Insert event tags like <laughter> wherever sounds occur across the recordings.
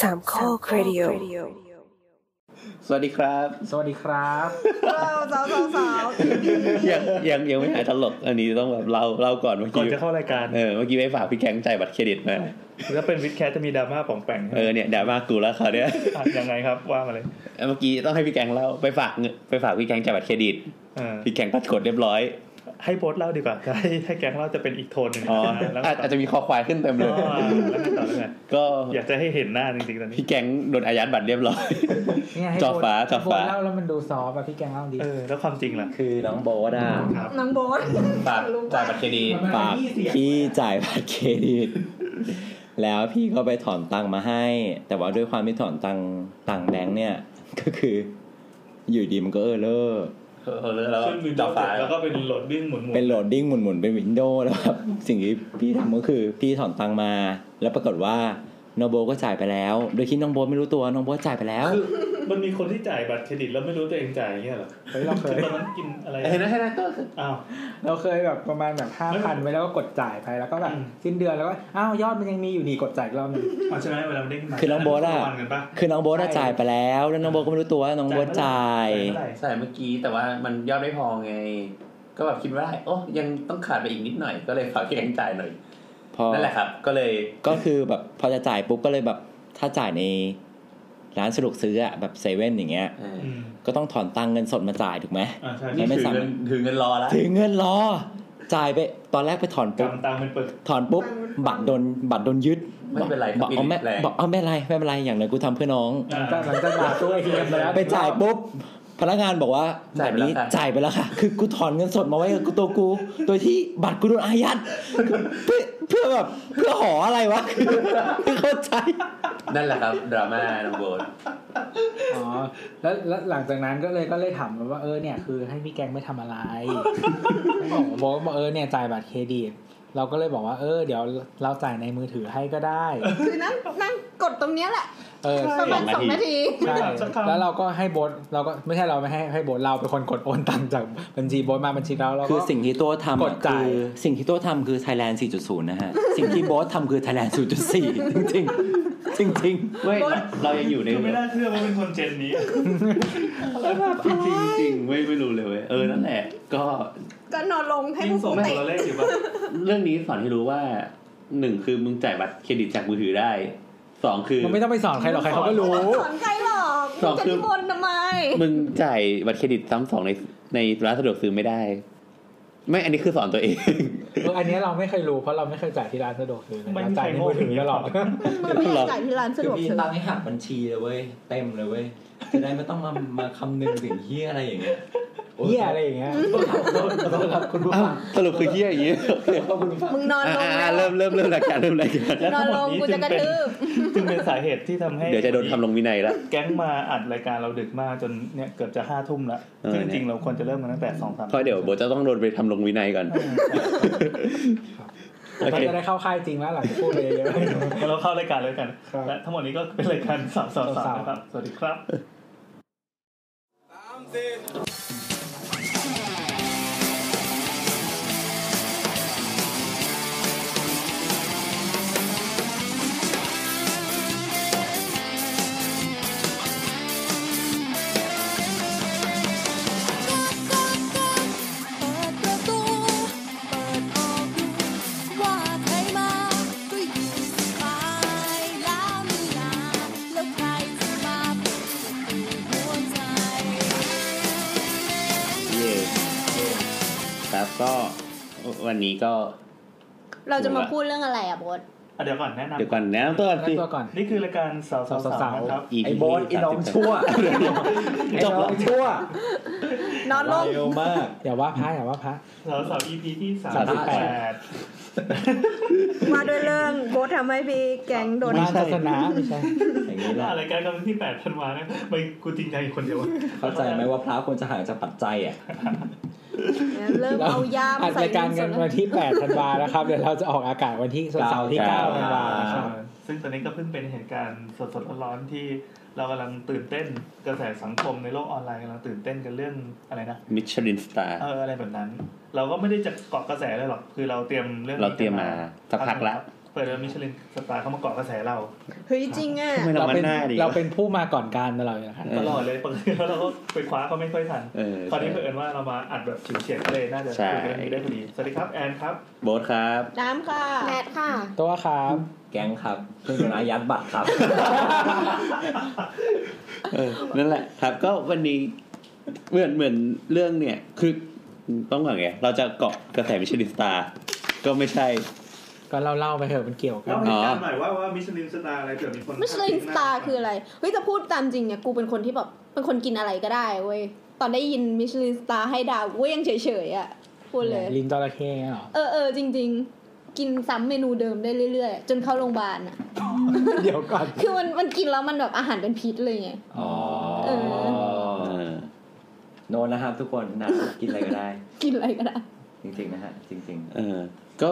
สามข้อครดิโอ สวัสดีครับ สวัสดีครับ สาวสาวสาว ยังยังยังไม่หายตลก อันนี้ต้องแบบเราเราก่อนเมื่อ ก่อน กี้ จะเข้ารายการ เออเมื่อกี้ไปฝากพี่แกงจ่ายบัตรเครดิตมา แล้วเป็นวิดแคสจะมีดราม่าป่องแปง เออเนี่ยดราม่ากูแล้วเขาวเนี่ย อ่ะยังไงครับว่ามาเลย เออเมื่อกี้ต้องให้พี่แกงเล่าไปฝากเงินไปฝากพี่แกงจ่ายบัตรเครดิต เออ พี่แกงตัดกดเรียบร้อย ให้โพสต์เล่าดีกว่า <laughs> ให้ให้แกงเล่าจะเป็นอีกโทนหนึ่ง อ๋อ นะแล้ว อาจอาจจะมีคอควายขึ้นเต็มเลย อ๋อแล้วไงต่อแล้วไง ก็ อยากจะให้เห็นหน้าจริงๆตอน <laughs> นี้พี่แกงโดนอายัดบัตรเรียบร้อย เนี่ยให้ จอฟ้า โฟน จอฟ้า โฟนเล่าแล้วมันดูซอฟต์อะพี่แกงเล่าดี เออแล้วความจริงล่ะ คือน้องโบทอ่ะ ครับ นางโบน ฝากจ่ายบัตรเครดิต ฝากพี่จ่ายบัตรเครดิต <laughs> แล้วพี่ก็ไปถอนตังค์มาให้ แต่ว่าด้วยความที่ถอนตังค์ตังค์แบงค์เนี่ย ก็คือ อยู่ดีมันก็เออเลอร์ เออแล้ว ขึ้นวินโด จ่าว์ยฝา แล้วก็เป็นโหลดดิ้งหมุนๆ เป็นโหลดดิ้งหมุนๆ เป็นวินโดว์แล้วแบบสิ่งที่พี่ทำก็คือพี่ถอนตังค์มา แล้วปรากฏว่าน้องโบทก็จ่ายไปแล้ว โดยที่น้องโบทไม่รู้ตัวน้องโบทจ่ายไปแล้ว คือมันมีคนที่จ่ายบัตรเครดิตแล้วไม่รู้ตัวเองจ่ายอย่างเงี้ยเหรอ เฮ้ยเราเคย ตอนนั้นกินอะไร เห็นไหมเห็นไหมก็ อ้าว เราเคยแบบประมาณแบบห้าพันไว้แล้วก็กดจ่ายไปแล้วก็แบบ อืม สิ้นเดือนแล้วก็อ้าวยอดมันยังมีอยู่นี่กดจ่ายอีกรอบหนึง อ๋อใช่ไหมเวลามันเด้งมา คือน้องโบ๊ทอะ วันกันปะ คือน้องโบทอะจ่ายไปแล้ว แล้วน้องโบทก็ไม่รู้ตัวว่าน้องโบทจ่าย เท่าไหร่ ใส่เมื่อกี้แต่ว่ามันยอดไม่พอไง ก็แบบคิดว่าโอ้ยังต้องขาดไปอีกนิดหน่อยก็เลยฝากพี่แกงจ่ายหน่อย พอ นั่นแหละครับ ก็เลย ก็คือแบบพอจะจ่ายปุ๊บก็เลยแบบถ้าจ่ายในร้านสะดวกซื้ออะแบบเซเว่นอย่างเงี้ย อืม ก็ต้องถอนตังค์เงินสดมาจ่ายถูกไหม อ่าใช่ นี่ นี่ ไม่ ถือ สามารถเงินถือเงินรอแล้ว ถึงเงินรอ จ่ายไปตอนแรกไปถอนปุ๊บ กำตังค์เป็นปึก ถอนปุ๊บ บัตรโดนบัตรโดนยึด ไม่เป็นไรค บ รั อก บิ เอาแม่ แรง บอกเอาไม่เป็นไรไม่เป็นไรอย่างไรกูทำเพื่อน้อง หลังจากหลังจากบาทตู้ไอทีเอ็มไปแล้ว ไปจ่ายปุ๊บพนักงานบอกว่าแบบนี้จ่ายไปแล้วค่ะ คือกูถอนเงินสดมาไว้กับกูตัวกู โดยที่บัตรกูโดนอายัดเพื่อเพื่อแบบเพื่อหออะไรวะคือไม่เข้าใจ นั่นแหละครับ ดราม่าน้องโบน อ๋อแล้วแล้วหลังจากนั้นก็เลยก็เลยถามมันว่าเออเนี่ยคือให้พี่แกงไม่ทำ <laughs> อะไรบอกบอกว่าเออเนี่ยจ่ายบัตรเครดิต เราก็เลยบอกว่าเออเดี๋ยวเราจ่ายในมือถือให้ก็ได้ <laughs> คือนั่งนั่งกดตรงเนี้ยแหละ เออ ประมาณสองนาที ใช่ ไม่ถามสักคำ แล้วเราก็ให้โบทเราก็ไม่ใช่เราไม่ให้ให้โบทเราเป็นคนกดโอนตังค์จากบัญชีโบทมาบัญชีเราเราก็ คือสิ่งที่ตัว ก ทำ ด อะ จ่า คื ย อสิ่งที่ตัวทำคือ Thailand 4.0 นะฮะ สิ่งที่โบอสทำคือ Thailand 0.4 จริงๆ จริงจริง เว้ยเรายังอยู่ใน คือไม่น่าเชื่อว่าเป็นคนเจนนี้ จริงจริงเว้ยไม่รู้เลยเว้ยเออนั่นแหละ ก็ ก็นอนลงให้ ยิ่ง ผู้ ส่ง ผู้ ตั เตะ วเลขอยู่ป่ะ เรื่องนี้สอนให้รู้ว่าหนึ่งคือมึงจ่ายบัตรเครดิตจากมือถือได้สองคือ มันไม่ต้องไปสอนใครหรอกใครเขาก็รู้ สอนใครหรอก สอง จะ คือ นิมนต์ทำไม มึงจ่ายบัตรเครดิตซ้ำสองในในร้านสะดวกซื้อไม่ได้ ไม่อันนี้คือสอนตัวเอง <laughs> เอออันเนี้ยเราไม่เคยรู้เพราะเราไม่เคยจ่ายที่ร้านสะดวกซื้อเลย ไม่ เรา มี จ่า ใค ย ร ใน โง่ มือ ถึ ถื ง อ นี้ ต ห ล ร อ อ ด ก มึงไม่ได้จ่ายที่ร้าน คื สะดวอก พี่ ซื้อ ตั้งให้หักบัญชีเลยเว้ย เต็มเลยเว้ย จะได้ไม่ต้องมามาคำนึงถึงเฮียอะไรอย่างเงี้ย เฮียอะไรอย่างเงี้ย ต้องรับคุณผู้ อ้าว ฟัง สรุปคือเฮี้ยอย่างนี้ มึงนอนลง อ่า นะ เริ่มเริ่มเริ่มรายการเริ่มรายการ และ นอนทั้งหลงมดนี้ กู จึ จะ ง กระ เป็น ทืบ จึงเป็นสาเหตุที่ทำให้ เดี๋ยวจะโดนทำลงวินัยละ แก๊งมาอัดรายการเราดึกมากจนเนี่ยเกือบจะห้าทุ่มละ เออ ซึ่ง เนี่ย จริงๆเราควรจะเริ่มกันตั้งแต่สองสาม เพราะเดี๋ยวโบจะต้องโดนไปทำลงวินัยก่อน โอ เรา เค จะได้เข้าค่ายจริงแล้วหลังจากพูดไปเยอะ เราเข้ารายการเลยกัน ครับ และทั้งหมดนี้ก็เป็นรายการสามสามสามนะครับ สวัสดีครับ เปิดประตู เปิดออกดูว่าใครมาก็อยู่สบายแล้วนี่นาแล้วใครจะมาปลุกหัวใจ เย่ครับก็วันนี้ก็ เราจะมาพูดเรื่องอะไรอ่ะโบท อ่ะเดี๋ยวก่อนแนะน เดี๋ยวก่อนแนะนำตัวก่อน ๆ สิ นั่นตัวก่อน ำนี่คือรายการสาวสามสามนะครับ อี ไอ้โบทไอ้น้องชั่ <laughs> ว จ จ บบน้แล้ว องชั่ว นอนลง เร็วมาก อย่าว่าพระอย่าว่าพระ สาวสาว EP ที่สาม สามสิ สิบบ แป แป ด มาด้วยเรื่องโบททำให้พี่แกงโดน บ้านศาสนาไม่ใช่ อย่างนี้แหละ รายการกำลังที่แปดธันวานะไม่กูจริงใจอยู่คนเดียว เข้าใจไหมว่าพระควรจะห่างจากปัจจัยอ่ะ เริ่มเอายาม อัด ใส่ รายการกันวันที่8ธันวานะครับ เดี๋ยวเราจะออกอากาศวันที่เสาร์ที่9ธันวาครับ ซึ่งตอนนี้ก็เพิ่งเป็นเหตุการณ์สดๆร้อนๆที่เรากำลังตื่นเต้นกระแสสังคมในโลกออนไลน์กำลังตื่นเต้นกันเรื่องอะไรนะ มิชลินสตาร์ เอออะไรแบบนั้น เราก็ไม่ได้จะเกาะกระแสเลยหรอก คือเราเตรียมเรื่องนี้ เราเตรียมมาสักพักละ เ ปิดแล้วมิชลินสตาร์เข้ามาเกาะกระแสเรา เฮ้ยจริงอ่ะ ทำไมเรา เรา มัน เป็น หน้าดี เรา วะ เป็นผู้มาก่อนการตลอดเวลยนะครับ เออ ตลอดเลยปกติแล้วเราก็ไปคว้าเขาไม่ค่อยทัน เออ คราวนี้เผอิญว่าเรามาอัดแบบฉิวเฉียดก็เลยน่าจะ ใช่ คุยกันเรื่องนี้ได้พอดี สวัสดีครับแอนครับ โบ๊ทครับ น้ำค่ะ แมทค่ะ ตัวครับ แก๊งครับเพื่อนโดนอายัดบัตร <laughs> ครับ เออนั่นแหละครับก็วันนี้เหมือนเหมือนเรื่องเนี่ย คือต้องบอกไงเราจะเกาะกระแสมิชลินสตาร์ก็ไม่ใช่ ก็เล่าเล่าๆไปเถอะมันเกี่ยวกั แล้ น วให้การหน่อยว่าว่ามิชลินสตาร์อะไรเผื่อมีคน มิชลินสตาร์คืออะไร เฮ้ยจะพูดตามจริงเนี่ย กูเป็นคนที่แบบเป็นคนกินอะไรก็ได้เว้ย ตอนได้ยินมิชลินสตาร์ให้ดาวกูก็ยังเฉยๆอ่ะ พูดเลย ลิ้นจระเข้เงี้ยเหรอ เออเออจริง ๆ กินซ้ำเมนูเดิมได้เรื่อยๆ จนเข้าโรงพยาบาลอ่ะ <laughs> เดี๋ยวก่อน คือมันมันกินแล้วมันแบบอาหารเป็นพิษเลยไง อ๋อ เออ เออ โนนนะครับทุกคนนะกินอะไรก็ได้ กินอะไรก็ได้ จริงๆนะฮะ จริง เออ ก็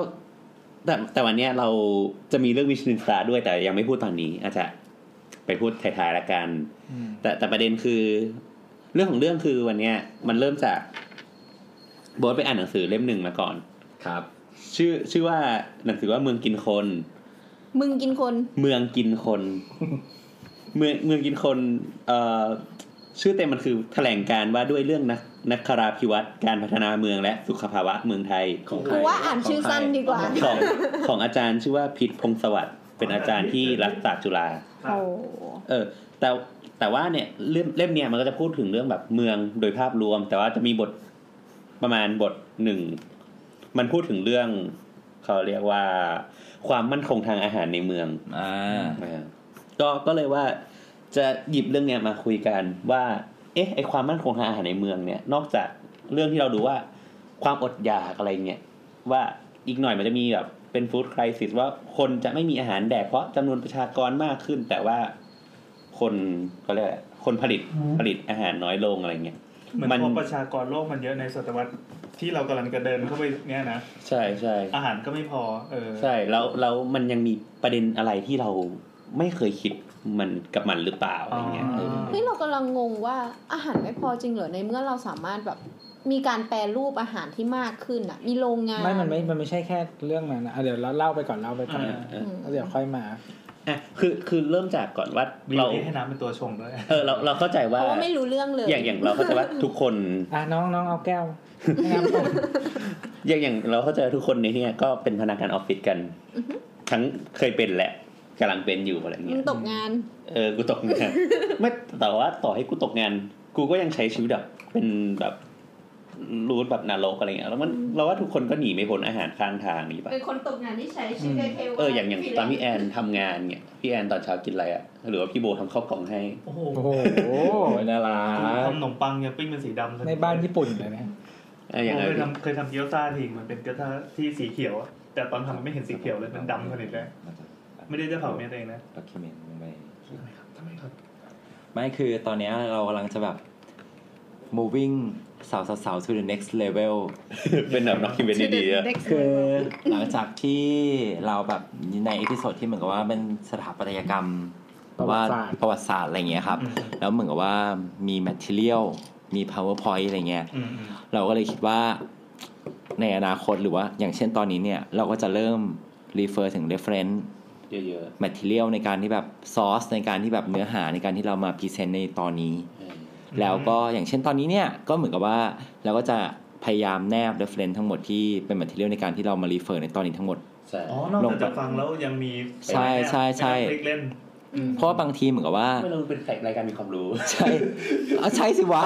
แต่แต่วันเนี้ยเราจะมีเรื่องมิชลินสตาร์ด้วยแต่ยังไม่พูดตอนนี้ อาจจะไปพูดท้ายๆละกัน อืม แต่แต่ประเด็นคือ เรื่องของเรื่องคือวันเนี้ยมันเริ่มจากโบอสไปอ่านหนังสือเล่มหนึ่งมาก่อน ๆ ครับ ชื่อชื่อว่าหนังสือว่าเมืองกินคน มึงกินคน เมืองกินคน เมืองเมืองกินคนเอ่อชื่อเต็มมันคือแถลงการว่าด้วยเรื่องนักนักคราพิวัตรการพัฒนาเมืองและสุขภาวะเมืองไทย ของใคร กูว่าอ่านชื่อสั้นดีกว่า ของของอาจารย์ชื่อว่าพิษพงศวัสด์เป็นอาจารย์ที่รัฐศาสตร์จุฬา ครับ โอ้โห เออ แต่แต่ว่าเนี่ยเล่มเล่มเนี่ยมันก็จะพูดถึงเรื่องแบบเมืองโดยภาพรวม แต่ว่าจะมีบทประมาณบทหนึ่ง มันพูดถึงเรื่อง เขาเรียกว่า ความมั่นคงทางอาหารในเมือง อ่า อ่าก็ก็เลยว่าจะหยิบเรื่องเนี้ยมาคุยกันว่า เอ๊ะไอความมั่นคงทางอาหารในเมืองเนี่ย นอกจากเรื่องที่เราดูว่า ความอดอยากอะไรเงี้ยว่าอีกหน่อยมันจะมีแบบเป็นฟู้ดคริสิสว่าคนจะไม่มีอาหารแดกเพราะจำนวนประชากรมากขึ้น แต่ว่าคนเขาเรียกอะไรคนผลิตผลิตอาหารน้อยลงอะไรเงี้ย เหมือน มัน พอประชากรโลกมันเยอะในศตวรรษที่เรากำลังจะเดินเข้าไปเนี่ยนะ ใช่ใช่ อาหารก็ไม่พอ เออ ใช่แล้วแล้วมันยังมีประเด็นอะไรที่เราไม่เคยคิดมันกับมันหรือเปล่าอะไรเงี้ย อ๋อ เออ เฮ้ยเรากำลังงงว่าอาหารไม่พอจริงเหรอในเมื่อเราสามารถแบบมีการแปรรูปอาหารที่มากขึ้นอ่ะ มีโรงงาน ไม่ มันไม่ มันไม่ใช่แค่เรื่องนั้นนะอ่ะเดี๋ยวเราเล่าไปก่อนเล่าไปก่อน อ่า อืม แล้วเดี๋ยวค่อยมา อ่ะคือคือเริ่มจากก่อนว่า มี เรา เอให้น้ำเป็นตัวชงด้วย เออเราเราเข้าใจว่า เพราะว่าไม่รู้เรื่องเลย อย่างอย่างเราเข้าใจว่าทุกคน อ่ะน้องน้องเอาแก้วให้น้ำก่อน อย่างอย่างเราเข้าใจว่าทุกคนในที่เนี้ยก็เป็นพนักงานออฟฟิศกัน ทั้งเคยเป็นแหละกำลังเป็นอยู่อะไร มึ เงี้ ง ย ตกงาน เออกูตกงาน ไม่แต่ว่าต่อให้กูตกงาน กูก็ยังใช้ชีวิตแบบเป็นแบบรูทแบบนรกอะไรเงี้ยแล้วมันเราว่าทุกคนก็หนีไม่พ้นอาหารข้างทางนี้ปะ เป็นคนตกงานที่ใช้ชื่อได้แค่ว่ เอออย่างอย่างตอนพี่แอนทำงานเนี่ยพี่แอนตอนเช้ากินอะไรอะหรือว่าพี่โบทำข้าวกล่องให้ โอ้โห โอ้โห โอ้ยน่ารัก ทำขนมปังเนี่ยปิ้งเป็นสีดำ ในบ้านญี่ปุ่นเลยนะ เอออย่าง ผม ไร เคยทำเคยทำเกี๊ยวซ่าทีมันเป็นเกี๊ยวซ่าที่สีเขียวอะแต่ตอนทำมันไม่เห็นสีเขียวเลยมันดำสนิทเลยไม่ได้จะเผาเมียตัวเองนะ ด็อกิเมนต์ลงไป ทำไมครับทำไมครับ ไม่คือตอนเนี้ยเรากำลังจะแบบ moving สาวสาวๆ to the next level เป็นแบบน็อกกินเป็นดีๆอะ คือหลังจากที่เราแบบในเอพิโซดที่เหมือนกับว่าเป็นสถาปัตยกรรม ประวั ว่า ติศาสตร์ ประวัติศาสตร์อะไรอย่างเงี้ยครับ อืม แล้วเหมือนกับว่ามี material มี powerpoint อะไรเงี้ย อืมอืม เราก็เลยคิดว่าในอนาคตหรือว่าอย่างเช่นตอนนี้เนี่ย เราก็จะเริ่ม refer ถึง reference เยอะ material ในการที่แบบซอสในการที่แบบเนื้อหาในการที่เรามาพรีเซนต์ในตอนนี้ ๆ แล้วก็อย่างเช่นตอนนี้เนี่ย ก็เหมือนกับว่าเราก็จะพยายามแนบ reference ทั้งหมดที่เป็น material ในการที่เรามา refer ในตอนนี้ทั้งหมด ใช่ อ๋อนอกจากจะฟังแล้วยังมี ใช่ใช่ใช่ ไปนั่งคลิกเล่น เพราะว่าบางทีเหมือนกับว่า ไม่รู้เป็นแขกรายการมีความรู้ <laughs> ใช่เอาใช่สิวะ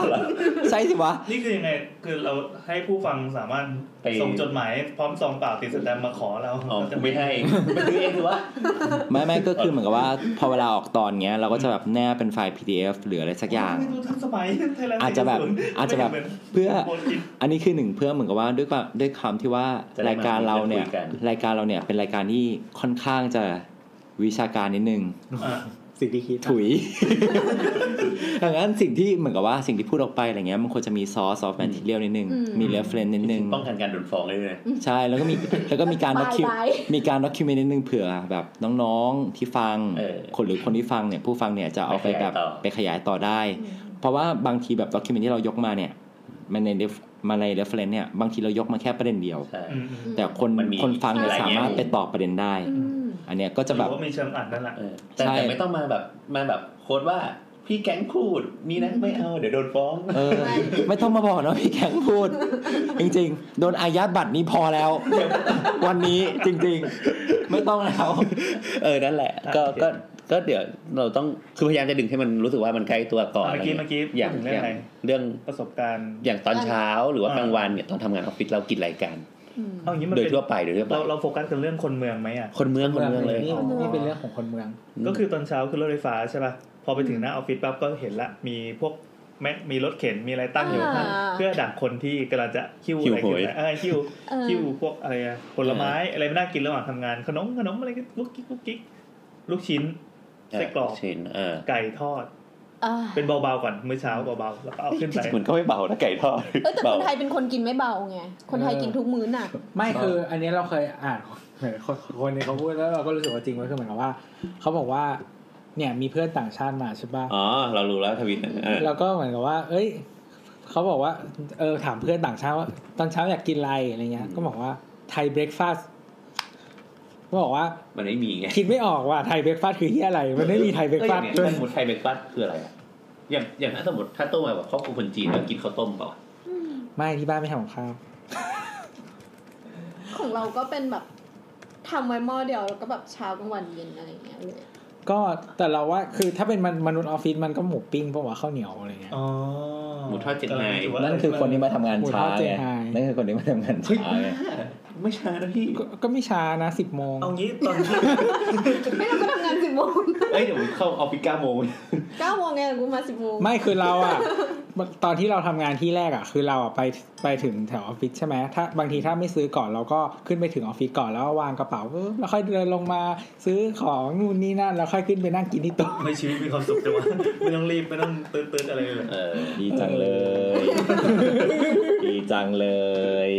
ใช่สิวะ นี่คือยังไง คือเราให้ผู้ฟังสามารถ ไป ส่งจดหมายพร้อมซองเปล่าติดสแตมป์มาขอเรา อ๋อ เราจะ กูไม่ให้มันคือเองถือว่า ไม่ไม่ก็คือเหมือนกับว่าพอเวลาออกตอนเงี้ย เราก็จะแบบแนบเป็นไฟล์ PDF หรืออะไรสักอย่าง ไม่รู้ทันสมัยไทยรัฐ อาจจะแบบ 40 อาจจะแบบ ไม่เหมืน เพื่อ โปรจิต อันนี้คือหนึ่งเพื่อเหมือนกับว่าด้วยความด้วยความที่ว่า จะได้มาร ายการเราเนี่ย คุยกัน รายการเราเนี่ยเป็นรายการที่ค่อนข้างจะวิชาการนิดนึง สิ่งที่คิด ถุย ดังนั้นสิ่งที่เหมือนกับว่าสิ่งที่พูดออกไปอะไรเงี้ยมันควรจะมีซอสซอฟแมนทีเรียลนิดนึง มีเรฟเฟนนิดนึง ป้องกันการโดนฟ้องได้ด้วยนะ ใช่แล้วก็มีแล้วก็มีการ บา ด็อย กิว บาย <laughs> มีการด็อกิวเมนต์นิดนึงเผื่อแบบน้องๆที่ฟัง เออ คนหรือคนที่ฟังเนี่ยผู้ฟังเนี่ยจะเอาไป ไปขยาย แบบไปขยายต่อต่อได้ เพราะว่าบางทีแบบด็อกิวเมนต์ที่เรายกมาเนี่ยมันใน ref- มาในเรฟเฟนเนี่ยบางทีเรายกมาแค่ประเด็นเดียว ใช่ อืมอืม แต่คน มันมี คนฟังเนี่ย หลาย สา แง่ มารถ มุม ไปตอบประเด็นได้ อืม อันเนี้ยก็จะแบบ <laughs> หรือว่ามีเชิงอัดนั่นแหละ เออแต่ ใช่ แต่ไม่ต้องมาแบบมาแบบโค้ดว่าพี่แก๊งพูดนี่นะไม่เอาเดี๋ยวโดนฟ้อง เออ ไม่ต้องมาบอกนะพี่แข็งพูด จริง ๆ โดนอายัดบัตรนี้พอแล้ว <laughs> วันนี้จริง ๆ ไม่ต้องแล้ว เออ นั่นแหละ ก็ โอเค ก็ ก็เดี๋ยวเราต้อง คือพยายามจะดึงให้มันรู้สึกว่ามันใกล้ตัวก่อน อ่ะเมื่อกี้เมื่อกี้ อย่า พูด ง ถึงเรื่องอย่าง อะไร เรื่อง ประสบการณ์ อย่างตอนเช้าหรือว่า อ่า กลางวันเนี่ยตอนทำงานออฟฟิศเรากินรายการ เอาอย่างนี้มัน โดย เป็น ทั่วไปโดยทั่วไป เราเราโฟกัสกันเรื่องคนเมืองไหมอ่ะ คนเมือง คนเมืองเลย นี่นี่เป็นเรื่องของคนเมือง ก็คือตอนเช้าขึ้นรถไฟฟ้าใช่ป่ะ พอไปถึงหน้าออฟฟิศปั๊บก็เห็นละ มีพวกแม็กมีรถเข็นมีอะไรตั้งอยู่ข้าง อ่า เพื่อดักคนที่กำลังจะคิ้ว หิ อะ ว ไร โห กิน ย ไปเออคิ้ว เออ คิ้วพวกอะไรอะผลไม้อะไรไม่น่ากินระหว่างทำงาน ขนมขนมอะไรก็กุ๊กกิ๊กกุ๊กกิ๊กลูกชิ้นไส้กรอก ชิ้นเอ่า ไก่ทอด อ่า เป็นเบาๆก่อนมื้อเช้าเบาๆแล้วก็เอาขึ้นไป มันก็ไม่เบานะไก่ทอด เอยแต่ เบา คนไทยเป็นคนกินไม่เบาไง คนไทย เออ กินทุกมื้อหนัก ไม่คืออันนี้เราเคยอ่าน <laughs> เหมือนคนคนนี้เขาพูดแล้วเราก็รู้สึกว่าจริงว่าคือเหมือนกับว่าเขาบอกว่า เนี่ยมีเพื่อนต่างชาติมาใช่ป่ะ อ๋อ เรารู้แล้วทวิตนะเออ แล้วก็เหมือนกับว่า เอ้ยเขาบอกว่าเออถามเพื่อนต่างชาติว่าตอนเช้าอยากกินอะไรอะไรเงี้ย ก็บอกว่าไทยเบรคฟาสต์ก็บอกว่า มันไม่มีไง คิดไม่ออกว่าไทยเบรคฟาสต์คือที่อะไร มันไม่มีไทยเบรคฟาสต์ เอ้ยอย่างเงี้ยสมมติไทยเบรกฟาสต์คืออะไรอะอย่าง อย่างถ้าสมมติถ้าต้มมาแบบครอบครัวคนจีนแล้วกินข้าวต้มเปล่า ไม่ที่บ้านไม่ทำกับข้าว ของเราก็เป็นแบบทำไว้หม้อเดียวแล้วก็แบบเช้ากลางวันเย็นอะไรอย่างเงี้ยเลย ก็แต่เราว่าคือถ้าเป็นมันมนุษย์ออฟฟิศมันก็หมูปิ้งเพราะว่าข้าวเหนียวอะไรเงี้ย อ๋อ หมูทอดเจ็ดนาย ถืว่า นั่นคือคนที่มาทำงาน หมูท ช้า อดเจ ไง ไฮ นั่นคือคนที่มาทำงานช้าไง ไม่ช้านะพี่ ก็ก็ไม่ช้านะสิบโมง เอางี้ตอนที่ ไม่เราก็ทำงานสิบโมง <laughs> เอ้ยเดี๋ยวผมเข้าออฟฟิศเก้าโมง เก้าโมงไงกูมาสิบโมง ไม่คือเราอ่ะ <laughs> ตอนที่เราทำงานที่แรกอ่ะ คือเราอ่ะไปไปถึงแถวออฟฟิศใช่ไหมถ้าบางทีถ้าไม่ซื้อก่อนเราก็ขึ้นไปถึงออฟฟิศก่อนแล้ววางกระเป๋าปุ๊บแล้วค่อยเดินลงมาซื้อของนู่นนี่นั่นแล้วค่อยขึ้นไปนั่งกินที่โต๊ะ ไม่ชีวิตมีความสุขจังวะไม่ต้องรีบไม่ต้องตื่นตื่นอะไรเลย เออ ดีจังเลย ดีจังเลย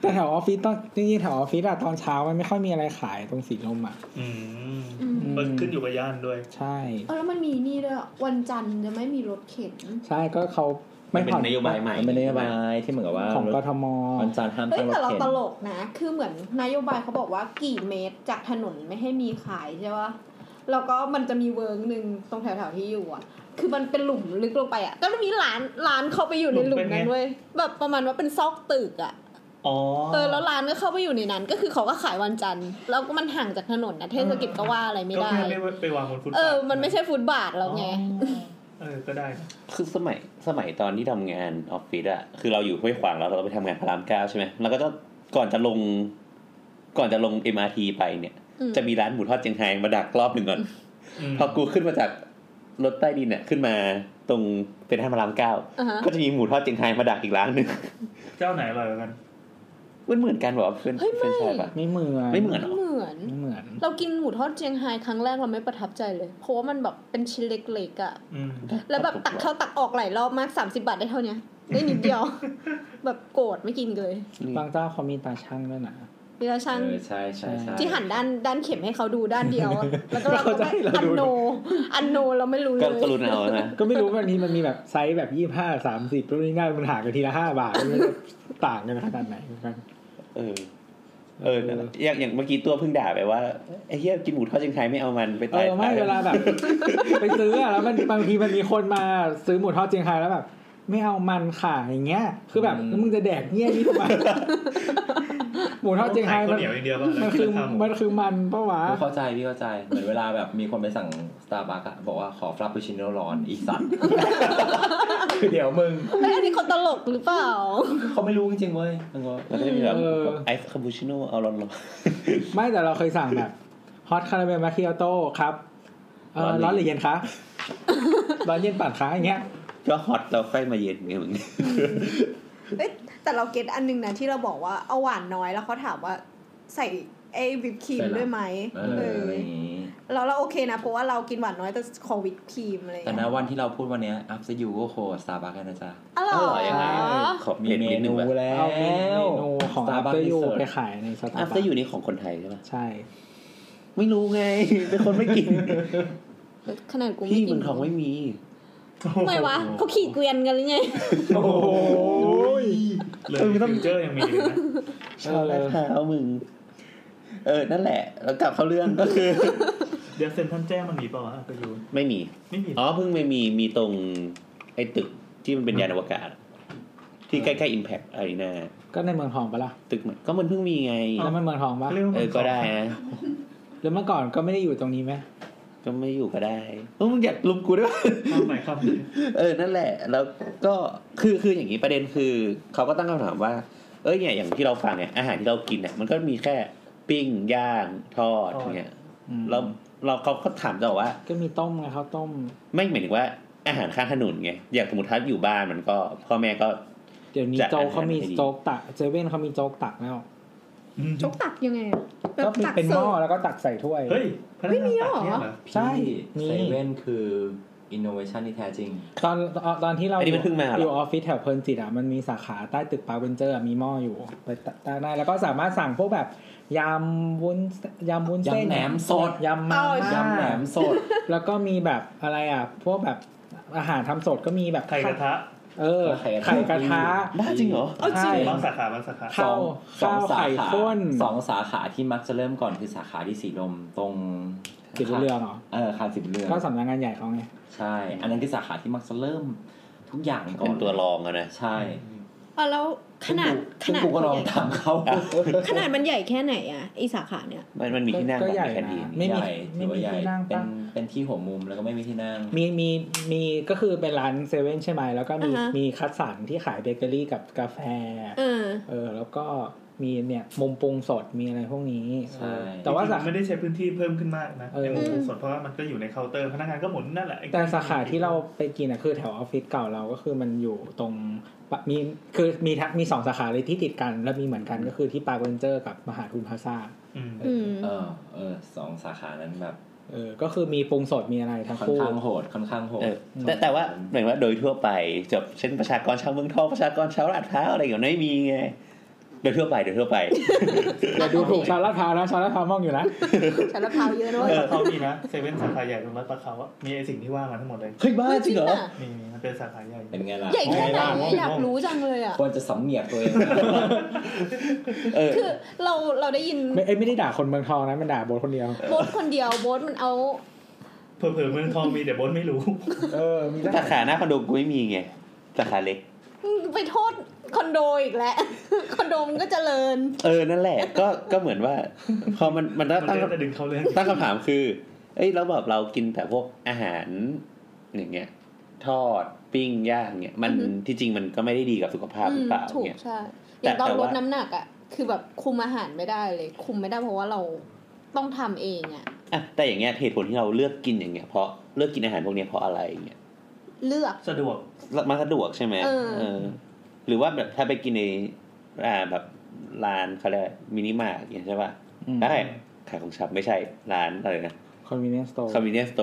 แต่แถวออฟฟิศตอนจริงๆแถวออฟฟิศอะตอนเช้ามันไม่ค่อยมีอะไรขายตรงสีลมอ่ะ อืม อืม มันขึ้นอยู่กับย่านด้วย ใช่ เออแล้วมันมีนี่ด้วยอะวันจันทร์จะไม่มีรถเข็น ใช่ก็เขา มั ไม่ นเป็น ผ่อน นโยบายใหม่ มันเป็นนโยบายที่เหมือนกับว่า ของกทม วันจันทร์ห้าม เฮ้ยตั้งร แต่ ถ เรา เข็น ตลกนะ คือเหมือนนโยบายเขาบอกว่ากี่เมตรจากถนนไม่ให้มีขายใช่ปะแล้วก็มันจะมีเวิร์กหนึ่งตรงแถวๆที่อยู่อ่ะ คือมันเป็นหลุมลึกลงไปอ่ะ ก็จะมีร้านร้านเข้าไปอยู่ในหลุมนั้นเว้ย แบบประมาณว่าเป็นซอกตึกอ่ะ อ๋อ เออแล้วร้านก็เข้าไปอยู่ในนั้น ก็คือเขาก็ขายวันจันทร์ แล้วก็มันห่างจากถนนนะเทศกิจก็ว่าอะไรไม่ ก็ ได้ แค่ไม่ไปวางบนฟุตบาท เออ มันไม่ใช่ฟุตบาทแล้วไง เออก็ได้นะ คือสมัยสมัยตอนที่ทำงานออฟฟิศอะคือเราอยู่ห้วยขวางแล้วเราไปทำงานพระรามเก้าใช่ไหมเราก็จะก่อนจะลง ก่อนจะลง MRT ไปเนี่ย อืม จะมีร้านหมูทอดเจียงไฮ้มาดักรอบหนึ่งก่อน ม พอกูขึ้นมาจากรถใต้ดินเนี่ยขึ้นมาตรงเป็นท่านพระรามเก้า อ่าฮะ <laughs> ก็จะมีหมูทอดเจียงไฮ้มาดักอีกร้านหนึ่ง <laughs> เจ้าไหนอร่อยกว่ากัน มันเหมือนกันเหรอเป็น เฮ้ยไม่ เป็นใช่ปะ ไม่เหมือน ไม่เหมือนเหรอ ไม่เหมือน ไม่เหมือน เรากินหมูทอดเจียงไฮ้ครั้งแรกเราไม่ประทับใจเลย เพราะว่ามันแบบเป็นชิ้นเล็กๆอ่ะ อืม แล้วแบบตักเข้าตักออกหลายรอบมาก 30 บาทได้เท่าเนี้ยได้นิดเดียว แบบโกรธไม่กินเลย บางเจ้าเขามีตาช่างด้วยนะ เวลาช่าง เออใช่ใช่ใช่ ที่หันด้านด้านเข็มให้เขาดูด้านเดียวอะแล้วก็เรา เขา ก็ จะ ไม่ ให้เรา อัน ดู โน อันโนเราไม่รู้เล ก็ ย กรุณาเอานะ ก็ไม่รู้บางทีมันมีแบบไซส์แบบยี่ห้าสามสิบรุ่นนี้น่ามันห่างกันทีละห้าบาทไม่รู้จะต่างกันขนาดไหนเหมือนกัน เออ เออ เออ อย่างอย่างเมื่อกี้ตัวเพิ่งด่าไปว่าไอ้เหี้ยกินหมูทอดเชียงไฮ้ไม่เอามันไป เอ ตาย อไม่ ตย เวลาแบบ ไปซื้ออะแล้วมันบางทีมันมีคนมาซื้อหมูทอดเจียงไฮ้แล้วแบบ ไม่เอามันค่ะอย่างเงี้ย คือแบบ อืม มึงจะแดกเงี้ยนี่ทำไมหมูทอดเจียงไฮ้ ขา มั วน เหนียวอย่างเดียวก็ มัน กิน คือ แล้วทำ มันคือมันปะวะ กูเข้าใจพี่เข้าใจ เหมือนเวลาแบบมีคนไปสั่งสตาร์บัคอะบอกว่าขอฟลัปปูชิโน่ร้อนอีสัตว์ <laughs> คือเดี๋ยวมึง เอ้ยอันนี้คนตลกหรือเปล่า เขาไม่รู้จริงๆเว้ยมันก็ แล้วก็จะมีแบบไอซ์คาปูชิโน่เอาร้อนๆ ไม่แต่เราเคยสั่งแบบฮอตคาราเมลมาคิอาโต้ครับเออ ร้ ร้ อ อน น ห ห รื รืออ เย็ เย็ น น คะ คะร้อนเย็นปานคะอย่างเงี้ย ก็ฮอตเราไฟมาเย็นไงมึง เอ้ยแต่เราเก็ตอันหนึงนะที่เราบอกว่าเอาหวานน้อยแล้วเขาถามว่าใส่ไอ้วิปครีมด้วยไหม เอ เอ อ อ อะไรอย่างงี้ เราเราโอเคนะ เพราะว่าเรากินหวานน้อยแต่ขอวิปครีมอะไรอย่าง แต่ เงี้ย ณวันที่เราพูดวันเนี้ย อัพสยูก็โคสตาร์บัคกันนะจ๊ะ อร่อย ยังไง เหรอ ขอบ มี เด็ด เม นิดนึ นู งแบบ แล้ เอาเม ว นูของ Starbucks After You Dessert ไปขายในสตา อั ร์ ฟ บั เตอ ค ร์อยู่นี่ของคนไทยใช่ปะ ใช่ ไม่รู้ไง เป็นคนไม่กิน ขนาดกูไม่ พี่ กิ เมึงทองไม่มี ทำไมวะเขาขี่เกวียนกันหรือไง โอ้โห เลยฟิวเจอร์ยังมีอยู่นะ ชาวลาดพร้าวมึง เออ นั่นแหละ แล้วกลับเข้าเรื่องก็คือ <laughs> เดี๋ยวเซ็นทรันแจ้งมันมีเปล่าวะไปดู ไม่มี ไม่มี อ๋อ เพิ่งไม่มี มีตรงไอ้ตึกที่มันเป็นยานอวกาศ ที่ใกล้ๆ Impact Arena ก็ในเมืองทองปะล่ะ ตึกมันก็มันเพิ่งมีไง แล้วมันเมืองทองปะ เรียว่า เออ ก็ได้นะ แล้วเมื่อก่อนก็ไม่ได้อยู่ตรงนี้ไหม ก็ไม่อยู่ก็ได้เออมึงอยากลุมกูด้วยวะ <laughs> ความหมายคำนี้ เออ นั่นแหละ แล้วก็ คือ คือ อย่างนี้ ประเด็นคือ เขาก็ตั้งคำถามว่า เอ้ย เนี่ย อย่างที่เราฟังเนี่ย อาหารที่เรากินเนี่ย มันก็มีแค่ปิ้ง ย่าง ทอดอย่างเนี่ย อืม แล้วเราเขาก็ถามต่อว่า ก็มีต้มไงข้าวต้ม ไม่หมายถึงว่าอาหารข้างถนนไง อย่างสมมติถ้าอยู่บ้านมันก็พ่อแม่ก็ เดี๋ยวนี้ จัด โจ๊กเขามี อาหารให้ดี โจ๊กตักเซเว่นเขามีโจ๊กตักแล้ว โจ๊กตักยังไงอะแบบ ก็มี ตัก เป็นห เสิ ม้ ร์ฟอแล้วก็ตักใส่ถ้วย เฮ้ยพนักงาน ไม่มีแล้วเหรอ ตัดเนี่ยเหรอ ใช่มี เซเว่นคืออินโนเวชันที่แท้จริง ตอนตอนตอนที่เรา อันนี้มันเพิ่งมาเหรอ อยู่ออฟฟิศแถวเพลินจิตอ่ะมันมีสาขาใต้ตึกปาเวนเจอร์อะมีหม้ออยู่ไปตั้งได้แล้วก็สามารถสั่งพวกแบบยำวุ้นยำวุ้นเส้น ยำแหนมสด ยำมาม่าย ำแหนมสด แล้วก็มีแบบอะไรอ่ะ พวกแบบอาหารทำสดก็มีแบบ ไข่กระทะ เออ ไข่กระทะ ไข่กระทะ บ้าจริงเหรอ เอาจริง บางสาขาบางสาขา ข้าว สอง ข้าว สา ไข่ ขา ข้น สองสาขาที่มักจะเริ่มก่อนคือสาขาที่สีลมตรง จิบเรืองเหรอ เออคานสิบเรือง ก็สำนักงานใหญ่เขาไง ใช่ อันนั้นคือสาขาที่มักจะเริ่มทุกอย่างก่อ เป็น น ตัวรองอะนะ ใช่ อ่ะแล้วขนาดข ซึ่ง นาด กูก็ลองถามเขา อ่ะ ขนาดมันใหญ่แค่ไหนอะไอสาขาเนี่ย มันมันมีที่นั่ง ก็ อะ ใหญ่ มีแคน นะ ดีน ไม่ ให มี ญ่ถื ไม่ อ มี ว่าใหญ่ ที่นั่ง เป็ ปะ นเป็นที่หัวมุมแล้วก็ไม่มีที่นั่ง มีมีมีก็คือเป็นร้านเซเว่นใช่ไหมแล้วก็มี อ่าฮะ มีคัสสันที่ขายเบเกอรี่กับกาแฟ เออ เออ แล้วก็มีเนี่ยมุมปรุงสดมีอะไรพวกนี้ ใช่ เออแต่ว่าจริสางๆ ขา ไม่ได้ใช้พื้นที่เพิ่มขึ้นมากนะ เออ ไอ้หมูสดเพราะว่ามันก็อยู่ในเคาน์เตอร์พนักงานก็หมุนนั่นแหละไอ้ แต่สาขาที่เราไปกินอ่ะคือแถวออฟฟิศเก่าเราก็คือมันอยู่ตรงปะมีคือมีทั้งมีสองสาขาเลยที่ติดกัน และมีเหมือนกันก็คือที่ปาร์คเวนเจอร์กับมหาทุนพลาซ่า อืม อืม เออเออสองสาขานั้นแบบ เออก็คือมีปรุงสดมีอะไรทั้ง ค่อน คู่ ข้างโหดค่อนข้างโหด เออแต่แต่ว่าหมายถึงว่าโดยทั่วไปจะเช่นประชากรชาวเมืองทองประชากรชาวลาดพร้าวอะไรอย่างเงี้ยไม่มีไงโดยทั่วไปโดยทั่วไป <laughs> อย่าดูถูกชาวลาดพร้าวนะชาวลาดพร้าวมองอยู่นะ ฉันละพร้าวเยอะด้วย เออเขามีนะเซเว่นสาขาใหญ่ตรงรัฐประเขาอะมีไอสิ่งที่ว่ามาทั้งหมดเลย เฮ้ยบ้าจริงเหรอ มีมีมันเป็นสาขาใหญ่ เป็นไงล่ะ ใหญ่แค่ไหน ไม่ได้ อะอยากรู้จังเลยอ่ะ ควรจะสำเนียกตัวเองนะ เออ คือเราเราได้ยิน ไม่เอ้ยไม่ได้ด่าคนเมืองทองนะมันด่าโบทคนเดียว โบสคนเดียวโบสมันเอา เผื่อๆเมืองทองมีแต่บนไม่รู้ เออมี สาขาหน้าคอนโดกูไม่มีไงสาขาเล็ก ไปโทษคอนโดอีกแล้ว <laughs> คอนโดมันก็เจริญ เออนั่นแหละก็ก็เหมือนว่า พอมันมัน มัน ตั้ง เล่นแต่ดึงเขาเรื่อง ตั้งคำถามคือ เอ้ยแล้วแบบเรากินแต่พวกอาหารอย่างเงี้ย ทอดปิ้งย่างเนี่ย มัน อือฮึ ที่จริงมันก็ไม่ได้ดีกับสุขภาพห อื รือ ม เปล่า ถูก เนี่ย ใช่อ แต่ ย่างตอน แต่ ล ว่า ดน้ำหนักอ่ะ คือแบบคุมอาหารไม่ได้เลย คุมไม่ได้เพราะว่าเราต้องทำเองอ่ะ อ่ะแต่อย่างเงี้ยเหตุผลที่เราเลือกกินอย่างเงี้ยเพราะเลือกกินอาหารพวกเนี้ยเพราะอะไรอย่างเงี้ย เลือก สะดวก มันสะดวกใช่ไหม เออ เออ หรือว่าแบบถ้าไปกินในอ่าแบบร้านเขาเรียกมินิมาร์ทอย่างเงี้ยใช่ป่ะได้ขายของชับไม่ใช่ร้านอะไรนะ คอนเวเนสโต คอมมิวนิสโต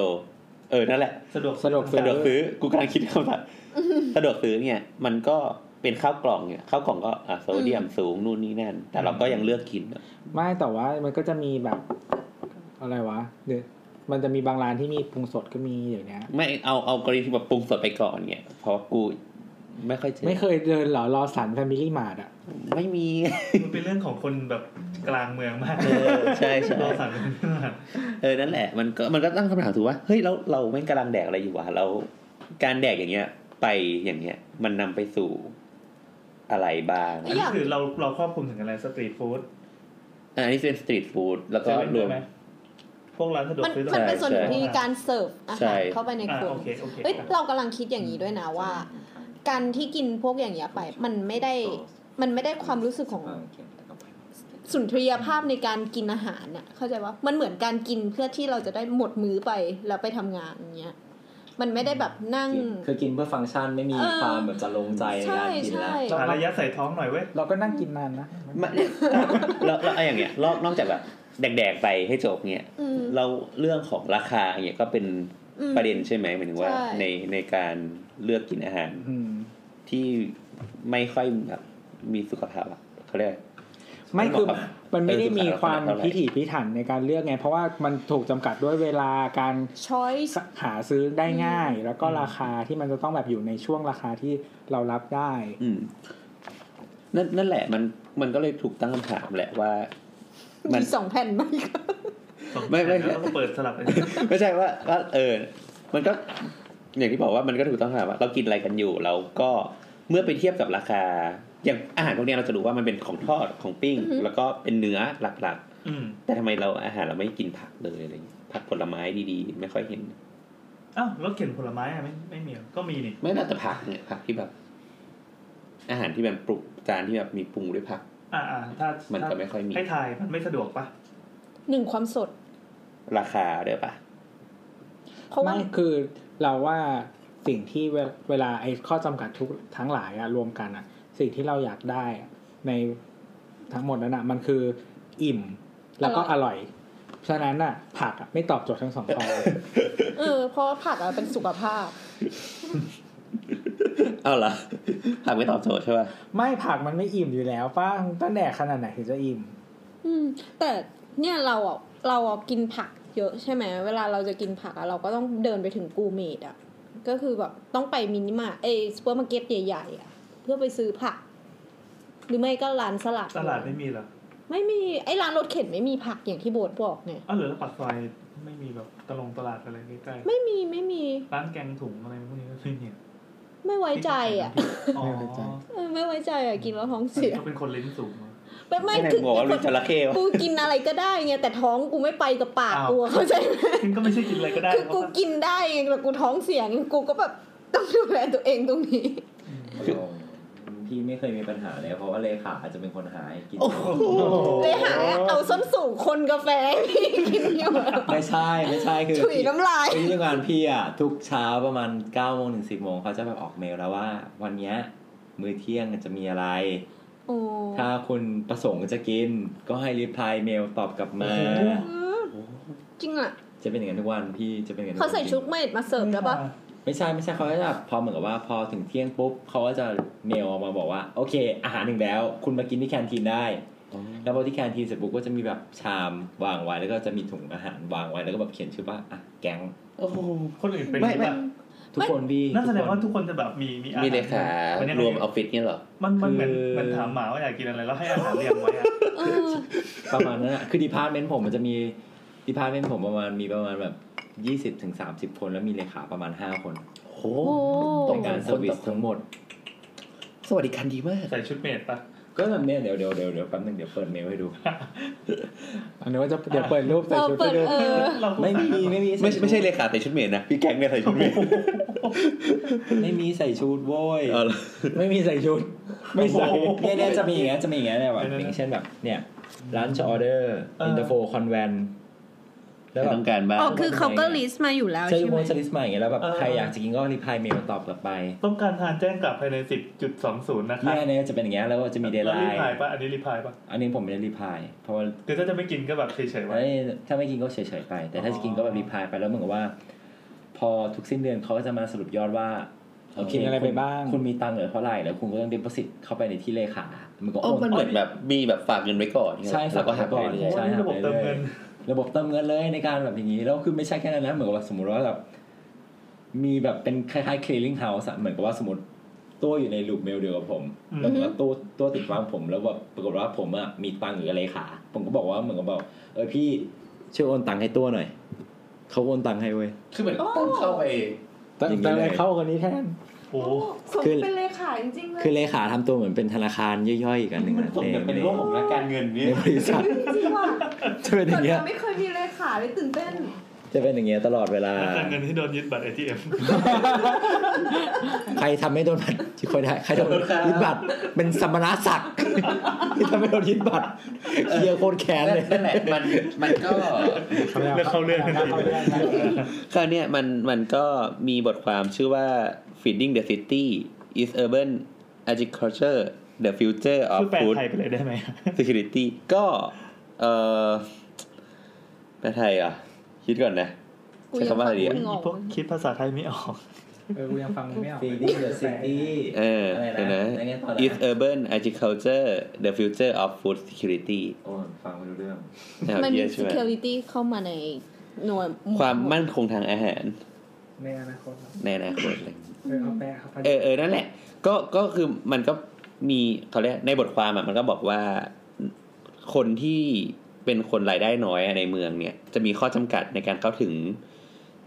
เออนั่นแหละ สะดวก สะดวก สะดวกซื้อกูกำลังคิดคำว่าสะดวกซื้อเนี่ย มันก็เป็นข้าวกล่องเนี่ยข้าวกล่องก็อ่ะโซเดียมสูงนู่นนี่นั่น แต่เราก็ยังเลือกกินอะ ไม่แต่ว่ามันก็จะมีแบบอะไรวะเดี๋ยวมันจะมีบางร้านที่มีปรุงสดก็มีอย่างเนี้ย ไม่เอาเอากรณีที่แบบปรุงสดไปก่อนเนี่ยเพราะกูไม่ค่อยเจอ ไม่เคยเดินเหรอรอสันแฟมิลี่มาร์ทอ่ะ ไม่มี มันเป็นเรื่องของคนแบบกลางเมืองมาก เอ <laughs> อใช่ใช่ เราสั่ง เออนั่นแหละมันก็มันก็ตั้งคำถามถูกว่าเฮ้ยแล้วเราไม่งกำลังแดกอะไรอยู่วะเราการแดกอย่างเงี้ย ไปอย่างเงี้ย มันนำไปสู่อะไรบ้าง อันนี้คือเราเราครอบคลุมถึงอะไรสตรีทฟู้ด อะอันนี้เป็นสตรีทฟู้ดแล้ว เซ ก็ เว่น ร ด้ ว วย ม ไหมพวกร้านสะดวก มัน ซื้อ มันเป็น ใช่ ส่วนหนึ่ง ใช่ ที่การเสิร์ฟอา ใช่ หารเข้าไปในค อ่า รัว โอเคโอเค เฮ้ยเรากำลังคิดอย่างนี้ด้วยนะว่า การที่กินพวกอย่างเงี้ยไป มันไม่ได้มันไม่ได้ความรู้สึกของ อ่าโอเค สุนทรียภาพในการกินอาหารน่ะเข้าใจว่ามันเหมือนการกินเพื่อที่เราจะได้หมดมื้อไปแล้วไปทำงานอย่างเงี้ยมันไม่ได้แบบนั่ง คือกินเพื่อฟังก์ชันไม่มี เออ ความแบบจะลงใจใน ใช่ การกินแล้ว ใช่ หาระยะใส่ท้องหน่อยเว้ย เราก็นั่งกินนานนะ มันเนี่ย <laughs> เราเราเอาอย่างเงี้ยนอกนอกจากแบบแดกๆไปให้จบเนี่ย อืม เราเรื่องของราคาเนี่ยก็เป็น อืม ประเด็นใช่ไหมหมายถึงว่า ใช่ ในในการเลือกกินอาหาร อืม ที่ไม่ค่อยแบบมีสุขภาพอะเขาเรียก ไม่คือ ไม่บอกครับ มันไม่ได้ เออ มีความ เท่าไหร่ พิถีพิถันในการเลือกไง เพราะว่ามันถูกจำกัดด้วยเวลาการ ช้อยส์ หาซื้อได้ง่าย แล้วก็ราคาที่มันจะต้องแบบอยู่ในช่วงราคาที่เรารับได้ อืมนั่นนั่นแหละมันมันก็เลยถูกตั้งคำถามแหละว่า มัน มีสองแผ่นไหม ไม่ไม่ แล้วก็เปิดส <laughs> ลับกัน ไม่ใช่ว่าว่าเออ มันก็อย่างที่บอกว่ามันก็ถูกต้องค่ะว่าเรากินอะไรกันอยู่เราก็เมื่อไปเทียบกับราคา อย่างอาหารพวกเนี้ยเราจะรู้ว่ามันเป็นของทอดของปิ้ง อือฮึ แล้วก็เป็นเนื้อหลัก อืม ๆ แต่ทำไมเราอาหารเราไม่กินผักเลยอะไรอย่างเงี้ยผักผลไม้ดีๆ ไม่ค่อยเห็น อ้าวแล้วเข็นผลไม้อะไม่ไม่มีเหรอก็มีนี่ ไม่น่าจะผักเนี่ยผักที่แบบ อาหารที่แบบปรุงจานที่แบบมีปรุงด้วยผัก อ่าอ่าถ้า มัน ถ้า จะไม่ค่อยมี ให้ถ่ายมันไม่สะดวกปะ หนึ่งความสด ราคาด้วยปะ เพราะว่า ไม่คือเราว่าสิ่งที่เวลเวลาไอ้ข้อจำกัดทุกทั้งหลายอะรวมกันอะสิ่งที่เราอยากได้อะในทั้งหมดนั้นอะมันคืออิ่มแล้วก็อร่อย ฉะนั้นอะผักอะไม่ตอบโจทย์ทั้งสองข้อ <laughs> เออเพราะผักอะเป็นสุขภาพ เอาเหรอผักไม่ตอบโจทย์ใช่ปะ ไม่ผักมันไม่อิ่มอยู่แล้วป้าต้องแดกขนาดไหนถึงจะอิ่ม อืม แต่เนี่ยเราอ่ะเราอ่ะกินผักเยอะใช่ไหมเวลาเราจะกินผักอ่ะเราก็ต้องเดินไปถึงกูเมดอ่ะ ก็คือแบบต้องไปมินิมาร์ทเอยซูเปอร์มาร์เก็ตใหญ่ๆอ่ะเพื่อไปซื้อผัก หรือไม่ก็ร้านสลัด ตลาดไม่มีเหรอ ไม่มีไอ้ร้านรถเข็นไม่มีผักอย่างที่โบทบอกเนี่ย อ้าวเหลือแล้วปากซอยไม่มีแบบตลงตลาดอะไรใกล้ ไม่มีไม่มี ๆร้านแกงถุงอะไรพวกนี้ก็ไม่มีเหรอ ไม่ไว้ใจอ่ะ อ๋อ ไม่ไว้ใจ เออไม่ไว้ใจอ่ะกินแล้วท้องเสีย ก็เป็นคนลิ้นสูงเหรอ ไม่ไม่ ไม่ได้ คือ บอกว่าลูกจระเข้วะ กูกินอะไรก็ได้ไงแต่ท้องกูไม่ไปกับปากกูอะเข้าใจไหม ซึ่งก็ไม่ใช่กินอะไรก็ได้ คือกู เพราะว่า กินได้ไงแต่กูท้องเสียไงกูก็แบบต้องดูแลตัวเองตรงนี้ พี่ไม่เคยมีปัญหาเลย เพราะว่าเลขาอาจจะเป็นคนหายกิน เลยหาเอาส้นสูงคนกาแฟพี่กินอยู่ ไม่ใช่ไม่ใช่คือ ถุยน้ำลาย ที่ทำงานพี่อ่ะ ทุกเช้าประมาณ9ก้าโมงถึงสิบโมงเขาจะแบบออกเมลแล้วว่า วันเนี้ยมื้อเที่ยงจะมีอะไร โอ้ ถ้าคุณประสงค์จะกิน ก็ให้รีプライเมลตอบกลับมา จริงอ่ะ จะเป็นอย่างนั้นทุกวันพี่จะเป็นอย่างนั้นทุก เขา วัน ใส่ชุดเมดมาเสิร์ฟแล้วปะ ไม่ใช่ไม่ใช่เขาก็จะพอเหมือนกับว่าพอถึงเที่ยงปุ๊บเขาก็จะเมลมาบอกว่าโอเค อาหารถึงแล้ว คุณมากินที่แคนทีนได้ แล้วพอที่แคนทีนเสร็จปุ๊บก็จะมีแบบชามวางไว้แล้วก็จะมีถุงอาหารวางไว้แล้วก็แบบเขียนชื่อว่าอ่ะแก๊ง โอ้โห คนอื่นเป็น ไม่ แบบ ไม่ทุกนั้นคนพี่ นั่นแสดงว่าทุ ก กคนจะแบบมีมีอห มีเลขา วันนี้ รวมออฟฟิศเนี่ยเหรอ มันมันเหมือนเหมันถามหมาว่าอยากกินอะไรแล้วให้อาหารเรียงไว้อะ เออ ประมาณนั้นอะคือดีพาร์ตเมนต์ผมมันจะมีดีพาร์ตเมนต์ผมประมาณมีประมาณแบบยี่สิบถึงสามสิบคนแล้วมีเลขาประมาณห้าคน โห โอ้ ในการเซอร์วิสทั้งหมด สวัสดิการดีมาก ใส่ชุดเมดปะ ก็แบบเนี้ยเดี๋ยวเดี๋ยวเดี๋ยวเดี๋ยวแป๊บนึงเดี๋ยวเปิดเมลให้ดู อันนี้ว่าจะเดี๋ยวเปิดรูปใส่ เรา ชุดไป เปิด ดู เออ เรา ไม่มีไม่มี ไม่ใช่ไม่ใช่เลขาแต่ชุดเมนนะ พี่แก๊งเนี่ยใส่ชุดเมน ไม่มีใส่ชุดโว้ย เออ ไม่มีใส่ชุด ไม่ใส่ เนี่ยเนี่ยจะมีอย่างเงี้ยจะมีอย่างเงี้ยเนี่ยแบบอเดี๋ยวๆย่างเช่นแบบเนี่ยร้านชออเดอร์ เอออิ อินเตอร์โฟคอนแวนแล้ว ไม่ แบ ต้ บ องการบ้าง อ๋อ คือเขาก็ลิสต์มาอยู่แล้ว ใช้ ใช่ไห โม ม ชลิสมาอย่างเงี้ยแล้วแบบ เออ ใครอยากจะกินก็รีพายเมลตอบกลับไป ต้องการทานแจ้งกลับภายใน 10.20 นะครั เนี่ยเนี่ยจะเป็นอย่างเงี้ยแล้วก็จะมีเดล เรา ไล รี น์ พายปะอันนี้รีพายปะ อันนี้ผมไม่ได้รีพายเพราะว่า คือถ้าจะไม่กินก็แบบเฉยๆไว้ เอ้ยถ้าไม่กินก็เฉยๆไป แต่ถ้าจะกินก็แบบรีพายไปแล้วเหมือนกับว่า พอทุกสิ้นเดือนเขาก็จะมาสรุปยอดว่า โอเคอะไรไปบ้าง คุณมีตังค์เหลือเท่าไหร่แล้วคุณก็ต้องเดป o สิตเข้าไปในที่เลขามันก็ อ๋ โอ อน มันเหมือนแบบมีแบบฝากเงินไว้ก่อนเนี่ย ใช่ แล้ ฝาว ก ก็ ไว้ก่อนหักไปเรื่อย ใช่ โอ้นี่ระบบเติมเงิน ระบบเติมเงินเลยในการแบบอย่างนี้แล้วคือไม่ใช่แค่นั้นนะเหมือนกับว่าสมมติว่าแบบมีแบบเป็นคล้ายๆ clearing house อะเหมือนกับว่าสมมติตัวอยู่ในลูปเมลเดียวกับผม อืม แล้วก็ตัวตัวติดวางผมแล้วแบบปรากฏว่าผมอะมีตังค์หรืออะไรขาผมก็บอกว่าเหมือนกับบอกเออพี่ช่วยโอนตังค์ให้ตัวหน่อยเขาโอนตังค์ให้เว้ย คือเหมือนต้องเข้าไป แต่ อย่างนี้ แต่ เลย เลยเข้าคนนี้แทน โอ้โห สมเป็นเลขาจริงๆเล คือย เลขาทำตัวเหมือนเป็นธนาคารย่อยๆอีกอันหนึ่ง มัน นะ สมกับเป็นโลกของนักการเงินนี่ ในบริษัท <laughs> จริงว่ะ จะเป็นอ เกิด ย่างเงี้ย มาไม่เคยมีเลขาเลยตื่นเต้น จะเป็นอย่างเงี้ยตลอดเวลา นักการเงินที่โดนยึดบัตร ATM ใครทำให้โดนบัตรที่คอยได้ใครโดนยึดบัตรเป็นสมณศักดิ์ <laughs> ที่ทำให้โดนยึดบัตรเคลียร์โคตรแค้นเลย นั่นแหละมันมันก็ แล้วเข้าเรื่องกันที คราวเนี้ยมันมันก็มีบทความชื่อว่า feeding the city is urban agriculture the future of คือแปล food ไทยไปเลยได้ไหม security ก็เออแปลไทยเหรอ่ะ คิดก่อนนะ กูยังฟังไม่ออก พวกคิดภาษาไทยไม่ออก เออกูยังฟังไม่ออก ฟีดิ้งเดอะซิตี้ เออเดี๋ยวนะ is urban agriculture the future of food security โอ้ฟังไม่รู้เรื่อง อ้าว มันมี เหี้ยใช่ไหม security เข้ามาในหน่วย ความมั่นคงทางอาหาร ในอนาคต ในอนาคตเลย เออเอาแปะครับ เออเออนั่นแหละ ก็ก็คือมันก็มีเขาเรียกในบทความอ่ะมันก็บอกว่าคนที่ เป็นคนรายได้น้อยในเมืองเนี่ย จะมีข้อจำกัดในการเข้าถึง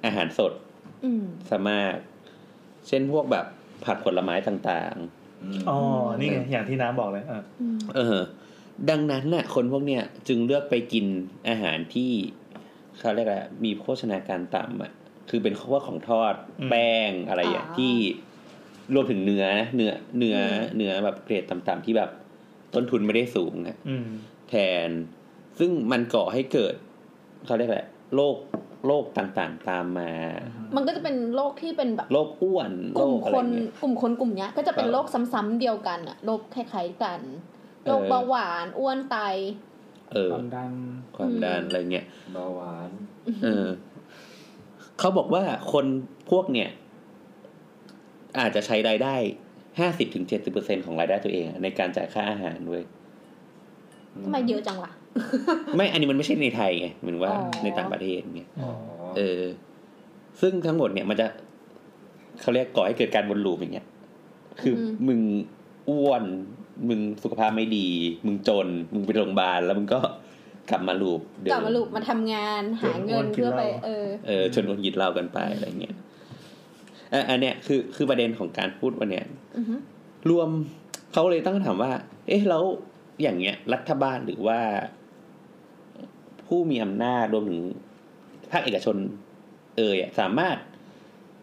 อาหารสด อืม สามารถเช่นพวกแบบผักผลไม้ต่าง อ๋อ นี่ไงอย่างที่น้ำบอกเลยอ่ะ ๆ เออ ดังนั้นน่ะ คนพวกเนี่ยจึงเลือกไปกินอาหารที่เขาเรียกอะไรมีโภชนาการต่ำอ่ะคือเป็นพวกของทอดแป้งอะไรอย่าง อ๋อ ที่รวมถึงเนื้อนะเนื้อเนื้อเนื้อแบบเกรดต่ำๆที่แบบต้นทุนไม่ได้สูงอ่ะ อืม แทน ซึ่งมันก่อให้เกิดเขาเรียกอะไรโรคโรคต่างๆตามมา มันก็จะเป็นโรคที่เป็นแบบ โรคอ้วน ก โร ลุ่ม คคอะไร น เงี้ย กลุ่มคนกลุ่มเนี้ย ก็จะเป็น เออ โรคซ้ำๆเดียวกันอะโรคคล้ายๆกันโรค เออ เบาหวานอ้วนไต เออ ความดัน ความดัน อืม อะไรเงี้ย เบาหวาน เออเขาบอกว่าคนพวกเนี่ย อาจจะใช้รายได้ห้าสิบถึงเจ็ดสิบเปอร์เซ็นของรายได้ตัวเองอะในการจ่ายค่าอาหารด้วย ทำไมเยอะจังล่ะ ไม่อันนี้มันไม่ใช่ในไทยไงเหมือนว่า อ๋อ ในต่างประเทศเงี้ย อ๋อ เออ ซึ่งทั้งหมดเนี่ยมันจะเขาเรียกก่อให้เกิดการวนลูปอย่างเงี้ย คืออ ม มึงอ้วน มึงสุขภาพไม่ดี มึงจน มึงไปโรงพยาบาลแล้วมึงก็กลับมาลูปเดิ กลับมาลูกมาทำงานหาเงินเพื่อไป เออ เออชนคนหยิดเรากันไปอะไรเงี้ยเอ่ออันเนี้ยคือคือประเด็นของการพูดวันเนี้ย อือฮึ รวมเขาเลยตั้งคำถามว่า เอ๊ะแล้วอย่างเงี้ย รัฐบาลหรือว่า ผู้มีอำนาจรวมถึงภาคเอกชน เอ่ยอะสามารถ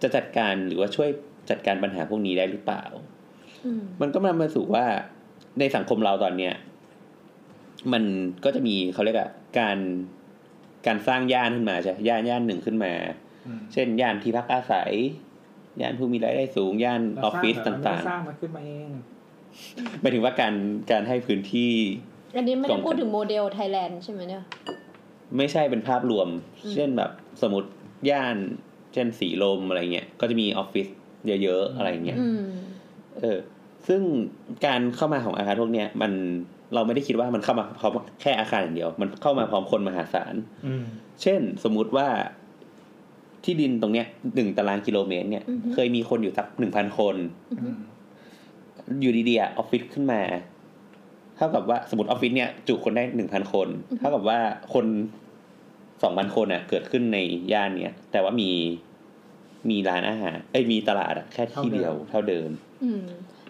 จะจัดการหรือว่าช่วยจัดการปัญหาพวกนี้ได้หรือเปล่า อืม มันก็นำมาสู่ว่าในสังคมเราตอนเนี้ยมันก็จะมีเขาเรียกอะการการสร้างย่านขึ้นมาใช่ย่านย่านหนึ่งขึ้นมา อืม เช่น ย่านที่พักอาศัย ย่านผู้มีรายได้สูง ย่านออฟฟิศต่าง เรสร้างมันขึ้นมาเอง ๆหมายถึงว่าการการให้พื้นที่ อันนี้ไม่ สอ ได้ ง พูด คน ถึงโมเดลไทยแลนด์ใช่ไหมเนี่ย ไม่ใช่เป็นภาพรวม อืม เช่นแบบสมมติย่าน เช่นสีลมอะไรเงี้ย ก็จะมีออฟฟิศเยอะๆอะไรเงี้ย อืม เออ ซึ่งการเข้ามาของอาคารพวกเนี้ยมันเราไม่ได้คิดว่ามันเข้ามาพร้อมแค่อาคารอย่างเดียว มันเข้ามาพร้อมคนมหาศาล อืม เช่น สมมุติว่าที่ดินตรงเนี้ยหนึ่งตารางกิโลเมตร เนี่ย อือฮึ เคยมีคนอยู่สักหนึ่งพันคน อืม อยู่ดีๆอะออฟฟิศขึ้นมา เท่ากับว่าสมมติออฟฟิศเนี่ยจุคนได้หนึ่งพันคน เท่ากับว่าคนสองพันคนอ่ะ เกิดขึ้นในย่านเนี่ย แต่ว่ามีมีร้านอาหารเอ้ยมีตลาดอะแค่ที่เดียวเท่าเดิม อืม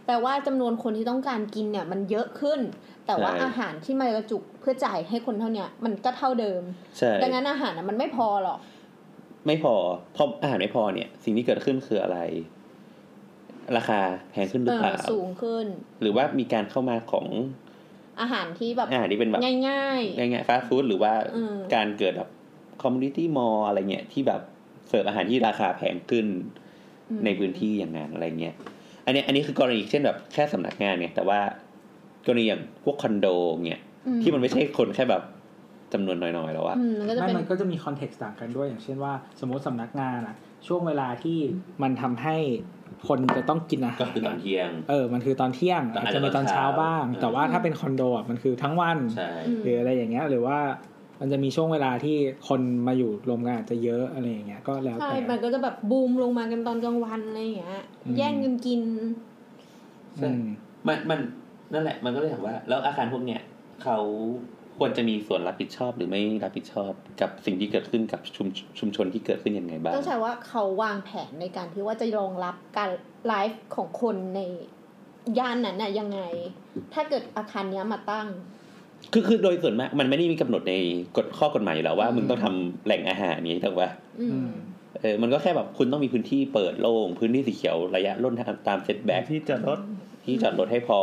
แปลว่าจำนวนคนที่ต้องการกินเนี่ย มันเยอะขึ้น แต่ว่า ใช่ อาหารที่มากระจุกเพื่อจ่ายให้คนเท่าเนี้ยมันก็เท่าเดิม ใช่ ดังนั้นอาหารน่ะมันไม่พอหรอก ไม่พอพออาหารไม่พอเนี่ย สิ่งที่เกิดขึ้นคืออะไร ราคาแพงขึ้นห เอ รืออเปล่า สูงขึ้น หรือว่ามีการเข้ามาของ อาหารที่แบบ อาหารที่เป็นแบบ ง่าย ง่ายๆฟาสต์ฟู้ดหรือว่า อืม การเกิดแบบคอมมูนิตี้มอลอะไรเงี้ยที่แบบเสิร์ฟอาหารที่ราคาแพงขึ้น ๆอืม ในพื้นที่อย่างนั้นอะไรเงี้ย อันเนี้ยอันนี้คือกรณีเช่นแบบแค่สำนักงานเนี่ยแต่ว่ากรณีอย่างพวกคอนโดเงี้ย อื ที่มันไม่ใช่คนแค่แบบจำนวนน้อยๆแล้วอะ อืมมันก็จะ ไม่ เป็น มันก็จะมีคอนเท็กซ์ต่างกันด้วย อย่างเช่นว่า สมมติสำนักงานอะช่วงเวลาที่มันทำให้คนจะต้องกินอาหาร เออ มันคือตอนเที่ยง อาจจะมีตอนเช้าบ้าง แต่ว่าถ้าเป็นคอนโดอะมันคือทั้งวัน ใช่ อืม หรืออะไรอย่างเงี้ย หรือว่ามันจะมีช่วงเวลาที่คนมาอยู่รวมกันอาจจะเยอะอะไรอย่างเงี้ย ก็แล้ว ใช่ แต่ มันก็จะแบบบูมลงมากันตอนกลางวันอะไรอย่างเงี้ย อืม แย่งกันกิน อืม มันมันนั่นแหละ มันก็เลยถามว่า แล้วอาคารพวกเนี้ยเขาควรจะมีส่วนรับผิดชอบหรือไม่รับผิดชอบกับสิ่งที่เกิดขึ้นกับชุมชุมชนที่เกิดขึ้นยังไงบ้าง ต้องใช้ว่าเขาวางแผนในการที่ว่าจะรองรับการไลฟ์ของคนในย่านนั้นน่ะยังไง ถ้าเกิดอาคารเนี้ยมาตั้ง คือคือโดยส่วนมากมันไม่ได้มีกำหนดในกฎข้อกฎหมายอยู่แล้วว่า อืม มึงต้องทำแหล่งอาหารนี้ถูกปะ อืม เออมันก็แค่แบบคุณต้องมีพื้นที่เปิดโล่งพื้นที่สีเขียวระยะร่นตามเซตแบ็ก ที่จอดรถ ที่จอดรถให้พอ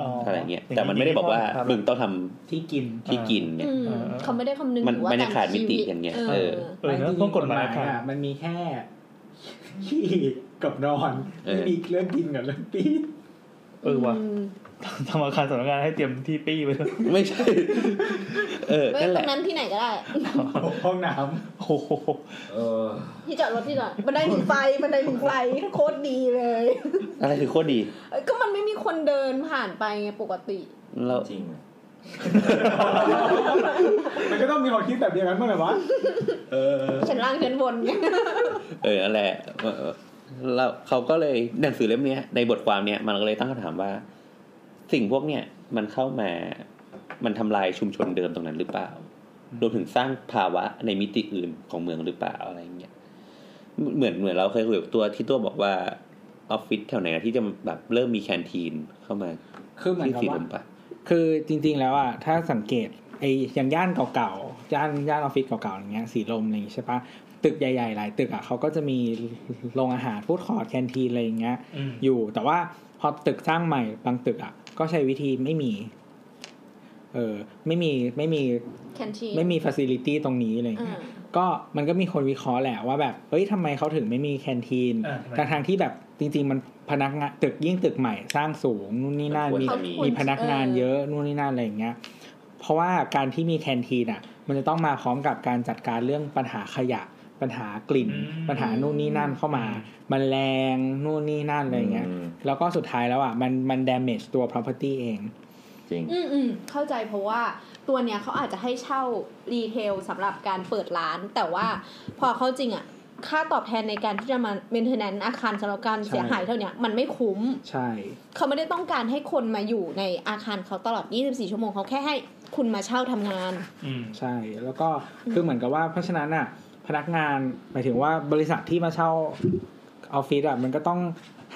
อ๋อ อะไรเงี้ยแต่มันไม่ได้บอกว่า ครับ มึงต้องทำ ที่กิน ที่กินเนี่ย อืม เออ เขาไม่ได้คำนึง มัน ถึงว่า มันยังขาด กรชี มิติ วิต อย่างเงี้ย เอ เอ อ อ เออแล้วพวกกฎหมาย จริงๆ ครับ มันมีแค่ขี้กับนอน เออ ไม่มีเรื่องกินกับเรื่องปี๊ด เออว่ะทำอาคารสำนักงานให้เตรียมที่ปี้ไปด้วย ไม่ใช่ เออ ไว้ นั่น ต แห ร ละ งนั้นที่ไหนก็ได้ <laughs> ห้องน้ โอ้โห เออ ที่จอดรถที่จอดบันไดหนีไฟบันไดหนีไฟโคตรดีเลย อะไรคือโคตรดี เอ้ยก็มันไม่มีคนเดินผ่านไปไงปกติ เรา จริง ำมันก็ต้องมีคนคิดแบบเดียวกันเมื่อไหร่วะ เออ ฉันล่างฉันบนไง เออนั่นแหละเออเราเขาก็เลยหนังสือเล่มเนี้ยในบทความเนี้ยมันก็เลยตั้งคำถามว่า สิ่งพวกเนี้ยมันเข้ามา มันทำลายชุมชนเดิมตรงนั้นหรือเปล่า อ รวมถึงสร้างภาวะในมิติอื่นของเมืองหรือเปล่าอะไรเงี้ยเหมือนเหมือนเราเคยคุยกับตัวที่ตัวบอกว่าออฟฟิศแถวไหนนะที่จะแบบเริ่มมีแคนทีนเข้ามา คือเหมือน ที่ กับ สีล ว่า มปะ คือจริง ๆ แล้วอะถ้าสังเกตไออย่างย่านเก่าๆย่านย่านออฟฟิศเก่าๆอย่างเงี้ยสีลมอะไรอย่างงี้ใช่ปะตึกใหญ่ๆหลายตึกอะเขาก็จะมีโรงอาหารฟู้ดคอร์ทแคนทีนอะไรอย่างเงี้ย อืม อยู่แต่ว่าพอตึกสร้างใหม่บางตึกอะก็ใช้วิธีไม่มี เออไม่มีไม่มี แคนที ไม่มีฟ a ซิลิตี้ตรงนี้อะไรอย่างเงี้ยก็มันก็มีคนวิเคราะห์แหละว่าแบบเฮ้ยทำไมเขาถึงไม่มีแคนทีน อ่ะทำไม ทางทางๆที่แบบจริง ๆ มันพนักงานตึกยิ่งตึกใหม่สร้างสูงนู่นนี่นั่นมี เขาควร มีพนักงาน เออ เยอะนู่นนี่นั่นอะไรอย่างเงี้ย เพราะว่าการที่มีแคนทีนอ่ะ มันจะต้องมาพร้อมกับการจัดการเรื่องปัญหาขยะ ปัญหากลิ่น ปัญหานู่นนี่นั่นเข้ามาแมันแรงนู่นนี่นั่นอะไรอย่างเงี้ย อืม แล้วก็สุดท้ายแล้วอ่ะมันมัน damage ตัว property เอง จริง อืมอืมเข้าใจเพราะว่าตัวเนี้ยเขาอาจจะให้เช่ารีเทลสำหรับการเปิดร้าน แต่ว่าพอเขาจริงอะค่าตอบแทนในการที่จะมาเมนเทนแนนอาคารสำหรับการเสียหายเท่าเนี้ยมันไม่คุ้ม ใช่ เขาไม่ได้ต้องการให้คนมาอยู่ในอาคารเขาตลอด 24 ชั่วโมงเขาแค่ให้คุณมาเช่าทำงาน อืม ใช่ แล้วก็คือเหมือนกับว่าเพราะฉะนั้นอ่ะพนักงานหมายถึงว่าบริษัทที่มาเช่าออฟฟิศอ่ะมันก็ต้อง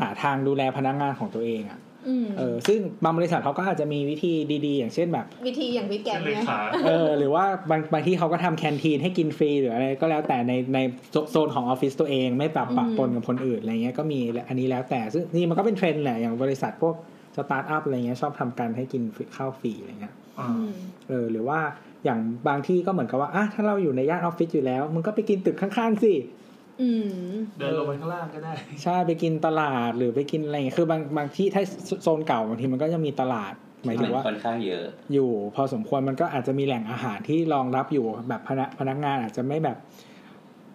หาทางดูแลพนักงานของตัวเองอ่ะ อืม เออซึ่งบางบริษัทเขาก็อาจจะมีวิธีดีๆ อย่างเช่นแบบ วิธีอย่างวิแก เป็นนเล เนี่ย ขา เออหรือว่าบางบางที่เขาก็ทำแคนทีนให้กินฟรีหรืออะไรก็แล้วแต่ในในโซนของออฟฟิศตัวเองไม่ปรับปะปนกับคนอื่นอะไรเงี้ยก็มีอันนี้แล้วแต่ซึ่งนี่มันก็เป็นเทรนด์แหละอย่างบริษัทพวกสตาร์ทอัพอะไรเงี้ยชอบทำการให้กินฟรีข้าวฟรีอะไรเงี้ย อ่า อืม เออหรือว่าอย่างบางที่ก็เหมือนกับว่าอ่ะถ้าเราอยู่ในย่านออฟฟิศอยู่แล้วมึงก็ไปกินตึกข้างๆสิ อืม เดินลงไปข้างล่างก็ได้ ใช่ไปกินตลาดหรือไปกินอะไรอย่างเงี้ยคือบางบางที่ถ้าโซนเก่าบางทีมันก็จะมีตลาด หมายถึงว่า ค่อนข้างเยอะ อยู่ พอสมควรมันก็อาจจะมีแหล่งอาหารที่รองรับอยู่แบบพนักพนักงานอาจจะไม่แบบ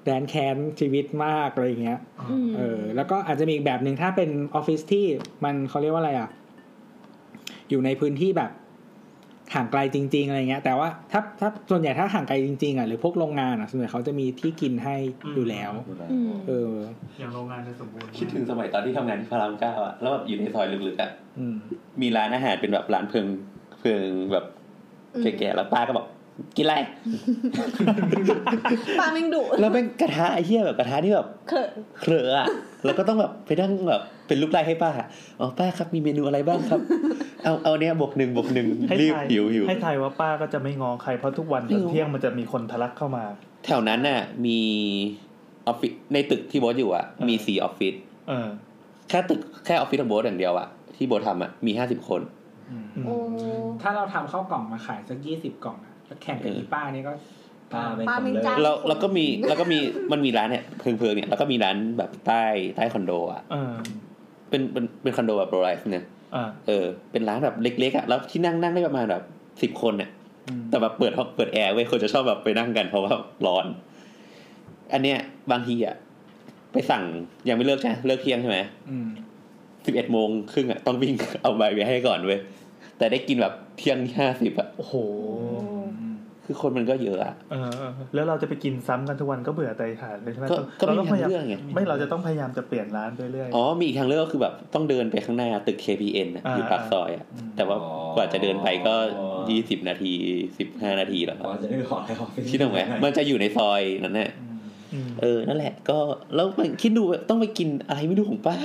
แดนแค้นชีวิตมากอะไรอย่างเงี้ย อืม เออแล้วก็อาจจะมีอีกแบบหนึ่งถ้าเป็นออฟฟิศที่มันเขาเรียกว่าอะไรอ่ะอยู่ในพื้นที่แบบ ห่างไกลจริง ๆ อะไรเงี้ย แต่ว่าถ้าถ้าส่วนใหญ่ถ้าห่างไกลจริง ๆอ่ะหรือพวกโรงงานอ่ะส่วนใหญ่เขาจะมีที่กินให้ อืม อยู่แล้ว อืม เออ อย่างโรงงานจะสมบูรณ์ คิดถึงสมัยตอนที่ทำงานที่พารามเก้าอะแล้วแบบอยู่ในซอยลึกๆอะ อืม มีร้านอาหารเป็นแบบร้านเพิงเพิงแบบแก่ๆแล้วป้าก็บอกกินอะไร ปาแมงดุ แล้วเป็นกระทะไอ้เหี้ยแบบกระทะที่แบบ เคอะ เคลอะแล้วก็ต้องแบบไปนั่งแบบเป็นลูกไล่ให้ป้าอ๋อป้าครับมีเมนูอะไรบ้างครับ เอาเอาเนี้ยบวกหนึ่งบวกหนึ่ง ให้ รีบ ทาย หิวหิว ให้ทายว่าป้าก็จะไม่งอใครเพราะทุกวันตอนเที่ยงมันจะมีคนทะลักเข้ามา แถวนั้นน่ะ มีออฟฟิศในตึกที่โบทอยู่อะมีสี่ออฟฟิศ เออ แค่ตึกแค่ออฟฟิศของโบทอย่างเดียวอะที่โบททำอะมีห้าสิบคน อืม โอ้ ถ้าเราทำข้าวกล่องมาขายสักยี่สิบกล่องอะแล้วแข่งกับอีป้านี่ก็ ป้าไม่ ปาแมง ทำเลย จ้า แล้วแล้วก็มีแล้วก็มีมันมีร้านเนี่ยเพิงเพิงๆเนี่ยแล้วก็มีร้านแบบใต้ใต้คอนโดอ่ะ เออ เป็นเป็นเป็นคอนโดแบบโรไลฟ์เนี่ย อ่า เออเป็นร้านแบบเล็กๆอ่ะแล้วที่นั่งนั่งได้ประมาณแบบสิบคนเนี่ย อืม แต่แบบเปิดห้องเปิดแอร์เว้ยคนจะชอบแบบไปนั่งกันเพราะว่าร้อน อันเนี้ยบางทีอ่ะไปสั่งยังไม่เลิกใช่ไหมเลิกเที่ยงใช่ไหม อืม สิบเอ็ดโมงครึ่งอ่ะต้องวิ่ง <laughs> เอาใบไปให้ก่อนเว้ยแต่ได้กินแบบเที่ยงห้าสิบอ่ะ โอ้โห อืม คือคนมันก็เยอะอ่ะ เออเออแล้วเราจะไปกินซ้ำกันทุกวันก็เบื่อใจหายเลยใช่ไหม ก็ก็ไม่ เราต้องพยายาม มีทางเลือกไง ไม่เราจะต้องพยายามจะเปลี่ยนร้านไปเรื่อย อ๋อมีอีกทางเลือกก็คือแบบต้องเดินไปข้างหน้าตึก KPN น่ะ อ่า อยู่ปากซอยอ่ะ อืม แต่ว่ากว่าจะเดินไปก็ยี่สิบนาทีสิบห้านาทีแล้ว พอจะนึกออกแล้ว คิดถูกไหมมันจะอยู่ในซอยนั่นแหละ อืม อืม เออนั่นแหละก็แล้วมันคิดดูต้องไปกินอะไรไม่รู้ของป้า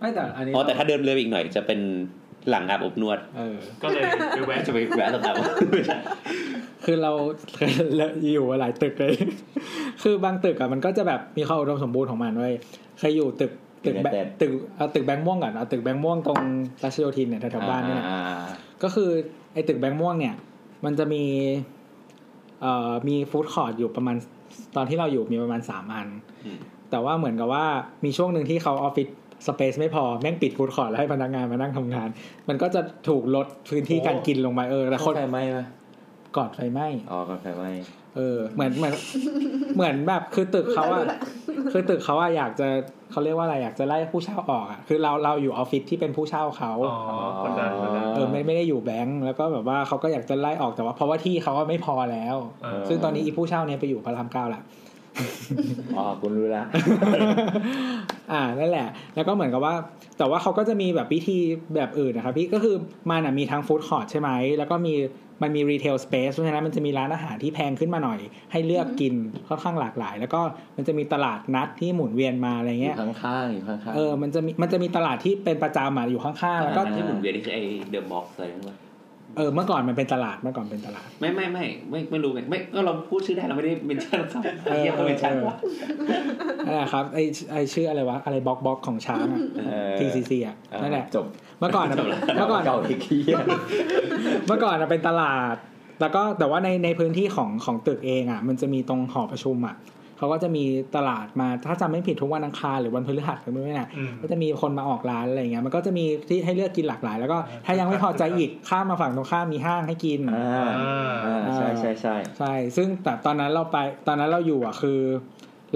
ไม่แต่อันนี้ อ๋อแต่ถ้าเดินเลยไปอีกหน่อยจะเป็นหลังอาบอบนวด เออ ก็เลยไปแวะ จะไปแวะตาม คือเรา <laughs> อยู่หลายตึกเลย <laughs> คือบางตึกอะมันก็จะแบบมีความอุดมสมบูรณ์ของมันเว้ยเคยอยู่ตึกตึกแบตึกเอาตึกแบงค์ม่วงก่อนเอาตึกแบงค์ม่วงตรงรัชโยธินเนี่ยแถวๆบ้านนี่แหละก็คือไอ้ตึกแบงค์ม่วงเนี่ย มันจะมีเอ่อมีฟู้ดคอร์ทอยู่ประมาณตอนที่เราอยู่มีประมาณสามอัน แต่ว่าเหมือนกับว่ามีช่วงหนึ่งที่เขาออฟฟิศสเปซไม่พอแม่งปิดฟู้ดคอร์ทแล้วให้พนักงานมานั่งทำงาน มันก็จะถูกลดพื้นที่การกินลงมาเออแต่ ค คน น ไฟไหม้ปะ ก่อนไฟไหม อ๋อคนไฟไหม้ เออเหมือนเห <laughs> มือน เหมือนแบบคือตึกเขาอะ <laughs> คือตึกเขาอะอยากจะเขาเรียกว่าอะไรอยากจะไล่ผู้เช่าออกอะคือเราเราอยู่ออฟฟิศที่เป็นผู้เช่าเขา อ๋อคนละคนละ เออไม่ไม่ได้อยู่แบงก์แล้วก็แบบว่าเขาก็อยากจะไล่ออกแต่ว่าเพราะว่าที่เขาอะไม่พอแล้ว ซึ่งตอนนี้อีผู้เช่าเนี่ยไปอยู่พระรามเก้าละ อ๋อคุณรู้ละ <laughs> อ่านั่นแหละ แล้วก็เหมือนกับว่า แต่ว่าเขาก็จะมีแบบวิธีแบบอื่นนะครับพี่ก็คือมันอ่ะมีทั้งฟู้ดคอร์ทใช่ไหม แล้วก็มีมันมีรีเทลสเปซเพราะฉะนั้นมันจะมีร้านอาหารที่แพงขึ้นมาหน่อย ให้เลือกกินค่อนข้างหลากหลาย แล้วก็มันจะมีตลาดนัดที่หมุนเวียนมาอะไร อ เงี้ ยู่ ย ข้างๆอยู่ข้างๆ เออมันจะมีมันจะมีตลาดที่เป็นประจำอ่ะอยู่ข้างๆแล้วก็ า ที่หมุนเวียนนี่คือไอเดอะบ็อกซ์อะไรนั่นแหละ เออเมื่อก่อนมันเป็นตลาดเมื่อก่อนเป็นตลาด ไม่ไม่ไม่ไม่ไม่รู้ไงไม่ก็เราพูดชื่อได้เราไม่ได้เมนชั่นเขา เออ เยี่ยมเขาเมนชั่นวะ นั่นแหละครับไอไอชื่ออะไรวะอะไรบล็อกบล็อกของช้างอ่ะ TCC อ่ะนั่นแหละ จบ เมื่อก่อนอะเมื่อก่อน เก่าอีกทีย เมื่อก่อนอะเป็นตลาด แล้วก็แต่ว่าในในพื้นที่ของของตึกเองอ่ะ มันจะมีตรงหอประชุมอ่ะเขาก็จะมีตลาดมาถ้าจำไม่ผิดทุกวันอังคารหรือวันพฤหัสหรือไม่แน่ะ อืม ก็จะมีคนมาออกร้านอะไรอย่างเงี้ยมันก็จะมีที่ให้เลือกกินหลากหลาย แล้วก็ถ้ายังไม่พอใจอีกข้ามมาฝั่งตรงข้ามมีห้างให้กิน อ่าอ่าใช่ใช่ใช่ ใช่ ซึ่งแต่ตอนนั้นเราไปตอนนั้นเราอยู่อ่ะคือ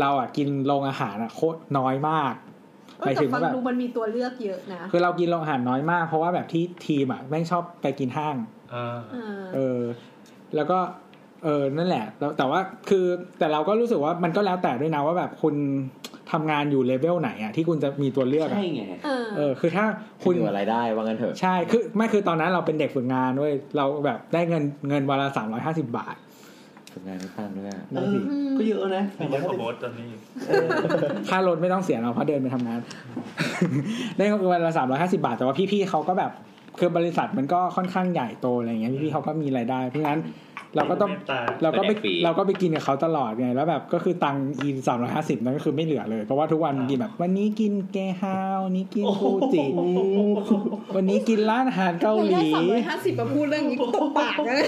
เราอ่ะกินโรงอาหารอ่ะโคตรน้อยมาก เออแต่ฟังดูมันมีตัวเลือกเยอะนะ คือเรากินโรงอาหารน้อยมาก เพราะว่าแบบที่ทีมอ่ะแม่งชอบไปกินห้าง อ่า เออ เออแล้วก็เออนั่นแหละแล้วแต่ว่าคือแต่เราก็รู้สึกว่ามันก็แล้วแต่ด้วยนะว่าแบบคุณทำงานอยู่เลเวลไหนอะที่คุณจะมีตัวเลือกอะ ใช่ไง เออ เออคือถ้า คุ คุณ ณ อยู่อะไรได้ว่างั้นเถอะ ใช่คือไม่คือตอนนั้นเราเป็นเด็กฝึกงานด้วยเราแบบได้เงินเงินวันละสามร้อยห้าสิบาท ทำงานไม่ตั้งด้วยอะ เออก็เยอะนะ ไม่เยอะกว่าโบสตอนนี้ ค่ารถไม่ต้องเสียเราเพราะเดินไปทำงาน <laughs> ได้วันละสามร้อยห้าสิบาท แต่ว่าพี่ๆเขาก็แบบคือบริษัทมันก็ค่อนข้างใหญ่โตอะไรอย่างเงี้ยพี่ๆเขาก็มีรายได้ เพราะงั้นเราก็ต้อง เมตตา เราก็ไปเราก็ไปกินกับเขาตลอดไงแล้วแบบก็คือตังค์อีสามร้อยห้าสิบนั่นก็คือไม่เหลือเลย เพราะว่าทุกวัน อ่ากิ กินแบบ วันนี้กินแกฮาววันนี้กินฟูจิวันนี้กินร้านอาหารเกาหลี ไม่ได้สามร้อยห้าสิบมาพูดเรื่องนี้ตบปากนะ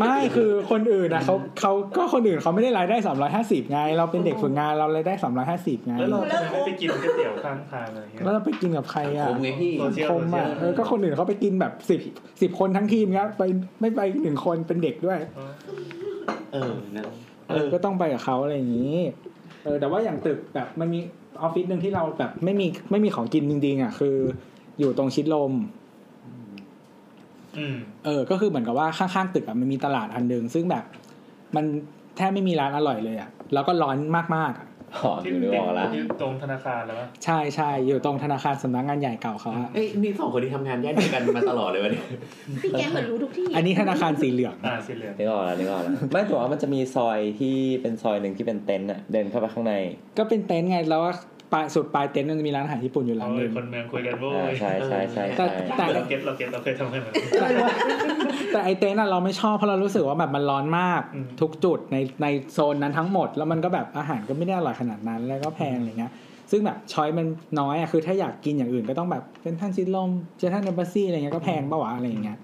ไม่คือคนอื่นนะเขาเขาก็คนอื่นเขาไม่ได้รายได้สามร้อยห้าสิบไง เราเป็นเด็กฝึกงานเรารายได้สามร้อยห้าสิบไง แล้วเราทำไมไม่ไปกินก๋วยเตี๋ยวข้างทางอะไรเงี้ย แล้วเราไปกินกับใครอ่ะ ผมไงพี่ โซเชียล ค โซ ม เชีย อ่ะ ล เออก็คนอื่นเขาไปกินแบบสิบสิบคนทั้งทีมครับไปไม่ไปหนึ่งคนเป็นเด็กด้วย เออ เออนะ เออก็ต้องไปกับเขาอะไรอย่างนี้ เออ แต่ว่าอย่างตึกแบบมันมีออฟฟิศหนึ่งที่เราแบบไม่มีไม่มีของกินจริงๆอ่ะคือ อยู่ตรงชิดลม อืม เออ ก็คือเหมือนกับว่าข้างๆตึกอ่ะมันมีตลาดอันหนึ่งซึ่งแบบ มันแทบไม่มีร้านอร่อยเลยอ่ะแล้วก็ร้อนมากๆอ่ะ ห <laughs> อมอยู่นึกออกละ ที่ตรงธนาคารแล้วปะ ใช่ใช่อยู่ตรงธนาคารสำนักงานใหญ่เก่าเขาอะ เอ้ยนี่สองคนที่ทำงานแยกเดียวกันมาตลอดเลยวะเนี่ย พี่แกเหมือนรู้ทุกที่ อันนี้ธนาคารสีเหลือง อ่าสีเหลือง นึกออกละนึกออกละไม่แต่ว่ามันจะมีซอยที่เป็นซอยหนึ่งที่เป็นเต็นท์อะเดินเข้าไปข้างใน ก็เป็นเต็นท์ไงแล้วว่าปลายสุดปลายเต็นท์มันจะมีร้านอาหารญี่ปุ่นอยู่ร้าน เอา ห เล นึ่ ย ง คนเมืองคุยกันโว้ อ่ายใช่ใช่ใช่ แต่ ใช่ แต่ เราเก็ตเราเก็ตเราเคยทำกันแบบนี้ <laughs> แต่ไอเต็นท์อะเราไม่ชอบเพราะเรารู้สึกว่าแบบมันร้อนมาก อืม ทุกจุดในในโซนนั้นทั้งหมด แล้วมันก็แบบอาหารก็ไม่ได้อร่อยขนาดนั้นแล้วก็แพงอะไรเงี้ยซึ่งแบบช้อยมันน้อยอะคือถ้าอยากกินอย่างอื่นก็ต้องแบบเป็นท่านซิดลมเจท่านเอมบาซี่อะไรเงี้ยก็แพงปะวะอะไรอย่างเงี้ย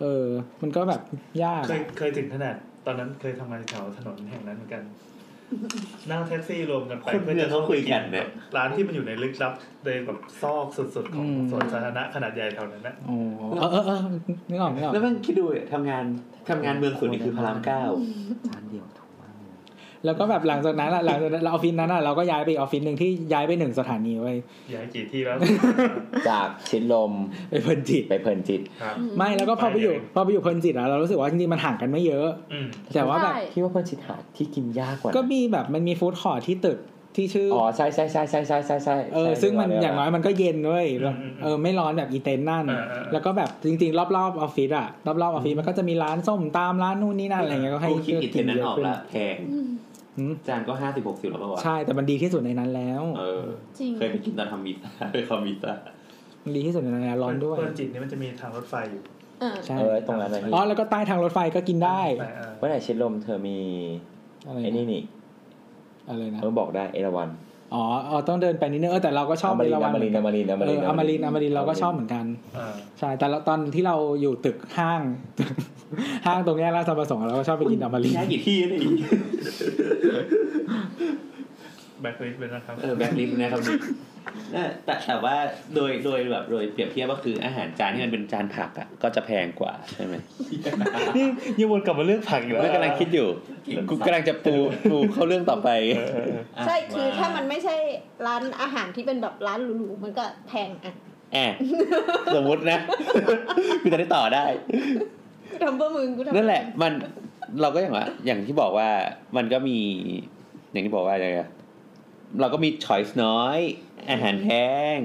เออ มันก็แบบยาก เคยเคยถึงขนาดตอนนั้นเคยทำงานแถวถนนแห่งนั้นเหมือนกัน นั่งแท็กซี่รวมกันไป คนเมืองเขาคุยกันเนี่ย ร้านที่มันอยู่ในลึกลับในแบบซอกสุดๆของสวนสาธารณะขนาดใหญ่แถวนั้นนะ โอ้เออเออเออนึกออกนึกออก <laughs> แล้วมันคิดดูอะทำงานทำงานเมืองสุดนี่คือพระรามเก้า จานเดียวถูกมากเลย แล้วก็แบบหลังจากนั้นอะหลังจากนั้นเราออฟฟิศนั้นอะเราก็ย้ายไปอีกออฟฟิศหนึ่งที่ย้ายไปหนึ่งสถานีไว้ย ย้ายกี่ที่แล้ว จากชิดลม <laughs> ไปเพลินจิต ไปเพลินจิต ครับ ไม่แล้วก็พอไปอยู่พอไปอยู่เพลินจิตอะเรารู้สึกว่าจริงๆมันห่างกันไม่เยอะ อืม แต่ว่าแบบ ใช่ คิดว่าเพลินจิตหาที่กินยากกว่านะ ก็มีแบบมันมีฟู้ดคอร์ทที่ตึกที่ชื่ออ อ๋อใช่ใช่ใช่ใช่ใช่ใช่ใช่ เออ ซึ่งมันอย่างน้อยมันก็เย็นเว้ยแล้วเออไม่ร้อนแบบอีเต็นท์นั่น เออเออ แล้วก็แบบจริงๆ รอบๆออฟฟิศอะรอบๆออฟฟิศมันก็จะมีร้านส้มตามร้านนู่นนี่นั่นอะไรเงี้ยก็ให้ กูคิดกิจเทนนั้น ย ออก ขึ้ ละแพง อืม จานก็ห้าสิบหกสิบแล้วป่าวะ ใช่แต่มันดีที่สุดในนั้นแล้ว เออ จริง เคยไปกินตอนทำวีซ่า <laughs> ไปคอมวีซ่า มันดีที่สุดในนั้นแล้วร้อนด้วย เพื่อนจิตนี่มันจะมีทางรถไฟอยู่ เออ ใช่ เออตรงนั้นนะพี่ อ๋อแล้วก็ใต้ทางรถไฟก็กินได้ ปเออ เมื่อไหร่ชิดลมเธอมี อะไร ไอ้นี่ นะ นี่ อะไรนะ เออบอกได้เอราวัน อ๋ออ๋อต้องเดินไปนิดนึงเออแต่เราก็ชอบ มาริ เอราวัน น มารินอมารินอมา เอ ริ อนอมารินอมารินเราก็ชอบเหมือนกัน เออ ใช่แต่เราตอนที่เราอยู่ตึกห้าง <laughs> ห้างตรงแยกราชประสงค์เราก็ชอบไปกินอมาริน ย้ายกี่ที่นี่ แบ็คลิสเป็นนะครับ เออแบ็คลิฟนะครับนี่เออแต่แต่ว่าโดยโดยแบบโดยเปรียบเทียบก็คืออาหารจานที่มันเป็นจานผักอ่ะก็จะแพงกว่าใช่ไหม นี่ยังวนกลับมาเรื่องผักอีกแล้ว ไม่กำลังคิดอยู่กูกำลังจะปูปูเข้าเรื่องต่อไป เออเออเออ ใช่คือถ้ามันไม่ใช่ร้านอาหารที่เป็นแบบร้านหรูๆมันก็แพงอ่ะ แอบสมมตินะ <laughs> กูจะได้ต่อได้ กูทำเพื่อมึงกูทำ นั่นแหละ มันเราก็อย่างว่าอย่างที่บอกว่ามันก็มี อย่างที่บอกว่าอะไรอะเราก็มีช้อยส์น้อย อาหารแพง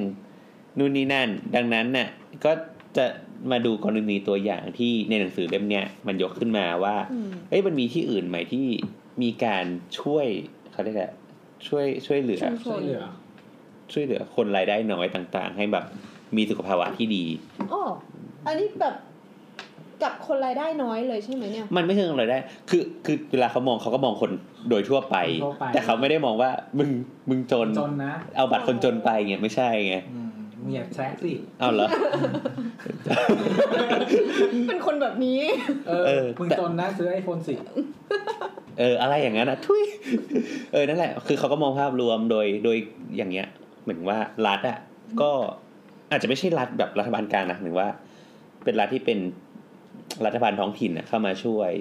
นู่นนี่นั่น ดังนั้นน่ะ ก็จะมาดูกรณีตัวอย่างที่ในหนังสือเล่มเนี้ยมันยกขึ้นมาว่า อืม เอ้ยมันมีที่อื่นไหมที่มีการช่วยเขาเรียกอะไรช่วยช่วยเหลือ ชุมช ช่วน ยเหลือ ช่วยเหลือคนรายได้น้อยต่างๆ ให้แบบมีสุขภาวะที่ดี อ๋ออันนี้แบบกับคนรายได้น้อยเลยใช่ไหมเนี่ย มันไม่เชิงรายได้ คือคือเวลาเขามองเขาก็มองคนโดยทั่วไป แต่เขาไม่ได้มองว่ามึงมึงจน จนนะ เอาบัตรคนจนไปเงี้ยไม่ใช่ไง อืมมึงอย่าแซะสิ เอาเหรอ เป็นคนแบบนี้ เอ เอ อ อ มึงจนนะซื้อไอโฟนสิ เอออะไรอย่างนั้นนะทุยเออนั่นแหละ คือเขาก็มองภาพรวมโดยโดยอย่างเงี้ย เหมือนว่ารัฐอ่ะก็อาจจะไม่ใช่รัฐแบบรัฐบาลกลางนะหมายว่า เป็นรัฐที่เป็นรัฐบาลท้องถิ่นน่ะเข้ามาช่วย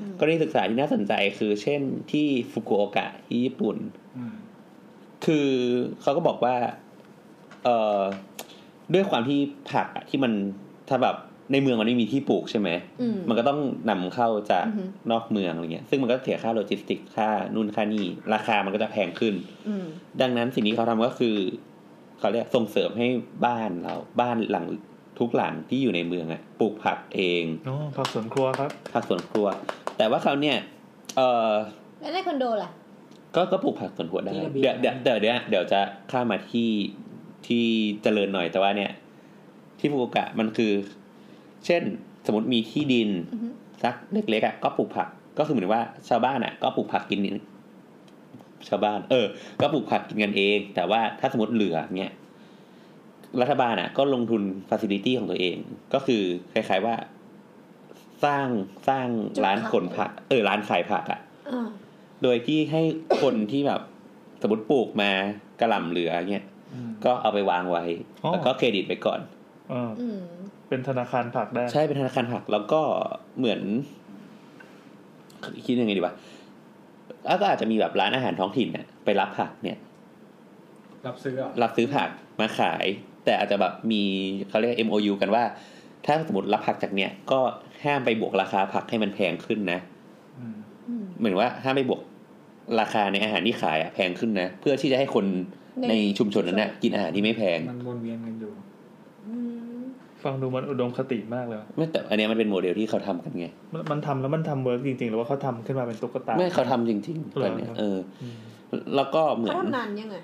อืม กรณีศึกษาที่น่าสนใจคือ เช่นที่ฟุกุโอกะที่ญี่ปุ่น อืม คือเขาก็บอกว่า เออด้วยความที่ผักอะที่มันถ้าแบบในเมืองมันไม่มีที่ปลูกใช่ไหม อืม มันก็ต้องนำเข้าจาก อือฮึ นอกเมืองอะไรเงี้ย ซึ่งมันก็เสียค่าโลจิสติกส์ค่านู่นค่านี่ ราคามันก็จะแพงขึ้น อืม ดังนั้นสิ่งที่เขาทำก็คือเขาเรียกส่งเสริมให้บ้านเราบ้านหลังทุกหลังที่อยู่ในเมืองอะปลูกผักเอง โอ้ผักสวนครัวครับ ผักสวนครัว แต่ว่าเขาวเนี่ย เออ แล้วในคอนโดล่ะ ก็ก็ปลูกผักสวนครัวได้เดี๋ยวเดี๋ยวเดี๋ยวเดี๋ยวเดี๋ยวจะข้ามมาที่ที่เจริญหน่อยแต่ว่าเนี่ย ที่ฟูกุโอกะมันคือ เช่นสมมติมีที่ดิน อือฮึ สักเล็กๆอ่ะก็ปลูกผักก็คือเหมือนว่าชาวบ้านอ่ะ ก็ปลูกผักกินเองชาวบ้าน เออ ก็ปลูกผักกินกันเอง แต่ว่าถ้าสมมติเหลือเนี่ยรัฐบาลอ่ะ ก็ลงทุนฟ a ซิลิตี้ของตัวเอง ก็คือคล้าย ๆว่า สร้างสร้างร้านขนผัก เออร้านขายผักอ่ะ อ่า โดยที่ให้คนที่แบบ <coughs> สมมติปลูกมากระหล่ำเหลือเนี่ย อืม ก็เอาไปวางไว้ อ๋อ แล้วก็เครดิตไปก่อน เออ อืม เป็นธนาคารผักได้ ใช่เป็นธนาคารผักแล้วก็เหมือนคิดยังไงดีวะแล้วก็อาจจะมีแบบร้านอาหารท้องถิ่นเนี่ยไปรับผักเนี่ย รับซื้อเหรอ รับซื้อผักมาขาย แต่อาจจะแบบมีเขาเรียก MOU กันว่า ถ้าสมมติรับผักจากเนี่ย ก็ห้ามไปบวกราคาผักให้มันแพงขึ้นนะ อืม อืม เหมือนว่าห้ามไปบวกราคาในอาหารที่ขายอะแพงขึ้นนะเพื่อที่จะให้คน ใน ในชุมชนนั้นนะกินอาหารที่ไม่แพง มันวนเวียนกันอยู่ อืม ฟังดูมันอุดมคติมากเลยว่ะ ไม่แต่อันเนี้ยมันเป็นโมเดลที่เขาทำกันไง มันมันทำแล้วมันทำเวิร์กจริงๆ หรือว่าเขาทำขึ้นมาเป็นตุ๊กตา ไม่เขาทำจริงๆตอนเนี้ยเออ แล้วก็เหมือ เขา น ทำนานยังไง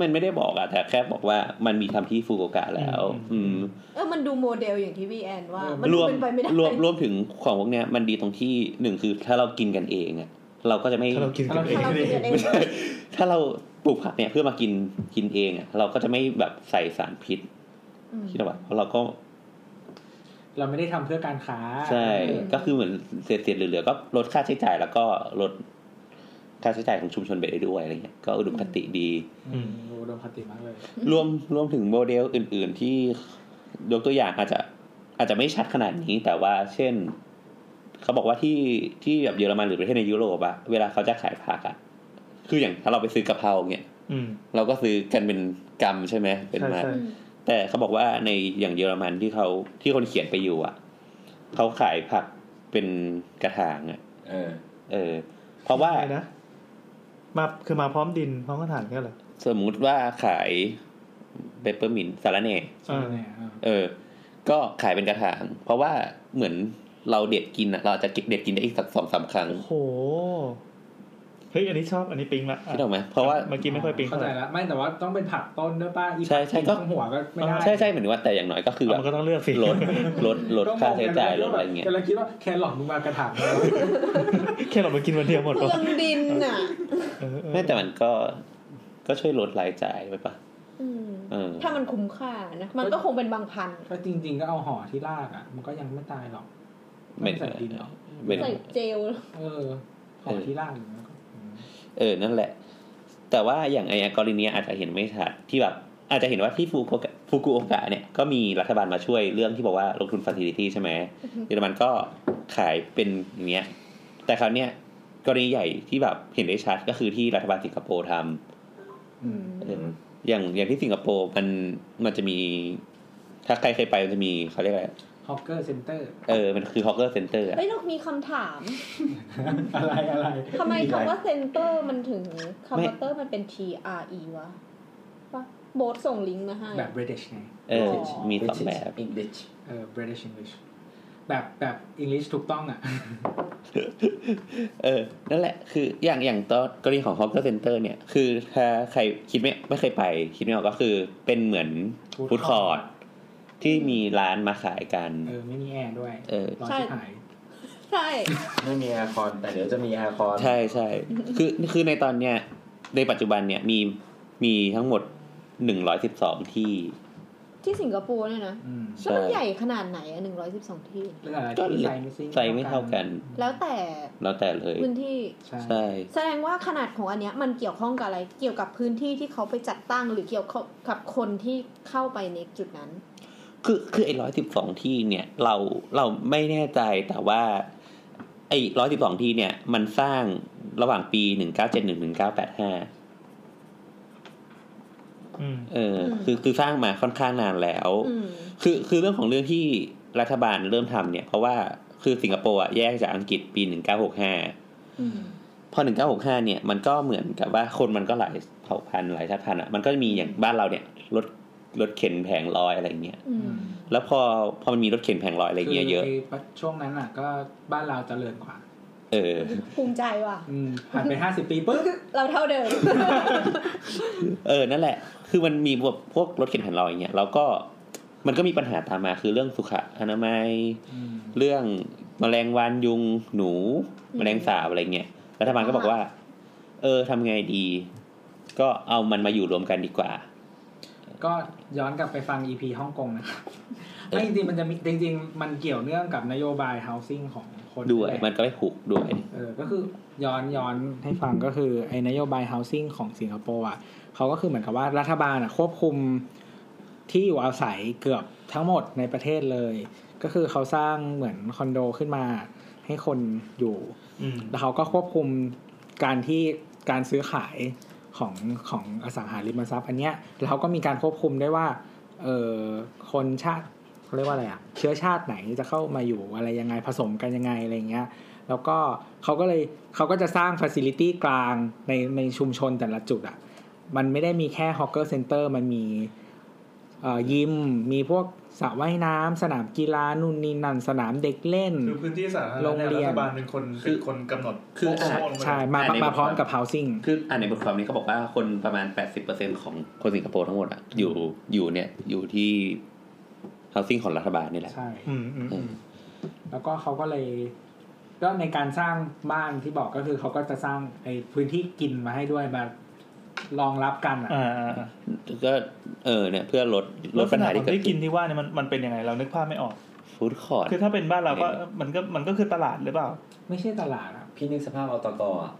มันไม่ได้บอกอะแต่แค่บอกว่ามันมีทำที่ฟูกุโอกะแล้ว อื อื ม ม เออมันดูโมเดลอย่างที่วีแอนว่า เออ มัน ร ดู วม เป็นไปไม่ได้ รวมรวมถึงของพวกเนี้ยมันดีตรงที่หนึ่งคือถ้าเรากินกันเองอะเราก็จะไม่ ถ้าเรากินกันเอง ถ้าเรา นี่ คิดกันเอง ไม่ใช่ <laughs> ถ้าเราปลูกผักเนี่ยเพื่อมากินกินเองอะเราก็จะไม่แบบใส่สารพิษ อืม คิดว่าเพราะเราก็ เราไม่ได้ทำเพื่อการค้า ใช่ เออ ก็คือเหมือนเศษเศษๆเหลือๆก็ลดค่าใช้จ่ายแล้วก็ลดค่าใช้จ่ายของชุมชนไปได้ด้วยอะไรเงี้ยก็อุดมคติดี อืมอุดมคติมากเลย รวมรวมถึงโมเดลอื่น ๆ ที่ยกตัวอย่างอาจจะอาจจะไม่ชัดขนาดนี้ แต่ว่าเช่น เขาบอกว่าที่ที่แบบเยอรมันหรือประเทศในยุโรปอะเวลาเขาจะขายผักอะคืออย่างถ้าเราไปซื้อกะเพราเนี่ย อืม เราก็ซื้อกันเป็นกรัมใช่ไหมเป็นมา ใช่ใช่ แต่เขาบอกว่าในอย่างเยอรมันที่เขาที่คนเขียนไปอยู่อะเขาขายผักเป็นกระถางอะ เออ เออ เพราะว่า อะไรนะมาคือมาพร้อมดินพร้อมกระถางเนี่ยเหรอ สมมุติว่าขายเปปเปอร์มินต์สารเน่ เออ เออ ก็ขายเป็นกระถาง เพราะว่าเหมือนเราเด็ดกินอะเราอาจจะเด็ดกินได้อีกสักสองสามครั้ง โอ้โหเฮ้ยอันนี้ชอบอันนี้ปิ๊งละอ่ะ คิดออกไหมเพราะว่า เมื่อกี้ไม่ค่อยปิ๊ง เข้า เท่าไห ใจ ร่ แล้วไม่แต่ว่าต้องเป็นผักต้นด้วยป้าอี ใช่ใช่ก็ ผัต้นหัวก็ไม่ได้ ใช่ใช่เหมือนว่าแต่อย่างน้อยก็คือแบ เอา บ มันก็ต้องเลือกสิ ลดลดลดค่าใช้จ่ายลดอะไรเงี้ย กำลังคิดว่าแครอทมึงมากระถางแล้ว แค่เรามากินวันเดียวหมด เปลื ปะ องดินอ่ะ เออเออ ไม่แต่มันก็ก็ช่วยลดรายจ่ายไปปะ อืม เออ ถ้ามันคุ้มค่านะ มันก็คงเป็นบางพัน ก็จริง ๆ ก็เอาห่อที่รากอ่ะ มันก็ยังไม่ตายหรอก ไม่ ใส่ดินหรอก ไม่ ใส่เจล เออห่อที่รากอยู่แล้วก็อืม เออนั่นแหละ แต่ว่าอย่างไอ้กรณีเนี้ยอาจจะเห็นไม่ชัดที่แบบอาจจะเห็นว่าที่ฟูกุโอกะฟูกุโอกะเนี่ยก็มีรัฐบาลมาช่วยเรื่องที่บอกว่าลงทุนฟ a ซิลิตี้ใช่ไหม เยอรมันก็ขายเป็นอย่างเงี้ย แต่คราวเนี้ยกรณีใหญ่ที่แบบเห็นได้ชัดก็คือที่รัฐบาลสิงคโปร์ท อืม ำเอออย่างอย่างที่สิงคโปร์มันมันจะมี ถ้าใครเคยไปมันจะมีเขาเรียกอะไร ห ฮอกเกอร์เซ็นเตอร์ <laughs> เออ มันคือฮอกเกอร์เซ็นเตอร์อะ เอ้ยเรามีคำถาม อะไรอะไร ทำไมคำว่าเซนเตอร์มันถึงคำว่าเตอร์มันเป็น T R E วะปะโบทส่งลิงก์มาให้ แบบ British ไง เออ มีสองแบบ อังกฤษ เออ British English แบบแบบอังกฤษถูกต้องอ่ะ เออ นั่นแหละ คือ อย่าง อย่างตอนกรณีของ h o กเกอร์เซ็นเตอร์เนี่ย คือ ถ้าใครคิดไม่ ไม่เคยไป คิดไม่ออกก็คือ เป็นเหมือน Food ฟู้ดคอร์ court ดที่มีร้านมาขายกัน เออ ไม่มีแอร์ด้วย เออ ร้อน ใช่ ที่หาย ใช่ ไม่มีแอร์คอนแต่เดี๋ยวจะมีแอร์คอน ใช่ใช่ คือ คือในตอนเนี้ย ในปัจจุบันเนี่ย มี มีทั้งหมดหนึ่งร้อยสิบสองที่ ที่สิงคโปร์เนี่ยนะ อืม แล้วมันใหญ่ขนาดไหนอะหนึ่งร้อยสิบสองที่ เรื่องอะไร ก็ ที่ไซส์ไม่ซิ่ง ไซส์ไม่เท่ากัน แล้วแต่ แล้วแต่เลย พื้นที่ ใช่ ใช่ แสดงว่าขนาดของอันเนี้ยมันเกี่ยวข้องกับอะไร เกี่ยวกับพื้นที่ที่เขาไปจัดตั้งหรือเกี่ยวข้องกับคนที่เข้าไปในจุดนั้น คือคือไอ้ร้อยสิบสองที่เนี่ยเราเราไม่แน่ใจแต่ว่าไอ้ร้อยสิบสองที่เนี่ยมันสร้างระหว่างปีหนึ่งเก้าเจ็ดหนึ่งหนึ่งเก้าแปดห้า อืม เอออ ม คือคือสร้างมาค่อนข้างนานแล้ว อืม คือคือเรื่องของเรื่องที่รัฐบาลเริ่มทำเนี่ย เพราะว่าคือสิงคโปร์อะแยกจากอังกฤษปีหนึ่งเก้าหกห้า อืม พอหนึ่งเก้าหกห้าเนี่ยมันก็เหมือนกับว่าคนมันก็หลายเผ่าพันธุ์หลายชาติพันธุ์อ่ะมันก็มีอย่างบ้านเราเนี่ยรถรถเข็นแผงลอยอะไรอย่างเงี้ย อืมอืม แล้วพอพอมันมีรถเข็นแผงลอยอะไรอย่างเงี้ยเยอะ คืไช่วงนั้นอ่ะ ก็บ้านเราเจริญกว่า เออ ภูมิใจว่ะ อืมผ่านไปห้าสิบปีปุ๊บ เราเท่า <laughs> เดิม เออ นั่นแหละ คือมันมีพวกพวกรถเข็นแผ่นลอยอย่างเงี้ย แล้วก็มันก็มีปัญหาตามมาคือเรื่องสุขอนามัย อืม เรื่องแมลงวันยุงหนู อืม แมลงสาบอะไรเงี้ย รัฐบาลก็บอกว่า เออทำไงดี ก็เอามันมาอยู่รวมกันดีกว่า ก็ย้อนกลับไปฟัง EP ฮ่องกง <laughs> นะครับไม่จริงๆมันจะมีจริง ๆ มันเกี่ยวเนื่องกับนโยบาย housing ของคน ด้วย แหละ มันก็ไม่ผูกด้วย เออก็คือย้อนย้อนให้ฟังก็คือไอ้นโยบาย housing ของสิงคโปร์อ่ะเขาก็คือเหมือนกับว่ารัฐบาลอ่ะควบคุมที่อยู่อาศัยเกือบทั้งหมดในประเทศเลย ก็คือเขาสร้างเหมือนคอนโดขึ้นมาให้คนอยู่ อืม แล้วเขาก็ควบคุมการที่การซื้อขายของของอสังหาริมทรัพย์อันเนี้ยแล้วเขาก็มีการควบคุมด้วยว่าเออคนชาติเขาเรียกว่าอะไรอะเชื้อชาติไหนจะเข้ามาอยู่อะไรยังไงผสมกันยังไงอะไรเงี้ยแล้วก็เขาก็เลยเขาก็จะสร้างฟ a ซิลิตี้กลางในในชุมชนแต่ละจุดอะมันไม่ได้มีแค่ฮอกเกอร์เซ็นเตอร์มันมีเอ่อยิมมีพวกสระว่ายน้ำสนามกีฬานู่นนี่นั่นสนามเด็กเล่น คือพื้นที่สาธาร โร ณะ ง เนี่ย เรี รั ยน ฐบาลเป็นคน คื เป็ อน คนกำหนด คือ โโหลงไป ใช่มา อ่านใน มาพร้อม บทความ กับ housing คืออ่านในบทความนี้เขาบอกว่าคนประมาณ 80%ของคนสิงคโปร์ทั้งหมดอะอยู่อยู่เนี่ยอยู่ที่ housing ของรัฐบาลนี่แหละ ใช่ อืมอืมอืม แล้วก็เขาก็เลย ก็ในการสร้างบ้านที่บอกก็คือเขาก็จะสร้างไอ้พื้นที่กินมาให้ด้วยมารองรับกันอะ อ่าอ่าอ่า ก็เออเนี่ยเพื่อลดล ลั ด กษ ปัญ ณะขหาอ ที่ ง เกิด ที่กินที่ว่าเนี่ยมันมันเป็นยังไงเรานึกภาพไม่ออก ฟู้ดคอร์ คือถ้าเป็นบ้านเราก็ เนี่ย มันก็มันก็คือตลาดหรือเปล่า ไม่ใช่ตลาดอะ พี่นึกสภาพอตกอ่ะ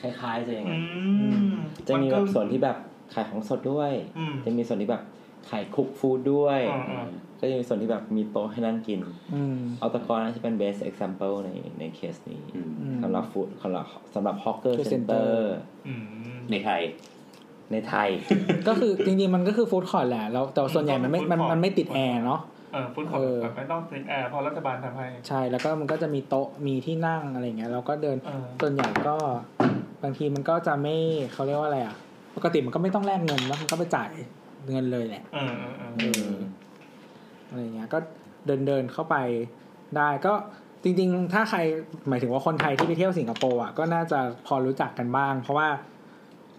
คล้ายๆจะอย่างนั้ อื น ม จะมีแบบส่ นก็ วนที่แบบขายของสดด้วย อืม จะมีส่วนที่แบบขายคุกฟู้ดด้วย อ่าอ่า ก็จะมีส่วนที่แบบมีโต๊ะให้นั่งกิน อืม เอาตะกอนน่าจะเป็น best example ในในเคสนี้ อืม อืม สำหรับฟู้ดสำหรับสำหรับฮอกเกอร์ Hawker เซ็นเตอ Center ร์ อืม ในไทย ในไทย ก็คือจริงๆมันก็คือฟู้ดคอร์ t แหละแล้วแต่ว่าส่วนใหญ่มันไม่มันมันไม่ติดแอร์เนาะ เออพูดของ เออ แบบไม่ต้องติดแอร์เพอรัฐบาลทำให้ ใช่แล้วก็มันก็จะมีโต๊ะมีที่นั่งอะไรเงี้ยเราก็เดิน เออ ส่วนใหญ่ก็บางทีมันก็จะไม่เขาเรียกว่าอะไรอะปกติมันก็ไม่ต้องแลกเงินแล้วมันก็ไปจ่ายเงินเลยแหละ เออเออเออ เอออะไรเงี้ยก็เดินเดินๆเข้าไปได้ก็จริงๆ ถ้าใครหมายถึงว่าคนไทยที่ไปเที่ยวสิงคโปร์อ่ะก็น่าจะพอรู้จักกันบ้าง เพราะว่า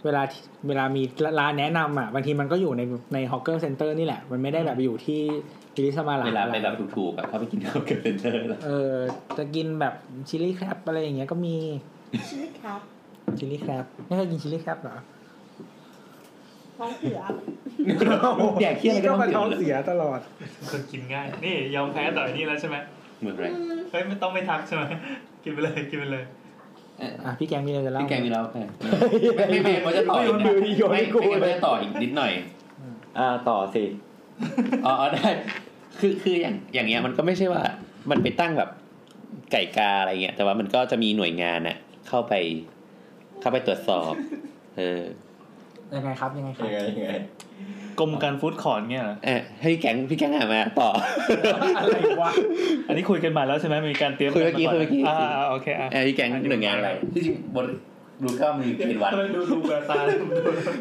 เวลาที่เวลามีร้านแนะนำอ่ะบางทีมันก็อยู่ในในฮอกเกอร์เซ็นเตอร์นี่แหละ มันไม่ได้แบบอยู่ที่บิลิสมาลา เวลาไปแบบถูกๆแบบเขาไปกินข้าวกับเซนเตอร์แล้ว เออจะกินแบบชิลลี่แครบอะไรอย่างเงี้ยก็มีชิลลี่แครบชิลลี่แครบไม่เคยกินชิลลี่แครบเหรอ ท้องเสีย แดกเที่ยงก็ มา ต้ ท้ อ อง ง เสี เสี ย ยตลอด คนกินง่าย นี่ยอมแพ้ต่ออันนี้แล้วใช่ไหม เหมือนไร เฮ้ยไม่ต้องไม่ทักใช่ไหมกินไปเลยกินไปเลย อ่ะพี่แกงมีอะไรจะเล่า พี่แกมีเราแไม่ไม่เขาจะต่ออีกนะไม่ไม่เขาจะต่ออีกนิดหน่อย อ่าต่อสิ อ๋ออ๋อได้ คือคืออย่างอย่างเงี้ยมันก็ไม่ใช่ว่า มันไปตั้งแบบไก่กาอะไรเงี้ย แต่ว่ามันก็จะมีหน่วยงานน่ะเข้าไป เข้าไปตรวจสอบ เออ ยังไงครับยังไงครับ ยังไงยังไง กรมการฟู้ดคอร์ดเนี่ยเหรอ เออให้พี่แก๊งพี่แก๊งหามาต่อ อะไรวะ อันนี้คุยกันมาแล้วใช่ไหมมีการเตรียม คุยเมื่อกี้ า คุยเมื่อกี้ อ่าอ่าโอเคอ่ะ เออพี่แก๊งหน่วยงานอะไรที่จริงบนรู้ข้ามีเกณฑ์วัด ดูดูแววตาดู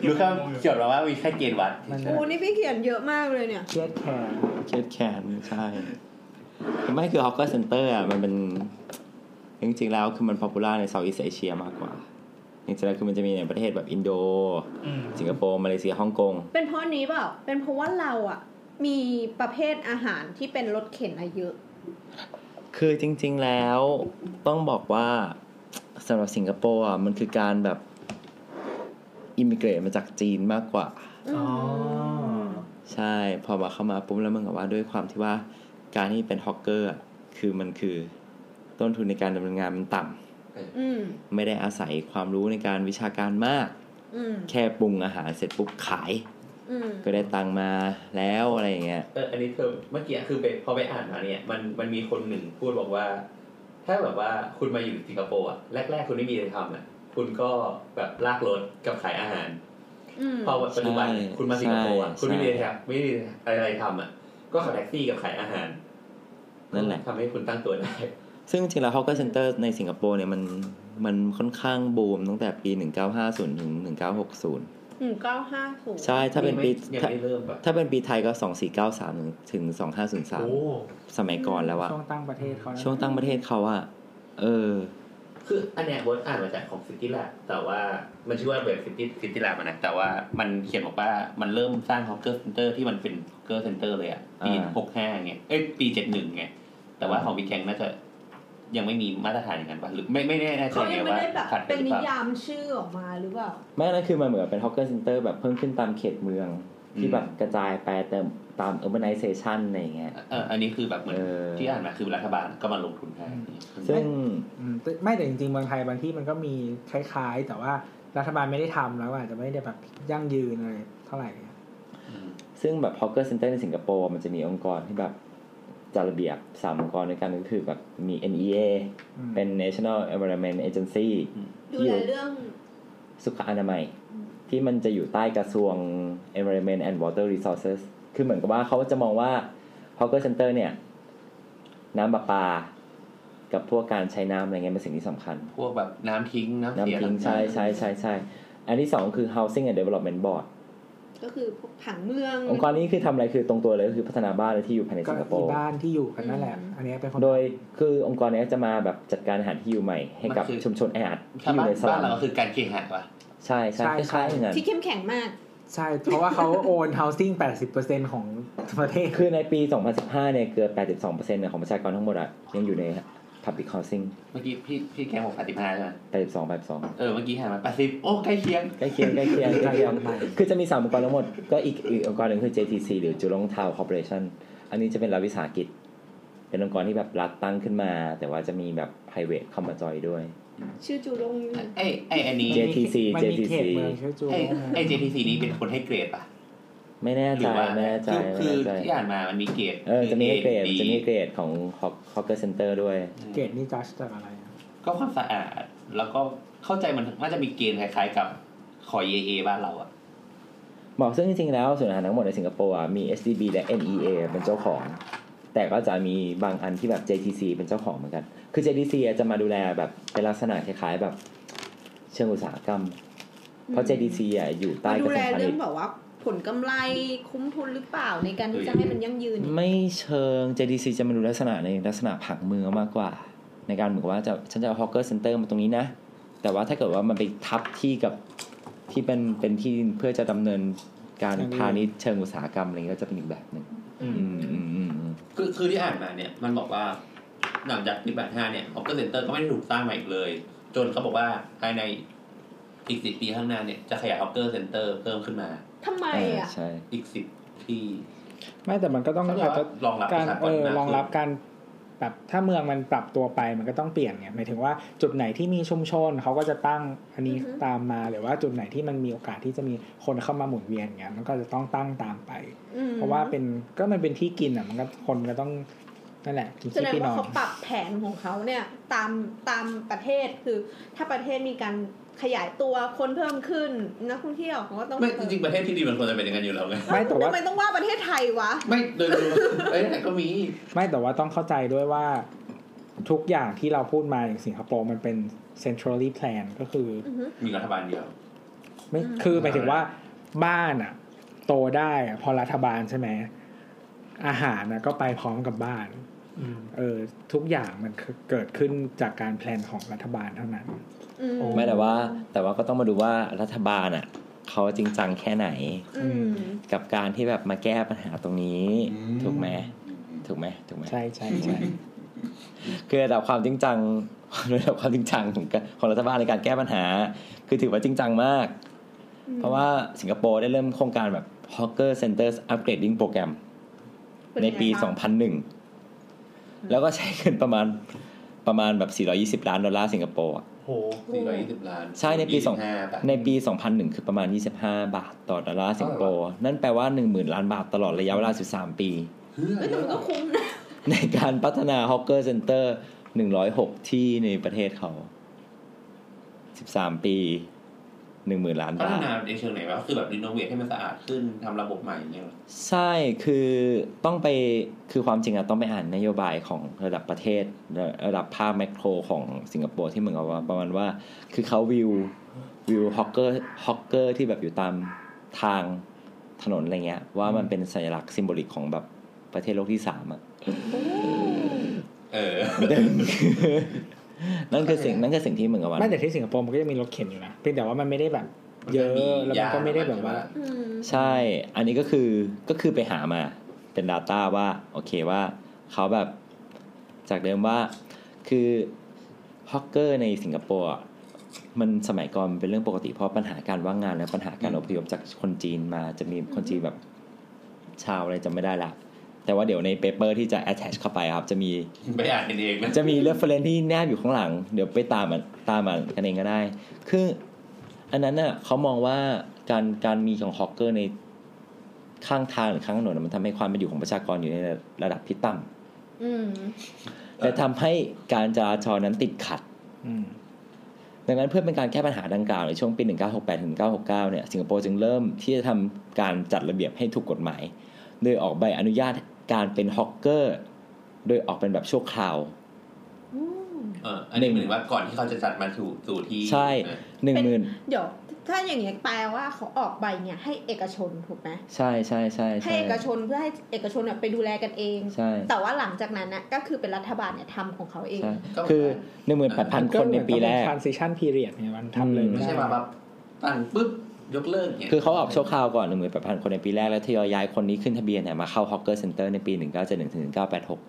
รู้ข้าเขียนมาว่ามีแค่เกณฑ์วัด อูนี่พี่เขียนเยอะมากเลยเนี่ย เครียดแทน เช็ดแขนใช่ไม่คือ hawker center อ่ะมันเป็น จริงๆแล้วคือมัน popular ใน southeast asia มากกว่า จริงๆแล้วคือมันจะมีในประเทศแบบอินโด อืม สิงคโปร์มาเลเซียฮ่องกง เป็นเพราะนี้เปล่า เป็นเพราะว่าเราอ่ะ มีประเภทอาหารที่เป็นรสเข็นอะเยอะ คือจริง ๆแล้วต้องบอกว่าสำหรับสิงคโปร์อ่ะมันคือการแบบอิมิเกรตมาจากจีนมากกว่า อ๋อ ใช่ พอมาเข้ามาปุ๊บแล้วมึงกับว่าด้วยความที่ว่าการที่เป็นฮอกเกอร์อะคือมันคือต้นทุนในการดำเนินงานมันต่ำ อืม ไม่ได้อาศัยความรู้ในการวิชาการมาก อืม แค่ปรุงอาหารเสร็จปุ๊บขาย อืม ก็ได้ตังค์มาแล้วอะไรอย่างเงี้ย เอออันนี้เธอเมื่อกี้คือไปพอไปอ่านมาเนี่ยมันมันมีคนหนึ่งพูดบอกว่า ถ้าแบบว่าคุณมาอยู่สิงคโปร์อะแรกๆคุณไม่มีอะไรทำอะคุณก็แบบลากรถกับขายอาหาร อืม พอปัจจุบันคุณมาสิงคโปร์อะคุณไม่มีอะไรทำไม่มีอะไรทำอะก็ขับแท็กซี่กับขายอาหาร นั่นแหละ ทำให้คุณตั้งตัวได้ ซึ่งจริงๆแล้ว hawker center ในสิงคโปร์เนี่ยมันมันค่อนข้างบูมตั้งแต่ปี 1950 ถึง 1960 หนึ่งเก้าห้าศูนย์ ใช่ถ้าเป็นปี ยัง ถ้า ไม่เริ่มปะ ถ้าเป็นปีไทยก็ 2493 ถึงถึง 2503 สมัยก่อนแล้วอะ ช่วงตั้งประเทศเขานะ ช่วงตั้งประเทศเขาอะเออ คืออันเนี้ยเวิร์ดอ่านมาจากของซิตี้แลบแต่ว่ามันชื่อว่าเว็บซิตี้ซิตี้แลบนะ แต่ว่ามันเขียนบอกว่ามันเริ่มสร้างฮอกเกอร์เซ็นเตอร์ที่มันเป็นฮอกเกอร์เซ็นเตอร์เลยอะปี อ่า หกห้าไงเอ้ยปีเจ็ดหนึ่งไง แต่ว่าของบิ๊กแกงน่าจะยังไม่มีมาตรฐานอย่างนั้นปะหรือไม่ไม่แน่ใจ เขา ไง ยังไม่ ว่า ได้แบบ ขัดไป เป็น หรือ นิ เปล่าย ามชื่อออกมาหรือเปล่า ไม่นั่นคือมันเหมือนกับเป็น hawker center แบบเพิ่มขึ้นตามเขตเมือง ที่แบบกระจายไปแต่ตาม urbanization อะไรอย่างเงี้ย เอออันนี้คือแบบเหมือน เออ ที่อ่านมาคือรัฐบาลก็มาลงทุนให้ ซึ่ง อืมแต่ไม่แต่จริงๆเมืองไทยบางที่มันก็มีคล้ายๆ แต่ว่ารัฐบาลไม่ได้ทำแล้วอาจจะไม่ได้แบบยั่งยืนอะไรเท่าไหร่ ซึ่งแบบ hawker center ในสิงคโปร์มันจะมีองค์กรที่แบบจัดระเบียบสามองค์กรด้วยกันก็คือแบบมี NEA อืม เป็น National Environment Agency ดู ที่อ แล ยู่ เรื่อง สุขอนามัย ที่มันจะอยู่ใต้กระทรวง Environment and Water Resources คือเหมือนกับว่าเขาจะมองว่า hawker center เนี่ย น้ำประปา กับพวกการใช้น้ำอะไรเงี้ยเป็นสิ่งที่สำคัญ พวกแบบน้ำทิ้งน้ำเสีย น้ำทิ้ง ต่า ใช่ ๆ ใช่ใช่ใช่อันที่สองคือ housing and development board ก็คือพวกผังเมือง องค์กรนี้คือทำอะไรคือตรงตัวเลยก็คือพัฒนาบ้านและที่อยู่ภายใน ก็ สิงคโป อี ร์ บ้านที่อยู่กันนั่นแหละ อันเนี้ยเป็นคน โดยคือองค์กรเนี้ยจะมาแบบจัดการอาหารที่อยู่ใหม่ให้กับ มันคือ ชุมชนแออัด ถ้า ที่อยู่ บ้าน ในส บ้า ลั น ม เราก็คือการเคหะปะ ใช่ใช่คล้ายๆอย่างนั้น ที่เข้มแข็งมาก ใช่ เพราะว่าเขาโอน housing 80%ของประเทศ คือในปี 2015 เนี่ยเกือบ 82%เนี่ยของประชากรทั้งหมดอะยังอยู่ใน public housing เมื่อกี้พี่พี่แกบอกแปดสิบห้าใช่ไหม 82 82 เออเมื่อกี้หันมาแปดสิบโอ้ใกล้เคียง ใกล้เคียงใกล้เคียงใกล้เคียง ใกล้เคียง คือจะมี 3 องค์กรทั้งหมด ก็อีกอีกองค์กรหนึ่งคือ JTC หรือ Jurong Town Corporation อันนี้จะเป็นรัฐวิสาหกิจ เป็นองค์กรที่แบบรัฐตั้งขึ้นมา แต่ว่าจะมีแบบ private เข้ามาจอยด้วย ชื่อจูรง ไอไออันนี้ เจ JTC มันมีเขตเมืองชื่อจู ไอไอ JTC นี้เป็นคนให้เกรดป่ะ ไม่แน่ หรื ใจ ว่า ไม่แน่ใจ คือ ไม่ คือ แน่ใจ ที่อ่านมามันมีเกรด เออจะมีให้เกรด คือ A จะมีให้ B เกรดของ Hawk- Hawker Center ด้วย เกตนี่จัดจากอะไรอะ ก็ความสะอาด แล้วก็เข้าใจมันน่าจะมีเกณฑ์คล้ายๆกับขอ AA บ้านเราอ่ะ บอกซึ่งจริงๆแล้วส่วนย์อาหารทั้งหมดในสิงคโปร์อะมี SDB และ NEA เป็นเจ้าของ แต่ก็จะมีบางอันที่แบบ JTC เป็นเจ้าของเหมือนกัน คือ JTC อะจะมาดูแลแบบเป็นลักษณะคล้ายๆแบบเชิงอุตสาหกรรม เพราะ JTC อ่ะอยู่ใต้ มาก ดู ระทร แล วงพา เรื่อณิช ง ย์ แบบว่าผลกำไรคุ้มทุนหรือเปล่าในการที่จะให้มันยั่งยืน ไม่เชิง JTC จะมาดูลักษณะในลักษณะผังเมืองมากกว่า ในการเหมือนกับว่าจะฉันจะเอา Hawker Center มาตรงนี้นะ แต่ว่าถ้าเกิดว่ามันไปทับที่กับที่เป็นเป็นที่ดินเพื่อจะดำเนินการพาณิชย์เชิงอุตสาหกรรมอะไรเงี้ยก็จะเป็นอีกแบบหนึ่ง อืม อืมอืมอืมอืม คือคือที่อ่านมาเนี่ยมันบอกว่าหลังจากปีแปดห้าเนี่ยออฟเตอร์เซ็นเตอร์ก็ไม่ได้ถูกสร้างใหม่อีกเลย จนเขาบอกว่าภายในอีกสิบปีข้างหน้าเนี่ยจะขยายออฟเตอร์เซ็นเตอร์เพิ่มขึ้นมา ทำไมอ่ะ ใช่ อีกสิบที่ ไม่แต่มันก็ต้อง เขาเรีย อาก จ ว่า จะ รองรับ การ ประชากร เออ มากขึ้น รองรับการแบบถ้าเมืองมันปรับตัวไปมันก็ต้องเปลี่ยนไงหมายถึงว่าจุดไหนที่มีชุมชนเขาก็จะตั้งอันนี้ อือฮึ ตามมาหรือว่าจุดไหนที่มันมีโอกาสที่จะมีคนเข้ามาหมุนเวียนเงี้ยมันก็จะต้องตั้งตามไป อืม เพราะว่าเป็นก็มันเป็นที่กินอ่ะมันก็คนก็ต้อง นั่นแหละกิน แส ขี้ ดง พี่น้ ว่า อง เขาปรับแผนของเขาเนี่ยตามตามประเทศคือ ถ้าประเทศมีการขยายตัวคนเพิ่มขึ้นนักท่องเที่ยวเขาก็ต้อง ไม่จ เพิ่ ริงๆประเทศที่ดีมันควรจะเป็นอย่างนั้นอยู่แล้วไง ไม่แต่ว่า ทำไมต้องว่าประเทศไทยวะ ไม่โดยรวมเอ้ยแต่ก็มี ไม่แต่ว่าต้องเข้าใจด้วยว่าทุกอย่างที่เราพูดมาอย่างสิงคโปร์มันเป็น centrally plan ก็คือ มีรัฐบาลเดียว ไม่คือหมายถึงว่าบ้านอะโตได้อะพอรัฐบาลใช่ไหมอาหารนะก็ไปพร้อมกับบ้าน อืม เออทุกอย่างมันคือเกิดขึ้นจากการแพลนของรัฐบาลเท่านั้น ไม่แต่ว่าแต่ว่าก็ต้องมาดูว่ารัฐบาลอ่ะเขาจริงจังแค่ไหน อืม กับการที่แบบมาแก้ปัญหาตรงนี้ ถูกไหมถูกไหมถูกไหม ใช่ใช่ใช่ <laughs> คือระดับความจริงจังระดับความจริงจังของของรัฐบาลในการแก้ปัญหา คือถือว่าจริงจังมาก เพราะว่าสิงคโปร์ได้เริ่มโครงการแบบ h o c k e r Centers Upgrading Program ในปี 2001 แล้วก็ใช้เงินประมาณประมาณแบบ 420 ล้านดอลลาร์สิงคโปร์อะ โห 420 ล้าน ใช่ในปีสอง 25บาท ในปี 2001 คือประมาณ 25 บาทต่อดอลลาร์สิงคโปร์ นั่นแปลว่า 10,000 ล้านบาทตลอดระยะเวลา 13 ปี เฮ้ยแต่มันก็คุ้มนะ ในการพัฒนาฮอกเกอร์เซ็นเตอร์ 106 ที่ในประเทศเขา 13 ปี 10,000 ล้าน พัฒ บาท นาในเชิงไหนวะคือแบบรีโนเวทให้มันสะอาดขึ้นทำระบบใหม่อย่างเงี้ยเหรอ ใช่คือต้องไปคือความจริงอะต้องไปอ่านนโยบายของระดับประเทศ ระดับภาพแมกโครของสิงคโปร์ที่เหมือนกับว่าประมาณว่า คือเขาวิววิวฮอกเกอร์ฮอกเกอร์ที่แบบอยู่ตามทางถนนอะไรเงี้ย ว่ามันเป็นสัญลักษณ์ซิมโบลิกของแบบประเทศโลกที่สามอะ <laughs> เออ นั่นคือสิ่งนั่นคือสิ่งที่เหมือนกับว่า ไม่แต่ที่สิงคโปร์มันก็ยังมีรถเข็นอยู่นะเพียงแต่ว่ามันไม่ได้แบบ เยอะแล้วมันก็ไม่ได้แบบว่า อืม ใช่ อันนี้ก็คือก็คือไปหามาเป็น Data ว่าโอเคว่าเขาแบบจากเดิมว่าคือฮอกเกอร์ในสิงคโปร์อะมันสมัยก่อนมันเป็นเรื่องปกติเพราะปัญหาการว่างงานและปัญหาการอพยพจากคนจีนมาจะมีคนจีนแบบชาวอะไรจำไม่ได้ละ แต่ว่าเดี๋ยวในเปเปอร์ที่จะ attach เข้าไปครับจะมี ไปอ่านกันเองนะ จะมีเรฟเฟรนที่แนบอยู่ข้างหลัง เดี๋ยวไปตามมันตามมันกันเองก็ได้ คืออันนั้นน่ะเขามองว่าการการมีของฮอกเกอร์ในข้างทางหรือข้างถนนนะมันทำให้ความเป็นอยู่ของประชากรอยู่ในระดับที่ต่ำ อืม และทำให้การจราจรนั้นติดขัด อืม ดังนั้นเพื่อเป็นการแก้ปัญหาดังกล่าวในช่วงปี 1968ถึง1969 เนี่ยสิงคโปร์จึงเริ่มที่จะทำการจัดระเบียบให้ถูกกฎหมาย โดยออกใบอนุญาตการเป็นฮอกเกอร์ โดยออกเป็นแบบชั่วคราว เอออันนี้หมายถึงว่าก่อนที่เขาจะจัดมาถูกสู่ที่ ใช่ นะ หนึ่งหมื่น เดี๋ยว ถ้าอย่างเงี้ยแปลว่าเขาออกใบเนี่ยให้เอกชนถูกไหม ใช่ใช่ใช่ ให้ ใช่ เอกชนเพื่อให้เอกชนน่ะไปดูแลกันเอง ใช่ แต่ว่าหลังจากนั้นนะก็คือเป็นรัฐบาลเนี่ยทำของเขาเอง ใช่คือหนึ่งหมื่นแปดพันคนในปีแรก transition period เนี่ยมันทำเลย ไม่ใช่มาแบบตั้งปุ๊บยกเลิกเนี่ย คือเขาออกชั่วคราวก่อนหนึ่งหมื่นแปดพันคนในปีแรก แล้วทยอยย้ายคนนี้ขึ้นทะเบียนเนี่ยมาเข้าฮอกเกอร์เซ็นเตอร์ในปีหนึ่งเก้าเจ็ดหนึ่งถึงเก้าแปดหก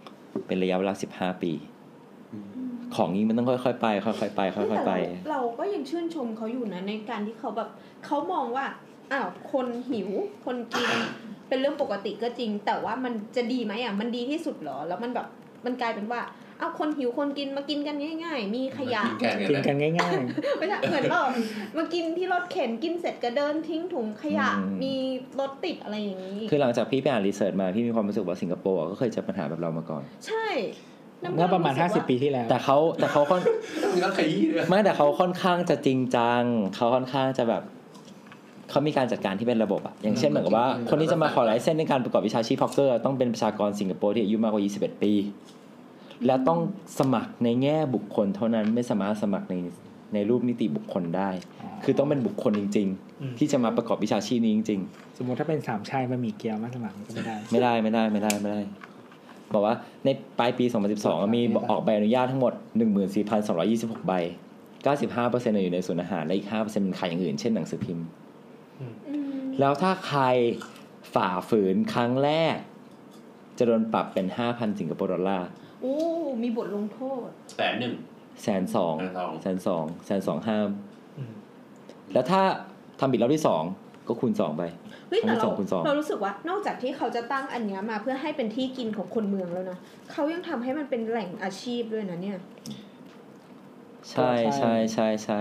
เป็นระยะเวลาสิบห้าปี ของนี้มันต้องค่อยๆไป ค่อยๆไป ค่อยๆไป แต่เราเราก็ยังชื่นชมเขาอยู่นะในการที่เขาแบบเขามองว่าอ้าวคนหิวคนกิน เป็นเรื่องปกติก็จริง แต่ว่ามันจะดีไหมอ่ะมันดีที่สุดเหรอ แล้วมันแบบมันกลายเป็นว่าเอาวคนหิวคนกินมากินกันง่าย ๆ มีขยะ กินแกง กิน เนี่ยนะกันง่าย ไม่ใช่เหมือนแบบมากินที่รถเข็นกินเสร็จก็เดินทิ้งถุงขยะ อืม มีรถติดอะไรอย่างนี้ คือหลังจากพี่ไปอ่านรีเสิร์ชมาพี่มีความรู้สึกว่าสิงคโปร์อะก็เคยเจอปัญหาแบบเรามาก่อน ใช่ ๆ เมื่อประมาณ แล้วนสึกว่ 50 ปีที่แล้ว แต่เขาแต่เขาค่อน มันก็ขยี้ด้วย ไม่แต่เขาค่อนข้างจะจริงจัง เขาค่อนข้างจะแบบเขามีการจัดการที่เป็นระบบอะอย่างเช่นเหมือนกับว่า จริงๆ คนที่จะมาขอไลเซนส์ในการประกอบวิชาชีพพ็อกเกอร์ ต้องเป็นประชากรสิงคโปร์ที่อายุมากกว่า 21 ปี และต้องสมัครในแง่บุคคลเท่านั้นไม่สามารถสมัครในในรูปนิติบุคคลได้ คือต้องเป็นบุคคลจริง อืม ๆ ที่จะมาประกอบวิชาชีพนี้จริง ๆ สมมติถ้าเป็นสามชายมันมีเกียวมาสมัครมันก็ไม่ได้ ไม่ได้ไม่ได้ไม่ได้ไม่ได้ บอกว่าในปลายปี 2012 มีออกใบอนุญาตทั้งหมด 14,226 ใบ 95%อยู่ในส่วนย์อาหาร และอีก 5%เป็นขายอย่างอื่น เช่นหนังสือพิมพ์ อืม แล้วถ้าใครฝ่าฝืนครั้งแรก จะโดนปรับเป็น 5,000 สิงคโปร์ดอลลาร์ อู้มีบทลงโทษ แสนหนึ่ง แสนสอง 120,000 แสนสองแสนสองห้าม อืม แล้วถ้าทำผิดรอบที่สองก็คูณสองไป เฮ้ยแต่ ทั้ เรา งสองคูณสอง เรารู้สึกว่านอกจากที่เขาจะตั้งอันเนี้ยมาเพื่อให้เป็นที่กินของคนเมืองแล้วนะเขายังทำให้มันเป็นแหล่งอาชีพด้วยนะเนี่ย ใช่ ใช่ ใช่ใช่ใช่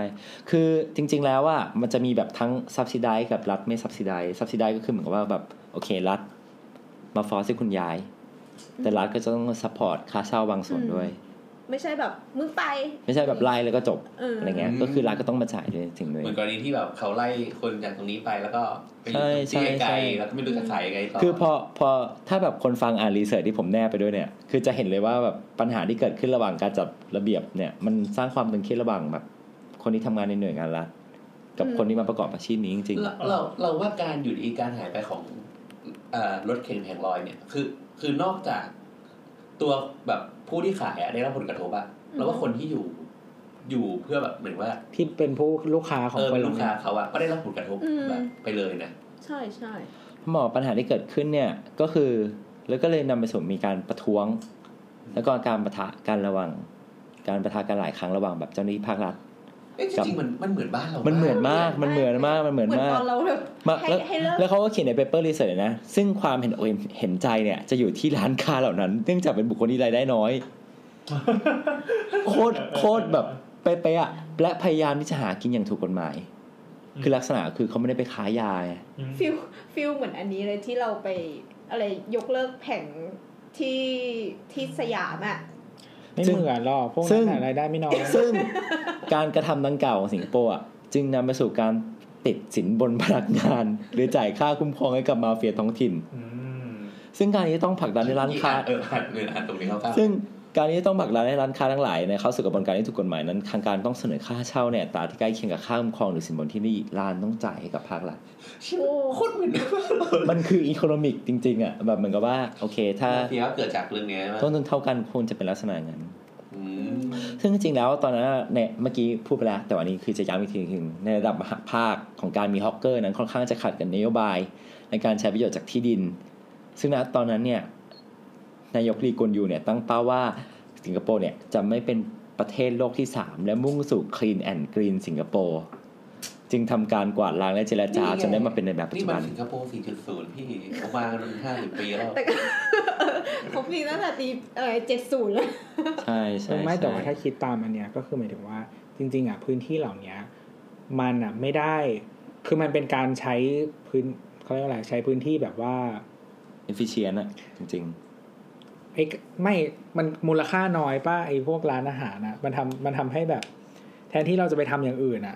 คือจริง ๆ แล้วว่ามันจะมีแบบทั้ง subsidize กับรัฐไม่ subsidize subsidize ก็คือเหมือนกับว่าแบบ โอเครัฐ มาฟอสให้คุณย้าย แต่รัฐก็จะต้องซัพพอร์ตค่าเช่าบางส่วนด้วย ไม่ใช่แบบมึงไป ไม่ใช่แบบไล่แล้วก็จบ เอออ อะไรเงี้ย ก็คือรัฐก็ต้องมาจ่ายด้วยถึงด้วย เหมือนกรณีที่แบบเขาไล่คนจากตรงนี้ไปแล้วก็ไปอยู่ ใช่ ที่ ใช่ ไกล ใช่ ๆแล้วก็ไม่รู้จะขายยังไงต่อ คือพอพอถ้าแบบคนฟังอ่านรีเสิร์ชที่ผมแนบไปด้วยเนี่ย คือจะเห็นเลยว่าแบบปัญหาที่เกิดขึ้นระหว่างการจัดระเบียบเนี่ย มันสร้างความตึงเครียดระหว่างแบบ คนที่ทำงานในหน่วยงานรัฐกับคนที่มาประกอบอาชีพนี้จริง เราเราเราว่าการอยู่ดีการหายไปของเอ่อรถเข็นแผงลอยเนี่ยคือคือนอกจากตัวแบบผู้ที่ขายอะได้รับผลกระทบอะแล้วว่าคนที่อยู่อยู่เพื่อแบบเหมือนว่า ที่เป็นผู้ลูกค้าของ เออ คน เป็น เห ลู ล่าก นี้ ค้าเขาอะก็ได้รับผลกระทบ อืม แบบไปเลยนะ ใช่ใช่ หมอปัญหาที่เกิดขึ้นเนี่ยก็คือแล้วก็เลยนำไปสู่มีการประท้วง แล้วก็การประทะกันระหว่างการประทะกันหลายครั้งระหว่างแบบเจ้าหน้าที่ภาครัฐ เอ๊ะจริงๆมันมันเหมือนบ้านเรา มั มัน เหมือนมากมันเหมือนมากมันเหมือน เหมือน มาก ตอนเราแบบ มา ให้ แล้ว ให้เลิก แล้วเขาก็เขียนในเปเปอร์รีเสิร์ชนะ ซึ่งความเห็นอกเห็นใจเนี่ยจะอยู่ที่ร้านค้าเหล่านั้น เนื่องจากเป็นบุคคลที่รายได้น้อย โคตรโคตรแบบเป๊ะๆอะและพยายามที่จะหากินอย่างถูกกฎหมาย คือลักษณะคือเขาไม่ได้ไปค้ายาไง อืม ฟิลฟิลเหมือนอันนี้เลยที่เราไปอะไรยกเลิกแผงที่ที่สยามอ่ะ ไม่ ซึ่ เห ง มือนหรอกพวก ซึ่ นั้ ง นหารายได้ไม่น้อย <laughs> ซึ่งการกระทำดังกล่าวของสิงคโปร์อ่ะจึงนำไปสู่การติดสินบนพนักงาน หรือจ่ายค่าคุ้มครองให้กับมาเฟียท้องถิ่น อืม ซึ่งการนี้ต้องผลักดันให้ร้าน <laughs> ค้า เอออ่านเงินอ่านตรงนี้เขา ซึ่งการนี้ต้องผลักดันให้ร้านค้าทั้งหลายเนี่ยเข้าสู่กระบวนการที่ถูกกฎหมายนั้นทางการต้องเสนอค่าเช่าเนี่ยอัตราที่ใกล้เคียงกับค่าคุ้มครองหรือสินบนที่นี่ร้านต้องจ่ายให้กับภาค <laughs> รัฐ โคตรเหมือนบ้านเรา มันคืออีโคโนมิกจริงๆอ่ะแบบเหมือนกับว่าโอเค ถ้า เสียเกิดจากเรื่องเนี้ยมา ต้นทุนเท่ากันคงจะเป็นลักษณะนั้น อืม ซึ่งจริงๆแล้วตอนนั้นน่ะเนี่ยเมื่อกี้พูดไปแล้ว แต่วันนี้คือจะย้ำอีกทีหนึงในระดับมหาภาคของการมีฮอกเกอร์นั้นค่อนข้างจะขัดกันนโยบาย ในการใช้ประโยชน์จากที่ดิน ซึ่งณตอนนั้นเนี่ยนายกลีกวนยูเนี่ยตั้งเป้าว่าสิงคโปร์เนี่ยจะไม่เป็นประเทศโลกที่ 3 และมุ่งสู่ Clean and Green สิงคโปร์จึงทำการกวาดล้างและเจรจาจนได้มาเป็นในแบบปัจ นี่ จุ มัน บัน สิงคโปร์ 4.0 พี่เขามากันห้าสิบปีแล้ว แต่ก็ เขามีตั้งแต่ตีอะไรเจ็ดศูนย์แล้ว ใช่ใช่ ไม่แต่ว่า ใช่ ถ้าคิดตามอันเนี้ยก็คือหมายถึงว่า จริง ๆอ่ะพื้นที่เหล่าเนี้ยมันอ่ะไม่ได้ คือมันเป็นการใช้พื้นเขาเรียกว่าอะไรใช้พื้นที่แบบว่า เอฟฟิเชนอะจริง ไอ้ไม่ มันมูลค่าน้อยป่ะไอ้พวกร้านอาหารนะมันทำมันทำให้แบบ แทนที่เราจะไปทำอย่างอื่นอะ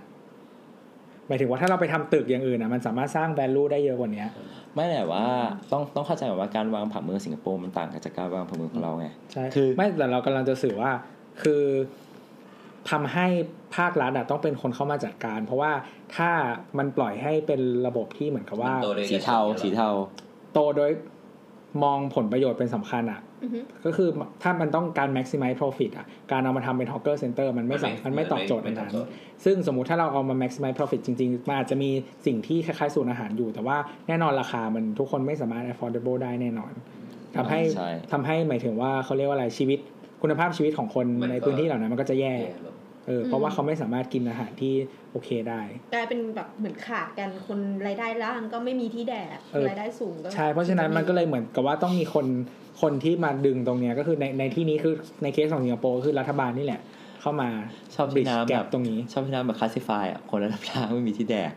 หมายถึงว่าถ้าเราไปทำตึกอย่างอื่นอะมันสามารถสร้าง value ได้เยอะกว่าเนี้ย ๆ ไม่แต่ว่าต้องต้องเข้าใจก่อนว่าการวางผังเมืองสิงคโปร์มันต่างกับจากการวางผังเมืองของเราไง ใช่ คือ ไม่แต่เรากำลังจะสื่อว่าคือทำให้ภาครัฐอะต้องเป็นคนเข้ามาจัดการ เพราะว่าถ้ามันปล่อยให้เป็นระบบที่เหมือนกับว่า มันโตได้ สีเทาสีเทา โตโดยมองผลประโยชน์เป็นสำคัญอะ อือฮึ ก็คือถ้ามันต้องการ maximize profit อะการเอามาทำเป็น hawker center มันไม่สำมันไม่ตอบโจทย์อันนั้น ซึ่งสมมุติถ้าเราเอามา maximize profit จริง ๆ มันอาจจะมีสิ่งที่คล้ายๆสูตรอาหารอยู่ แต่ว่าแน่นอนราคามันทุกคนไม่สามารถ affordable ได้แน่นอนทำให้ ใช่ ทำให้หมายถึงว่าเขาเรียกว่าอะไรชีวิต คุณภาพชีวิตของคน มันก็ ในพื้นที่เหล่านั้นมันก็จะแย่ แย่ลง เออเพราะว่าเขาไม่สามารถกินอาหารที่โอเคได้ กลายเป็นแบบเหมือนขาดกันคนรายได้ล่างก็ไม่มีที่แดก เออ รายได้สูงก็ ใช่เพราะฉะนั้นมันก็เลยเหมือนกับว่าต้องมีคนคนที่มาดึงตรงเนี้ยก็คือในในที่นี้คือในเคสของสิงคโปร์คือรัฐบาลนี่แหละ เข้ามา ชอบ bridge ที่น้ำ gap แบบ ตรงนี้ ชอบที่น้ำแบบคลาสสิฟายอ่ะ คนระดับล่างไม่มีที่แด <laughs> ก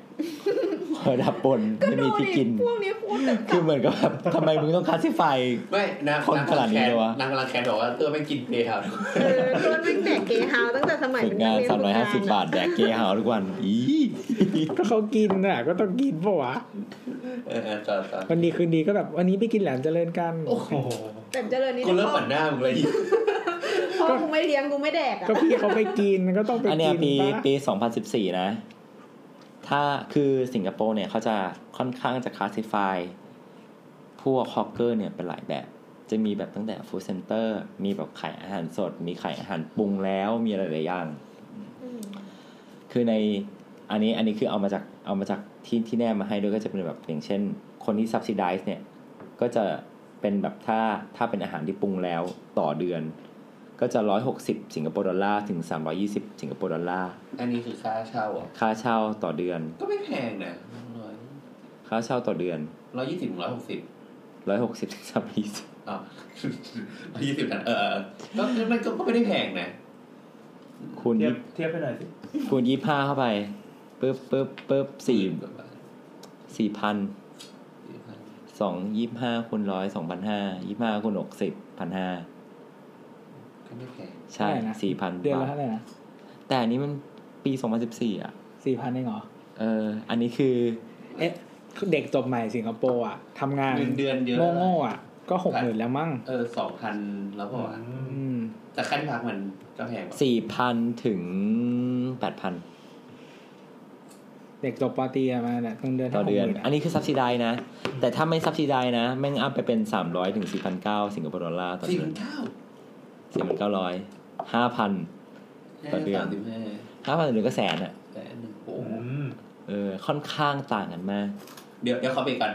คนระดับบนไม่มีที่กิน พวกนี้พูดแต่ คือเหมือนกับแบบทำไมมึงต้องคลาสสิฟาย ไม่นาง คนขนาดนี้เลยวะ นางกำลังแคนบอกว่าเตื้อไม่กินเพลทาวน์ เออโดนแม่งแดกเกฮาวตั้งแต่สมัย ฝึก เป็น งาน กเรี 350 บาท แดกเกย์เฮาทุกวัน อี ก็เขากินน่ะก็ต้องกินปะวะ เออเออต่อต่อ วันดีคืนดีก็แบบวันนี้ไปกินแหลมเจริญกัน โอ้โห แต่เจริญนี่ กูเริ่มปั่นหน้ามึงเลย พ่อกูไม่เลี้ยงกูไม่แดกอ่ะ ก็พี่เขาไปกินก็ต้องไป อันเนี้ย กิน ปี ปะ ปี 2014 นะ ถ้าคือสิงคโปร์เนี่ยเขาจะค่อนข้างจะคลาสสิฟายพวกฮอกเกอร์เนี่ยเป็นหลายแบบ จะมีแบบตั้งแต่ฟู้ดเซ็นเตอร์ มีแบบขายอาหารสด มีขายอาหารปรุงแล้ว มีอะไรหลายอย่าง อืม คือในอันนี้อันนี้คือเอามาจากเอามาจากที่ที่แนบมาให้ด้วยก็จะเป็นแบบอย่างเช่น คนที่ subsidize เนี่ยก็จะเป็นแบบถ้าถ้าเป็นอาหารที่ปรุงแล้วต่อเดือน ก็จะ 160 สิงคโปร์ดอลลาร์ถึง 320 สิงคโปร์ดอลลาร์ อันนี้คือค่าเช่าอ่ะ ค่าเช่าต่อเดือน ก็ไม่แพงนะร้อย ค่าเช่าต่อเดือน ร้อยยี่สิบร้อยหกสิบ 160ถึง320 <laughs> อยี่สิบนันเออเออก็มันก็ก็ไม่ได้แพงนะ คูณ เทียบ ยี่ เทียบไปหน่อยสิ คูณ25 เข้าไปปึ๊บปึ๊บปึ๊บสี่สี่พันส สองยี่ห้าคูณร้อยสองพันห้ายี่ห้าคูณหกสิบพันห้า ก็ไม่แพง ใช่ เท่าไหร่นะ สี่พัน เดือนบาละท เท่าไหร่นะ แต่อันนี้มันปีสองพันสิบสี่อ่ะ สี่พันเองเหรอ เออ อันนี้คือ เอ๊ะเด็กจบใหม่สิงคโปร์อ่ะทำงาน เงินเดือนเยอะ โง่ๆอ่ะ ก็หกหมื่นแล้วมั้ง เออสองพันแล้วเปล่าวะ อืม แต่ค่าที่พักมันก็แพงกว่า สี่พันถึงแปดพัน เด็กจบปอตีอะมาเนี่ยเงินเดือน ต่อเดือน 60,000ะ อันนี้คือซับซิได้นะ แต่ถ้าไม่ซับซิได้นะ แม่งอัพไปเป็นสามร้อยถึงสี่พันเก้าสิงคโปร์ดอลลาร์ต่อ สี่ เดืพัอน นเก้า สี่พันเก้าร้อยห้าพัน ต่อเดือน สามสิบห้า ห้าพันต่อเดือนก็แสนอ่ะ แต่หนึ่งโอ้ อื โห ม เออ ค่อนข้างต่างกันมาก เดี๋ยวเดี๋ยวขอเบรกก่อน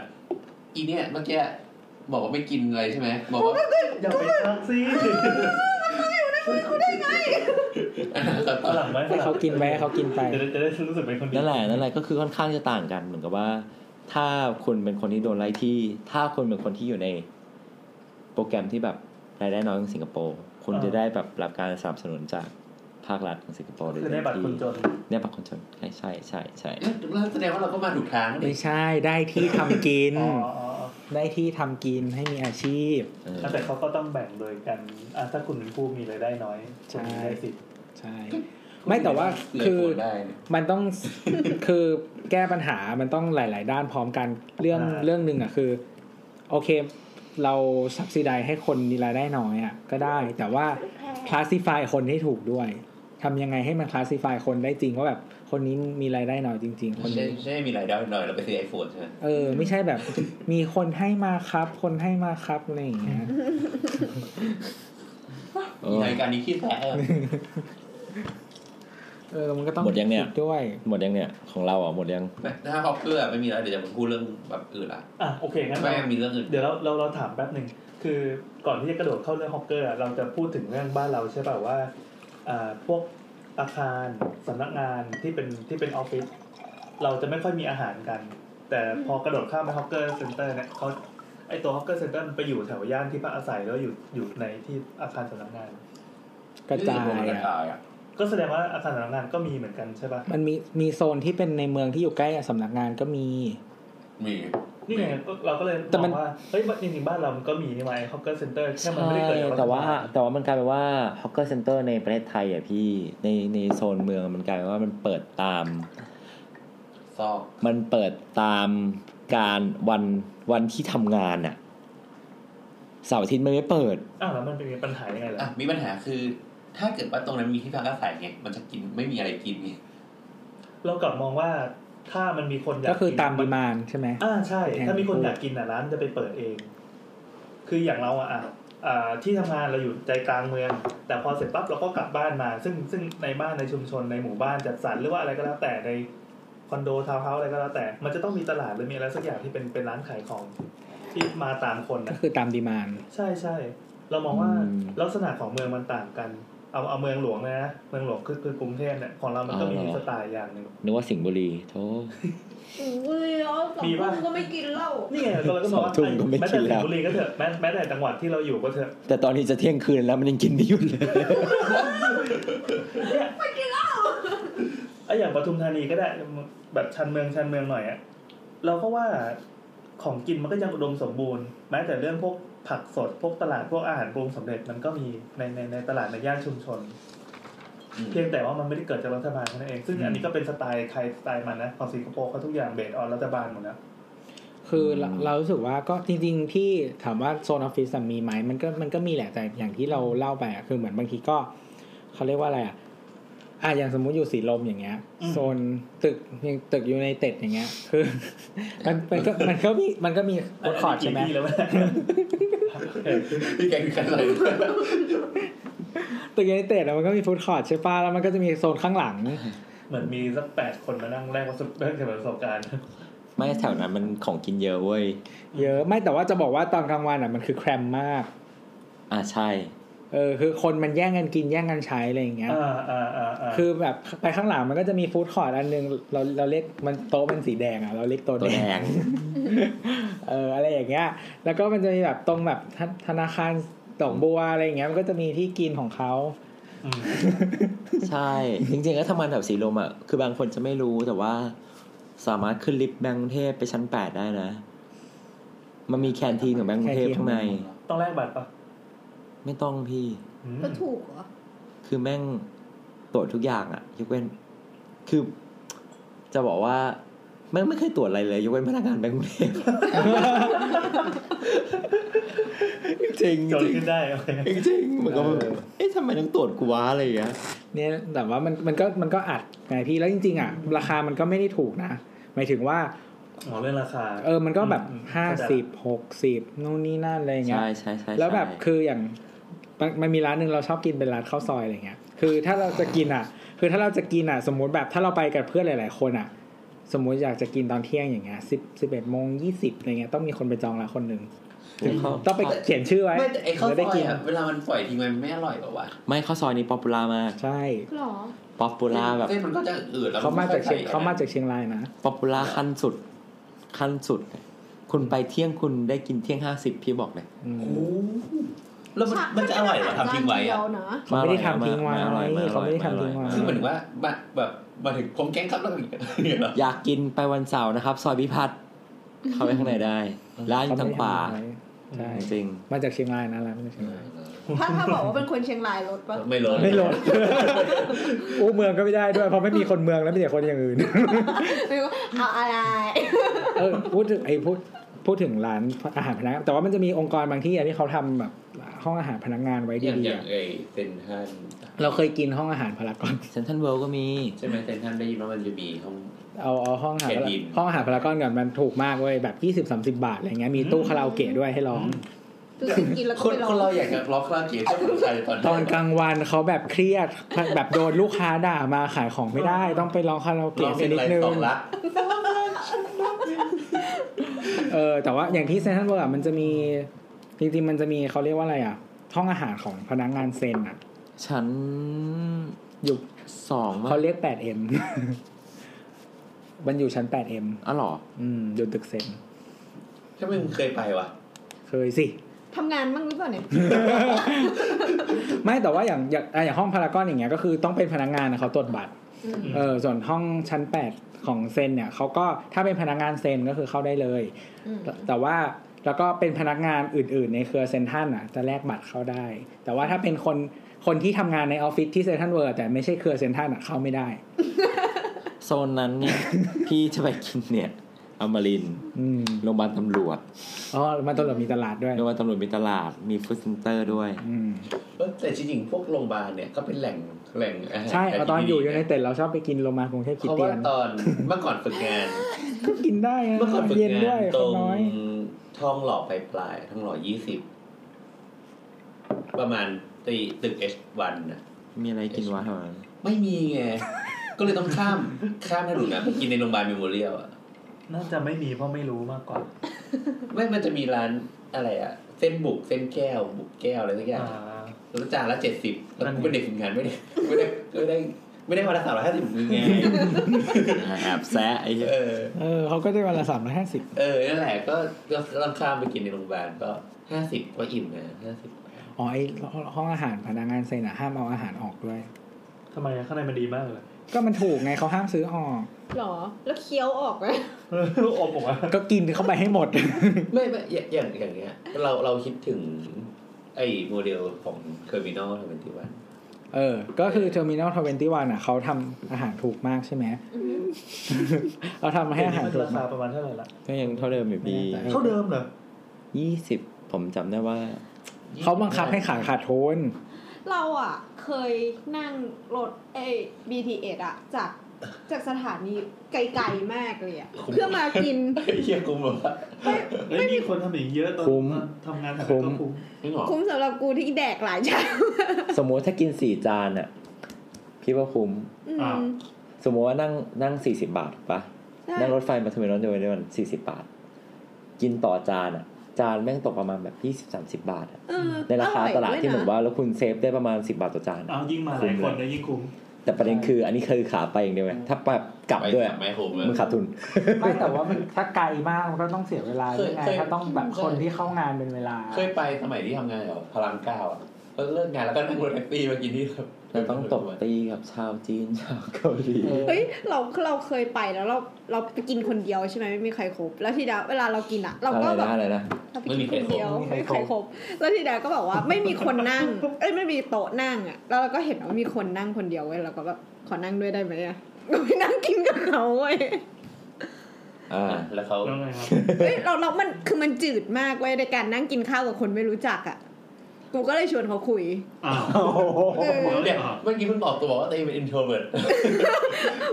อีเนี่ยเมื่อกี้บอกว่าไม่กินอะไรใช่ไหมบอกว่า อย่าไปทักซี่ อ่ะต่อ ฝ ต่อ รั่งไหม ให้เขากินไปให้เขากินไป จะได้จะได้รู้สึกเป็นคนดี นั่นแหละนั่นแหละก็คือค่อนข้างจะต่างกันเหมือนกับว่า ถ้าคุณเป็นคนที่โดนไล่ที่ ถ้าคุณเป็นคนที่อยู่ในโปรแกรมที่แบบรายได้น้อยของสิงคโปร์คุณจะได้แบบรับการสนับสนุนจากภาครัฐของสิงคโปร์โดย คือได้บัตรคนจน ได้บัตรคนจนใช่ใช่ใช่ใช่ เอ๊ะแล้วแสดงว่าเราก็มาถูกทางดิ ไม่ใช่ได้ที่ทำกิน อ๋ออ๋ออ๋อ ได้ที่ทำกินให้มีอาชีพ เออ แต่เขาก็ต้องแบ่งโดยกันอ่ะถ้าคุณเป็นผู้มีรายได้น้อย ใช่ คุณได้สิทธิ์ ใช่ ไม่แต่ว่า เลย คือ โอนได้เนี่ย มันต้อง <laughs> คือแก้ปัญหามันต้องหลาย ๆ ด้านพร้อมกันเรื่องเรื่องหนึ่งอ่ะคือ โอเค เราสับซิไดให้คนมีรายได้น้อยอ่ะก็ได้ แต่ว่าคลาส s ิฟายคนให้ถูกด้วยทำยังไงให้มันคลาส s ิฟายคนได้จริงว่าแบบคนนี้มีรายได้น้อยจริง ๆ ค ไม่ น ใช่ นี้ ไม่ใช่มีรายได้หน่อยเราไปซื้อไอโฟนใช่ไหม เออ ไม่ใช่แบบ มีคนให้มาครับ คนให้มาครับอะไรอย่างเงี้ย โอ้ มีรายการนี้ขี้แพ้อะ เออมันก็ต้อง หมดยังเนี่ย คิด้วย หมดยังเนี่ยของเราอ่ะหมดยัง ถ้าพอเพื่อไม่มีแล้วเดี๋ยวจะมาพูดเรื่องแบบอื่นละ อ่ะโอเคงั้น ไม่ เรา มีเรื่องอื่น เดี๋ยวเราเราเราถามแป๊บหนึ่งคือก่อนที่จะกระโดดเข้าเรื่องฮอกเกอร์อ่ะเราจะพูดถึงเรื่องบ้านเราใช่ป่าวว่าอ่าพวกอาคารสำนักงานที่เป็นที่เป็นออฟฟิศเราจะไม่ค่อยมีอาหารกัน แต่พอกระโดดข้ามไปฮอกเกอร์เซ็นเตอร์เนี่ยเขาไอตัวฮอกเกอร์เซ็นเตอร์มันไปอยู่แถวย่านที่พักอาศัยแล้วอยู่อยู่ในที่อาคารสำนักงาน กระจาย กระ อะ จายอ่ะ ก็แสดงว่าอาคารสำนักงานก็มีเหมือนกันใช่ป่ะ มันมีมีโซนที่เป็นในเมืองที่อยู่ใกล้กับสำนักงานก็มี มี นี่ไงก็เราก็เลย แต่ บ มั อน กว่าเฮ้ยจริงๆบ้านเรามันก็มีนี่ไงฮอกเกอร์เซ็นเตอร์แค่มันไม่ได้เกิดจกรัฐบล แต่ว่าแต่ว่ามันกลายเป็นว่าฮอกเกอร์เซ็นเตอร์ในประเทศไทยอ่ะพี่ในในโซนเมืองมันกลายเป็นว่ามันเปิดตาม ซอก มันเปิดตามการวันวันที่ทำงานอะเสาร์อาทิตย์มันไม่เปิด อ้าวแล้วมันเป็นปัญหายังไงล่ะ อ่ะมีปัญหาคือ ถ้าเกิดว่าตรงนั้นมีที่พักอาศัยไงมันจะกินไม่มีอะไรกินไง <laughs> เรากลับมองว่าถ้ามันมีคนอยาก ก็คือตามป มั ริมาณใช่ไหม อ่าใช่ แทน ถ้ามีคนอยากกินอ่ะร้านจะไปเปิดเอง คืออย่างเราอ่ะอ่ะอ่าที่ทำงานเราอยู่ใจกลางเมือง แต่พอเสร็จปั๊บเราก็กลับบ้านมา ซึ่งซึ่งในบ้านในชุมชนในหมู่บ้านจัดสรรหรือว่าอะไรก็แล้วแต่ในคอนโดทาวน์เฮาส์อะไรก็แล้วแต่ มันจะต้องมีตลาดหรือมีอะไรสักอย่างที่เป็นเป็นร้านขายของที่มาตามคน ก็ นะ คือตามดีมาน ใช่ใช่เรามองว่า อืม ลักษณะของเมืองมันต่างกัน เอาเอาเมืองหลวงเลยนะเมืองหลวงคือคือกรุงเทพเนี่ยของเรามันก็มีสไตล์อย่างหนึ่ง นึกว่าสิงห์บุรีโท อุ้ยแล้วสอง มี ทุ่ ปะ มก็ไม่กินเหล้า นี่ไงเราก็บอกว่า สองทุ่มก็ไม่ แม้ กิ แต่ น สิ แล้วงห์บุรีก็เถอะแม้แม้แต่จังหวัดที่เราอยู่ก็เถอะ แต่ตอนนี้จะเที่ยงคืนแล้วมันยังกินไม่หยุดเลย <laughs> ไอะอย่างปทุมธานีก็ได้แบบชันเมืองชันเมืองหน่อยอะเราก็ว่าของกินมันก็ยังอุดมสมบูรณ์ แม้แต่เรื่องพวกผักสดพวกตลาดพวกอาหารปรุงสำเร็จมันก็มีในในในตลาดในย่านชุมชน อืม เพียงแต่ว่ามันไม่ได้เกิดจากรัฐบาลแค่นั้นเอง ซึ่งอันนี้ก็เป็นสไตล์ใครสไตล์มันนะของสิงคโปร์เขาทุกอย่างเบสออนรัฐบาลหมดแล้ว คือเราเรารู้สึกว่าก็จริงๆที่ถามว่าโซนออฟฟิศอะมีไหมมันก็มันก็มีแหละแต่อย่างที่เราเล่าไปอะคือเหมือนบางทีก็เขาเรียกว่าอะไรอะอ่ะอย่างสมมุติอยู่สีลมอย่างเงี้ย โซนตึกอย่างตึกอยู่ในเต็ดอย่างเงี้ย <laughs> คือ มันมันก็มันก็มีมันก็มีโค้ดคอร์ดใช่ไหม น <laughs> นี้กี่ที่แล้ววะ นี่แกคือกันอะไร ตึกยูไนเต็ดอะมันก็มีฟู้ดคอร์ทใช่ป่ะแล้วมันก็จะมีโซนข้างหลัง <laughs> เหมือนมีสักแปดคนมานั่งแลกประสบ <laughs> แลกเกี่ยวกับประสบการณ์ ไม่แถวนั้นมันของกินเยอะเว้ย เยอะไม่แต่ว่าจะบอกว่าตอนกลางวันอ่ะมันคือแครมมาก อ่าใช่ เออคือคนมันแย่งกันกินแย่งกันใช้อะไรอย่างเงี้ย อ่าอ่าอ่าา คือแบบไปข้างหลังมันก็จะมีฟู้ดคอร์ทอันหนึงเราเราเรียกมันโต๊ะมันสีแดงอ่ะเราเรียกโต๊ะ ตัว แด แด ง ง <laughs> เอออะไรอย่างเงี้ย แล้วก็มันจะมีแบบตรงแบบธธนาคารดอกบัวอะไรอย่างเงี้ยมันก็จะมีที่กินของเขา ใช่ จริงๆก็ทำงานแถวสีลมอ่ะ คือบางคนจะไม่รู้แต่ว่า สามารถขึ้นลิฟต์แบงค์กรุงเทพไปชั้นแปดได้นะ มันมีแคนทีนของแบงก์กรุงเทพข้างใน ต้องแลกบัตรปะ ไม่ต้องพี่ อืม ก็ถูกเหรอ คือแม่งตรวจทุกอย่างอะยกเว้น คือจะบอกว่าแม่งไม่เคยตรวจอะไรเลยยกเว้นพนักงานแบงก์กรุงเทพ จริง จน จริง ขึ้นได้โอเค จริงจริงเหมือนกับว่าเอ๊ะทำไมต้องตรวจกูวะอะไรอย่างเงี้ย เนี่ยแต่ว่ามันมันก็มันก็อัดไงพี่แล้วจริงๆอ่ะราคามันก็ไม่ได้ถูกนะหมายถึงว่า หมอเรื่องราคา เออมันก็แบบ อืมอืม ห้า เข้าใจ สิบหกสิบนู่นนี่นั่นอะไรเงี้ย ใช่ใช่ใช่ แล้วแบบ ใช่ คืออย่างมันมันมีร้านหนึ่งเราชอบกินเป็นร้านข้าวซอยอะไรเงี้ย คือถ้าเราจะกินอ่ะ คือถ้าเราจะกินอ่ะ สมมติแบบถ้าเราไปกับเพื่อนหลาย ๆ คนอ่ะ สมมติอยากจะกินตอนเที่ยงอย่างเงี้ยสิบสิบเอ็ดโมงยี่สิบอะไรเงี้ยต้องมีคนไปจองละคนหนึ่ง ถึงเขา ต้องไปเขียนชื่อไว้ ไม่แต่ไอ้ข้าว จะ ซ ได้ อย กิน อะเวลามันปล่อยทิ้งไว้มันไม่อร่อยหรอวะ ไม่ข้าวซอยนี้ป๊อปปูล่ามาก ใช่ หรอ ป๊อปปูล่าแบบ เส้นมันก็จะอืดแล้ว เขามาจากเชียง ไค่อยใส่ เขามาจากเชียงรายนะ ป๊อปปูล่าขั้นสุด ขั้นสุด คุณไปเที่ยงคุณได้กินเที่ยงห้าสิบพี่บอกเลย อืม โอ้โหแล้วมันมันจะอร่อยเหรอทำทิ้งไว้อะ จานเดียวนะ เขาไม่ได้ทำทิ้งไว้ มาอร่อยมาอร่อย เขาไม่ได้ทำทิ้ง มาอร่อยไว้คือหมายถึงว่ามาแบบมาถึงผมแก๊งครับแล้วก็ <laughs> เนี่ยเหรอ อยากกินไปวันเสาร์นะครับ ซอยพิพัฒน์เข้าไปข้างในได้ ร้านอ เขา ยู่ ไม่ ทางขได้วา ทำไว้ใช่ จริง มาจากเชียงรายนะร้านมาจากเชียงราย ถ้าถ้าบอกว่าเป็นคนเชียงรายลดปะ ไม่ลด ไม่ลด อู้เมืองก็ไม่ได้ด้วยเพราะไม่มีคนเมืองแล้วมีแต่คนอย่างอื่น ไม่ว่าเอาอะไร เออพูดถึงไอ้พูดพูดถึงร้านอาหารพนักงานแต่ว่ามันจะมีองค์กรบางที่อะที่เขาทำแบบห้องอาหารพนักงานไว้ อย่าง ดี อ ๆ ย่าง อะ ไอ้เซนทรัน เราเคยกินห้องอาหารพารากอน เซนทันเวิลด์ก็มี ใช่ไหมเซนทรันได้ยินว่ามันจะมีห้อง เอาเอาห้องอาหาร Canteen ห้องอาหารพารากอนก่อนมันถูกมากเว้ยแบบยี่สิบสามสิบาทอะไรเงี้ยมีตู้คาราโอเกะด้วยให้ร้อง ดูสิกินแล้วก็ คน ไปลอ ค ง นเราอยากจะล็อกคราบเกียร์เจ้าของชายตอน ตอนกลางวันเขาแบบเครียด แบบโดนลูกค้าด่ามาขายของไม่ได้ ต้องไปร้องคาราโอ ล็อ เกะ กสัเป็น กนิ อะไร ดนึง สองละ เออแต่ว่าอย่างที่เซนทรัลเวิร์มันจะมีจริงๆมันจะมีเขาเรียกว่าอะไรอ่ะห้องอาหารของพนักงานเซนอ่ะ ชั้น อยู่ สองมั้ <laughs> เขา ย เรียก 8M มันอยู่ชั้น 8M อ๋อเหรอ อืม อยู่ตึกเซน ใช่ไหมมึงเคยไปวะ เคยสิ ทำงานบ้างหรือเปล่าเนี่ย ไม่แต่ว่าอย่างอย่างอ่ะอย่างห้องพารากอนอย่างเงี้ยก็คือต้องเป็นพนักงานนะเขาตรวจบัตร อืม เออ ส่วนห้องชั้น 8 ของเซนเนี่ยเขาก็ถ้าเป็นพนักงานเซนก็คือเข้าได้เลย อืม แต่แต่ว่าแล้วก็เป็นพนักงานอื่น ๆ ในเครือเซนทรันอ่ะ จะแลกบัตรเข้าได้ แต่ว่าถ้าเป็นคนคนที่ทำงานในออฟฟิศที่เซนทรันเวิร์แต่ไม่ใช่เครือเซนทรันอ่ะเข้าไม่ได้ โซนนั้นเนี่ย <laughs> พี่จะไปกินเนี่ยอมรินทร์ อืม โรงพยาบาลตำรวจ อ๋อมันตำรวจมีตลาดด้วย โรงพยาบาลตำรวจมีตลาดมีฟู้ดเซ็นเตอร์ด้วย อืม เออแต่จริงๆพวกโรงพยาบาลเนี่ยก็เป็นแหล่งแหล่งาหาร ใช่เอาตอนอยู่ยูไน ที่ดี เต็ดเราชอบไปกินโรงมากรุงเทพคริ เพ ส ราะ เตี ว่าย น ตอนเมื่อก่อนฝึกงาน ก็กินได้นะ เมื่อก่อนฝึก เย็น งา ด้วน ย ต ค ร น ง น้อย ทองหล่อปลายปลายๆทองหล่อยี่สิบประมาณตีตึกเอชวันนะ มีอะไรกินวะแถวนั้น ไม่มีไง ก็เลยต้องข้าม <laughs> ข้ามถนนนะไปกินในโรงพยาบาลเมมโมเรียลอ่ะ น่าจะไม่มีเพราะไม่รู้มากกว่า ไม่ มันจะมีร้านอะไรอ่ะ เส้นบุก เส้นแก้ว บุกแก้วอะไรสักอย่าง อ่า แล้วจานละเจ็ดสิบแล้ว นั่นไง กูเป็นเด็กฝึกงานไม่ได้ ไม่ได้ไม่ได้ไม่ได้วันละสามร้อยห้าสิบมือไง <laughs> แอบแซะไอ้เหี้ย เออ เออเขาก็ได้วันละสามร้อยห้าสิบ เออ นั่นแหละ ก็ก็ลองข้ามไปกินในโรงพยาบาลก็ห้าสิบก็อิ่มนะห้าสิบ อ๋อไอห้องอาหารพนักงานเซนอะห้ามเอาอาหารออกด้วย ทำไมอะข้างในมันดีมาก <laughs> เลย ก็มันถูกไงเขาห้ามซื้อออก หรอ แล้วเคี้ยวออกไหม เอออบผมว่า ก็กินเข้าไปให้หมด ไม่ไม่อย่างอย่างอย่างเงี้ย เราเราคิดถึง ไอ้โมเดลของเคอร์มินอลทเวนตี้วัน เออ ก็คือเทอร์มินอลทเวนตี้วันอ่ะเขาทำอาหารถูกมากใช่ไหมเขาทำให้ เห็น อา นี่ หาร มัน ถู ราก คาม าก ประมาณเท่าไหร่ละ ก็ยังเท่าเดิมอยู่พี่ ไม่แน่ใจ เท่าเดิมเหรอ ยี่สิบผมจำได้ว่า เขาบังคับให้ขายขาดทุน เราอ่ะ เคยนั่งรถเอ BTS อ่ะ จากจากสถานีไกลๆมากเลยอ่ะ เพื่อมากิน เฮียกูบอกว่า เฮ้ยมีคนทำอย่างนี้เยอะตอน คุ้ม ทำงานแถว คุ้ นั้มนก็คุ้ม นึกออก คุ้มสำหรับกูที่แดกหลายชาม สมมุติถ้ากินสี่จานอ่ะ พี่ว่าคุ้ม อืม สมมติว่านั่งนั่งสี่สิบาทถูกปะ ใช่ นั่งรถไฟมาเทอร์มินอลเดเวันสี่สิบบาท กินต่อจานอ่ะ จานแม่งตกประมาณแบบยี่สิบสามสิบาทอะ เออ ในราคา ออย ตลาดที่ วย ผ นะ มว่าแล้วคุณเซฟได้ประมาณสิบาทต่อจานอะ เอายิ่งมาหลายคนเนี่ยยิ่งคุ้ม แต่ประเด็นคืออันนี้คือขาไปอย่างเดียวไหมถ้าแบบกลับ ไป ด้วย จับไม่คุ้มเล มึง ย ขาดทุน ไม่แต่ว่ามันถ้าไกลมากมันก็ต้องเสียเวลาด้วยไง เคย ถ้าต้องแบบคนที่เข้างานเป็นเวลา เคยไปสมัยที่ทำงานเหรอพลังเก้าอ่ะแล้วเลิกงานแล้วก็นั่งรถแท็กซี่มากินที่ เธอต้องตบตีกับชาวจีนชาวเกาหลี เฮ้ยเราเราเคยไปแล้วเราเราไปกินคนเดียวใช่ไหมไม่มีใครครบแล้วทีเดียวเวลาเรากินอะเรา อะไร ก็แบบ นะอะไรนะ เราไปกินคนเดียว ไม่ ไม่ มี มี ใค ใค ร ร ครบ ครบแล้วทีเดียวก็บอกว่าไม่มีคนนั่ง เอ้ยไม่มีโต๊ะนั่งอ่ะ แล้วเราก็เห็นว่ามีคนนั่งคนเดียวเว้ยเราก็แบบขอนั่งด้วยได้ไหมอ่ะ <laughs> ก็ไปนั่งกินกับเขาเว้ย อ่า อ่ะแล้วเขา แล้วไง <laughs> ครับ เฮ้ยเราเรามันคือมันจืดมากเว้ยในการนั่งกินข้าวกับคนไม่รู้จักอ่ะกูก็เลยชวนเขาคุย อ้าว เออ เนี่ยเมื่อกี้เพิ่งบอกตัวบอกว่าตัวเองเป็น introvert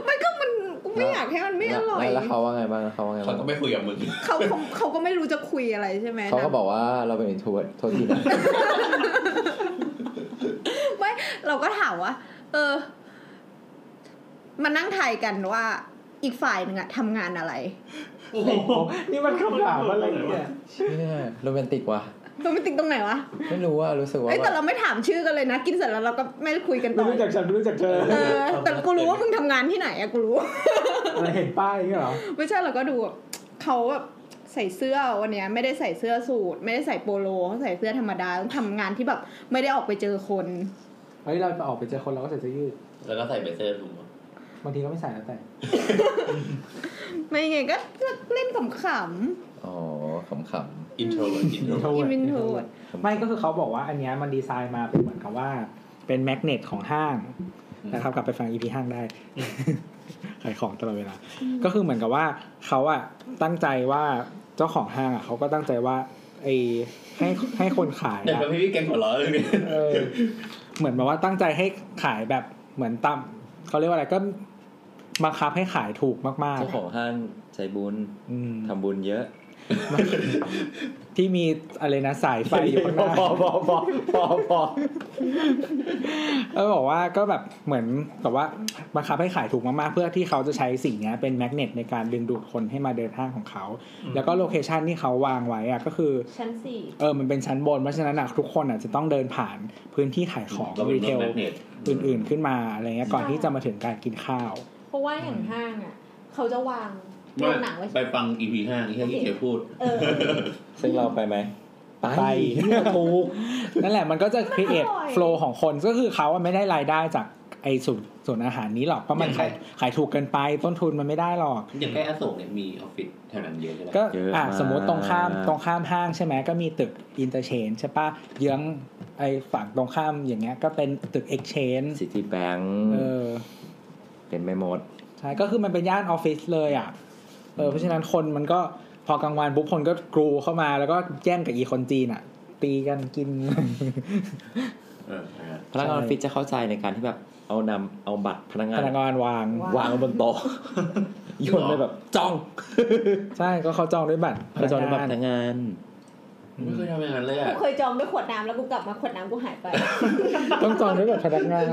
มันก็มันกูไม่อยากให้มันไม่อร่อย แล้วเขาว่าไงบ้างเขาว่าไง เขา บ้าง ก็ไม่คุยกับมึง เขาเขาเขาก็ไม่รู้จะคุยอะไรใช่ไหม เขาก็บอกว่าเราเป็นอินทวดโทษทีนะ ไม่เราก็ถามว่าเออมานั่งทายกันว่า อีกฝ่ายหนึ่งอะทำงานอะไร โอ้โห นี่มันคำถามอะไรเนี่ย เนี่ยโรแมนติกว่ะ ตัวมันติดตรงไหนวะ ไม่รู้ว่ารู้สึกว่า เอ้ยแต่เราไม่ถามชื่อกันเลยนะ กินเสร็จแล้วเราก็ไม่ได้คุยกัน ไม่ ต่อ รู้จักฉันไม่รู้จักเธอ เออ แต่กูรู้ว่ามึงทำงานที่ไหนอะกูรู้ <laughs> อะไรเห็นป้ายอย่างเงี้ยเหรอ ไม่ใช่เราก็ดูแบบเขาแบบใส่เสื้อวันเนี้ยไม่ได้ใส่เสื้อสูทไม่ได้ใส่โปโลเขาใส่เสื้อธรรมดาต้องทำงานที่แบบ ไม่ได้ออกไปเจอคน เฮ้ยเราไปออกไปเจอคนเราก็ใส่เสื้อยืด แล้วก็ใส่เบเซอร์ถุงมือบ างทีก็ไม่ใส่แล้วแต่ ไม่ไงก็เล่นขำ อ๋อขำ อินโทรเวิร์ดอินโทรเวิร์ๆอิน introvert ดวินโทร introvert ไม่ก็คือเขาบอกว่าอันเนี้ยมันดีไซน์มาเป็นเหมือนกับว่า เป็นแมกเนตของห้างนะครับกลับไปฟัง EP ห้าง <laughs> ได้ ขายของตลอดเวลา ก็คือเหมือนกับว่าเขาอะตั้งใจว่าเจ้าของห้างอะเขาก็ตั้งใจว่าไอให้ให้คนขาย เดี๋ยว อะ ไปพี่พี่แกงหัวเราะเลยเนี่ย เออเหมือนแบบว่าตั้งใจให้ขายแบบเหมือนต่ำเขาเรียกว่าอะไรก็บังคับให้ขายถูกมาก เจ้าของห้างใจบุญ ๆอืม ทำบุญเยอะ ที่มีอะไรนะสายไฟอยู่ข้างห พอ น้า พอพอพอพอพอ เออบอกว่าก็แบบเหมือนแบบว่าบังคับให้ขายถูกมากๆ เพื่อที่เขาจะใช้สิ่งเนี้ยเป็นแมกเนตในการดึงดูดคนให้มาเดินห้างของเขา อืม แล้วก็โลเคชันที่เขาวางไว้อะก็คือ ชั้นสี่ เออมันเป็นชั้นบนเพราะฉะนั้นอะทุกคนอะจะต้องเดินผ่านพื้นที่ขายของ เราเป็น รีเทล แมกเนต อื่นๆขึ้นมาอะไรเงี้ยก่อนที่จะมาถึงการกินข้าว เพราะว่าอย่างห้างอ่ะ เขาจะวางโร ไม่ งหนังไว้ ไปฟัง EP ห้าที่ให้พี่เคพูด เออ ซึ่งเราไปไหม ไปถูกนั่นแหละมันก็จะ create อร่อย flow ของคนก็คือเขาอะไม่ได้รายได้จากไอ้ศูนย์ศูนย์อาหารนี้หรอกเพราะมัน ยังไง ขายขายถูกเกินไปต้นทุนมันไม่ได้หรอก อย่างใกล้อโศกเนี่ยมีออฟฟิศแถวนั้นเยอะใช่ไหม ก็อ่ะสมมติตรงข้ามตรงข้ามห้างใช่ไหมก็มีตึก interchange ใช่ปะเยื้องไอ้ฝั่งตรงข้ามอย่างเงี้ยก็เป็นตึก exchange ซิตี้แบง เออ เป็นไม่หมด ใช่ก็คือมันเป็นย่านออฟฟิศเลยอ่ะเออเพราะฉะนั้นคนมันก็พอกลางวันปุ๊บคนก็กรูเข้ามาแล้วก็แย่งกับอีคนจีนอ่ะ ตีกันกิ <laughs> น เออเออ พนักงานออฟฟิศจะเข้าใจในการที่แบบเอานำเอาบัตรพนักงา พ น นักงานวาง วางไว้บนโต๊ะโยนไปแบบจ้อง ใช่ก็เขาจองด้วยบัตร กระจอนบัตรพนักงาน ไม่เคยทำอย่างนั้นเลย กู อ่ะ เคยจองด้วยขวดน้ำแล้วกูกลับมาขวดน้ำกูหายไป ต้องจองด้วยบัตรพนักงาน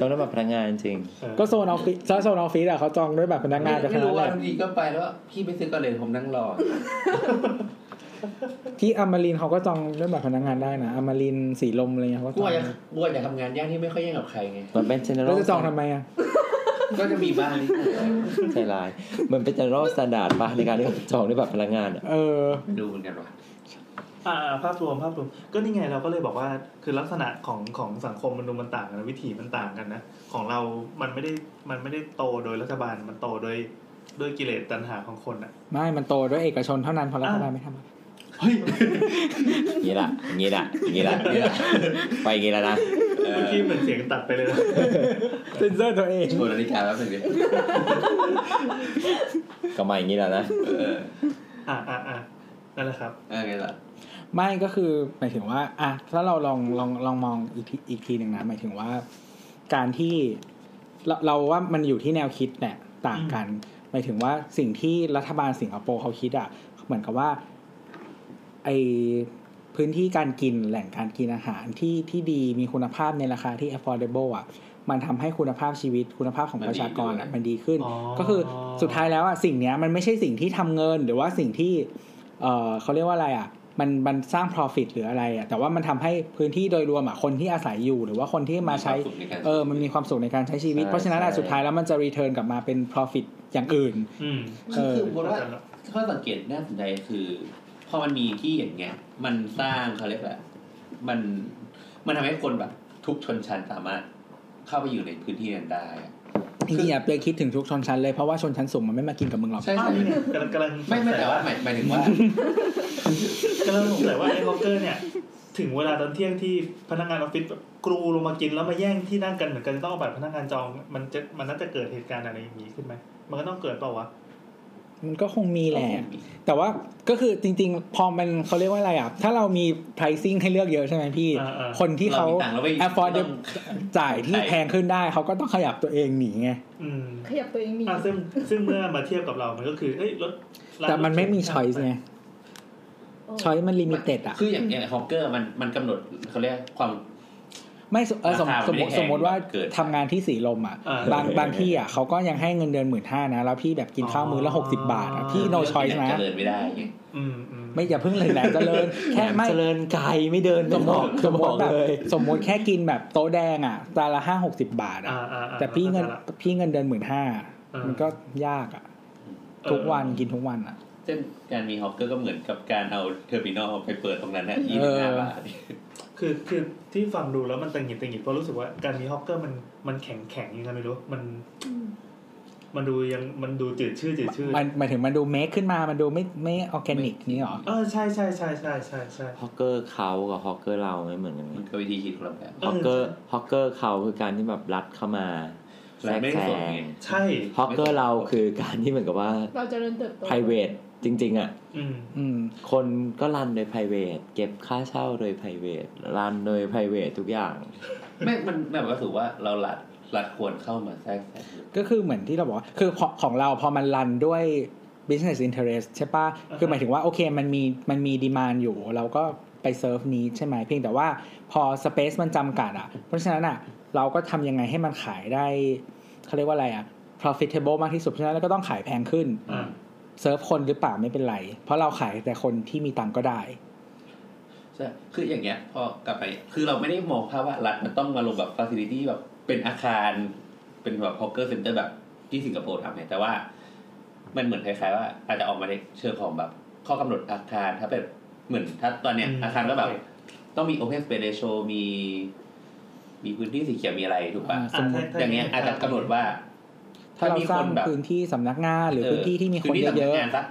จ้องด้วยบัตรพนักงานจริง ก็โซนออฟฟิศถ้าโซนออฟฟิศอะเขาจองด้วยบัตรพนักงานแต่ค ไม่ ณะ รู้ แห ว่า ละ บางทีก็ไปแล้วพี่ไปซื้อก่อนเลยผมนั่งรอ ที่อมรินทร์เขาก็จองด้วยบัตรพนักงานได้นะอมรินทร์สีลมอะไรเงี้ยเขาก็ กู จอง อยากกูอยากทำงานย่านที่ไม่ค่อยแย่งกับใครไง มันเป็น general แล้วจะจองทำไมอะ ก็จะมีบ้างนิดหน่อย ใจร้ายมันเป็น general standard ปะในการที่เขาจองด้วยบัตรพนักงานอะ เออ ดูเหมือนกันว่ะ อ่าภาพรวมภาพรวมก็นี่ไงเราก็เลยบอกว่าคือลักษณะของของสังคมมันดูมันต่างกันนะวิถีมันต่างกันนะของเรา มันไม่ได้มันไม่ได้โตโดยรัฐบาลมันโตโดยด้วยกิเลสตัณหาของคนอ่ะ ไม่มันโตด้วยเอกชนเท่านั้นเพอรัฐบาลไม่ทำอะ เฮ้ย อย่างนี้ละอย่างนี้ละอย่างนี้ละอย่างนี้ละไปอย่างนี้แล้วนะ เออ เมื่อกี้เหมือนเสียงตัดไปเลยนะ <laughs> เซนเซอร์ตัวเอง โชว์นาฬิกาแป๊บหนึงดิ ก็มาอย่างนี้แล้วนะ เออ อ่าอ่าอ่านั่นแหละครับ เออไงล่ะ ไม่ก็คือหมายถึงว่าอะถ้าเราลองลองลองมองอีกทีอีกทีหนึ่งนะหมายถึงว่า การที่เราเราว่ามันอยู่ที่แนวคิดเนี่ยต่างกันหมายถึงว่าสิ่งที่รัฐบาลสิงคโปร์เขาคิดอ่ะ เหมือนกับว่าไอพื้นที่การกินแหล่งการกินอาหารที่ที่ดีมีคุณภาพในราคาที่ affordable อ่ะ มันทำให้คุณภาพชีวิตคุณภาพของประชากรอ่ะมันดีขึ้น อ๋อ ก็คือสุดท้ายแล้วอ่ะสิ่งเนี้ยมันไม่ใช่สิ่งที่ทำเงินหรือว่าสิ่งที่ เออเขาเรียกว่าอะไรอ่ะ มันมันสร้าง profit หรืออะไรอ่ะ แต่ว่ามันทำให้พื้นที่โดยรวมอ่ะ คนที่อาศัยอยู่หรือว่าคนที่มาใช้ ควสุขนการ เออ มันมีความสุขในการใช้ชีวิต เพราะฉะนั้นอ่ะสุดท้ายแล้วมันจะรีเทิร์นกลับมาเป็น profit อย่างอื่น อืม เออ คือผมว่า ข้อสังเกตน่าสนใจคือพอมันมีที่อย่างเงี้ย มันสร้างเขาเรียกแหละไรมันมันทำให้คนแบบ ทุกชนชั้นสามารถ เข้าไปอยู่ในพื้นที่นั้นได้อะ จริงๆอย่าไปคิดถึงทุกชนชั้นเลยเพราะว่าชนชั้นสูงมันไม่มากินกับมึงหรอก ใช่ อ้าว ใช่ นี่เนี่ยกำลังกำลัง ไม่ไม่แต่ว่าหมายหมายถึงว่า กำลังสงสัยว่าไอ้ฮอกเกอร์เนี่ย ถึงเวลาตอนเที่ยงที่พนักงานออฟฟิศแบบกรูลงมากินแล้วมาแย่งที่นั่งกันเหมือนกันต้องเอาบัตรพนักงานจองมันจะมันน่าจะเกิดเหตุการณ์อะไรอย่างนี้ขึ้นไหมมันก็ต้องเกิดเปล่าวะ มันก็คงมีแหละ แต่ว่าก็คือจริง ๆ พอมันเขาเรียกว่าอะไรอ่ะ ถ้าเรามี pricing ให้เลือกเยอะใช่ไหมพี่ อ่าๆ คนที่เขา เรามีตังค์แล้วไม่ afford ไม่ต้อง จ่ายที่แพงขึ้นได้ เขาก็ต้องขยับตัวเองหนีไง อืม ขยับตัวเองหนี อ่ะซึ่งซึ่งเมื่อมาเทียบกับเรา มันก็คือเอ้ยรถร้า แต่มันไม่มี รถ choice ไง choice มัน limited อ่ะ คืออย่างอย่างฮอกเกอร์มันมันกำหนดเขาเรียกความ ไม่สมเอ่อสม ราคา ส มัน มมไม่ได้ ติ แพง สมมติว่า เกิน ทำงานที่สีลมอ่ะ อ่า บางบางที่อ่ะเขาก็ยังให้เงินเดือนหมื่นห้านะ แล้วพี่แบบกินข้าวมื้อละ อ๋ ห อ กสิบาทอ่ะพี่ no เลือก choice นะ เจริญไม่ได้ไง อืมอืม ไม่อย่าเพิ่งเลยแหลมเจริญ แค่ไม่ เจริญไกลไม่เดิน ส เป็นมม หรอ ติ ก ส ส ม ม ม บ ติ อก แบบ เลย สมมติแค่กินแบบโต๊ะแดงอ่ะจานละห้าหกสิบาทอ่ะ อ่าอ่าอ่า แต่พี่เงิน ข้าใจละ พี่เงินเดือนหมื่นห้า เออ มันก็ยากอ่ะ เออ ทุกวันกินทุกวันอ่ะ เช่นการมีฮอกเกอร์ก็เหมือนกับการเอาเทอร์มินอลไปเปิดตรงนั้นนะยี่ เออสิบห้าบาท คือคือที่ฟังดูแล้วมันตังหงิดตังหงิดเพราะรู้สึกว่าการมีฮอกเกอร์มันมันแข็งแข็งยังไงไม่รู้มัน มันดูยังมันดูจืดชื่อจืดชื่อ มันหมายถึงมันดูเมคขึ้นมามันดูไม่ไม่ออร์แกนิกนี่หรอ เออใช่ใช่ใช่ใช่ใช่ใช่ ฮอกเกอร์เขากับฮอกเกอร์เราไม่เหมือนกันไง มันก็วิธีคิดของเราแบบ ฮอกเกอร์ฮอกเกอร์เขาคือการที่แบบรัดเข้ามาแทรรัด ก ไม่ แซ สน ง ไง ใช่ ฮอกเกอร์เราคือการที่เหมือนกับว่า เราเจะเริ่มเติบโต private จริง ๆ อ่ะ อืม อืม คนก็รันโดย private เก็บค่าเช่าโดย private รันโดย private ทุกอย่าง ไม่มันแบบว่าถือว่าเรารัดรัดควรเข้ามาแทรกแซง ก็คือเหมือนที่เราบอกว่าคือของของเราพอมันรันด้วย business interest ใช่ปะ อ่าฮะ คือหมายถึงว่าโอเคมันมีมันมีดีมานอยู่ เราก็ไปเซิร์ฟนี้ใช่ไหมเพียงแต่ว่าพอ space มันจำกัดอ่ะ เพราะฉะนั้นอ่ะ เราก็ทำยังไงให้มันขายได้เขาเรียกว่าอะไรอ่ะ profitable มากที่สุด เพราะฉะนั้นเราก็ต้องขายแพงขึ้น อ่า เซิร์ฟคนหรือเปล่าไม่เป็นไร เพราะเราขายแต่คนที่มีตังค์ก็ได้ ใช่คืออย่างเงี้ยพอกลับไปคือเราไม่ได้มองภาพว่ารัฐมันต้องมาลงแบบฟ a ซิลิตี้แบบเป็นอาคาร เป็นแบบฮอกเกอร์เซ็นเตอร์แบบที่สิงคโปร์ทำเนี่ยแต่ว่า มันเหมือนคล้าย ๆ ว่าอาจจะออกมาในเชิงของแบบ ข้อกำหนดอาคารถ้าเป็นเหมือนถ้าตอนเนี้ยอาคารก็แบบ ต้องมี Open Space Ratio มี มีพื้นที่สีเขียวมีอะไรถูกป่ะ อ่า อ่ะถ้ถ้ อย่างเงี้ยอาจจะกำหนดว่า ถ้าเราสร้าง ถ้ามีคนแบบ พื้นที่สำนักงานหรือพื้นที่ที่มีคนเยอะ ๆงานสัก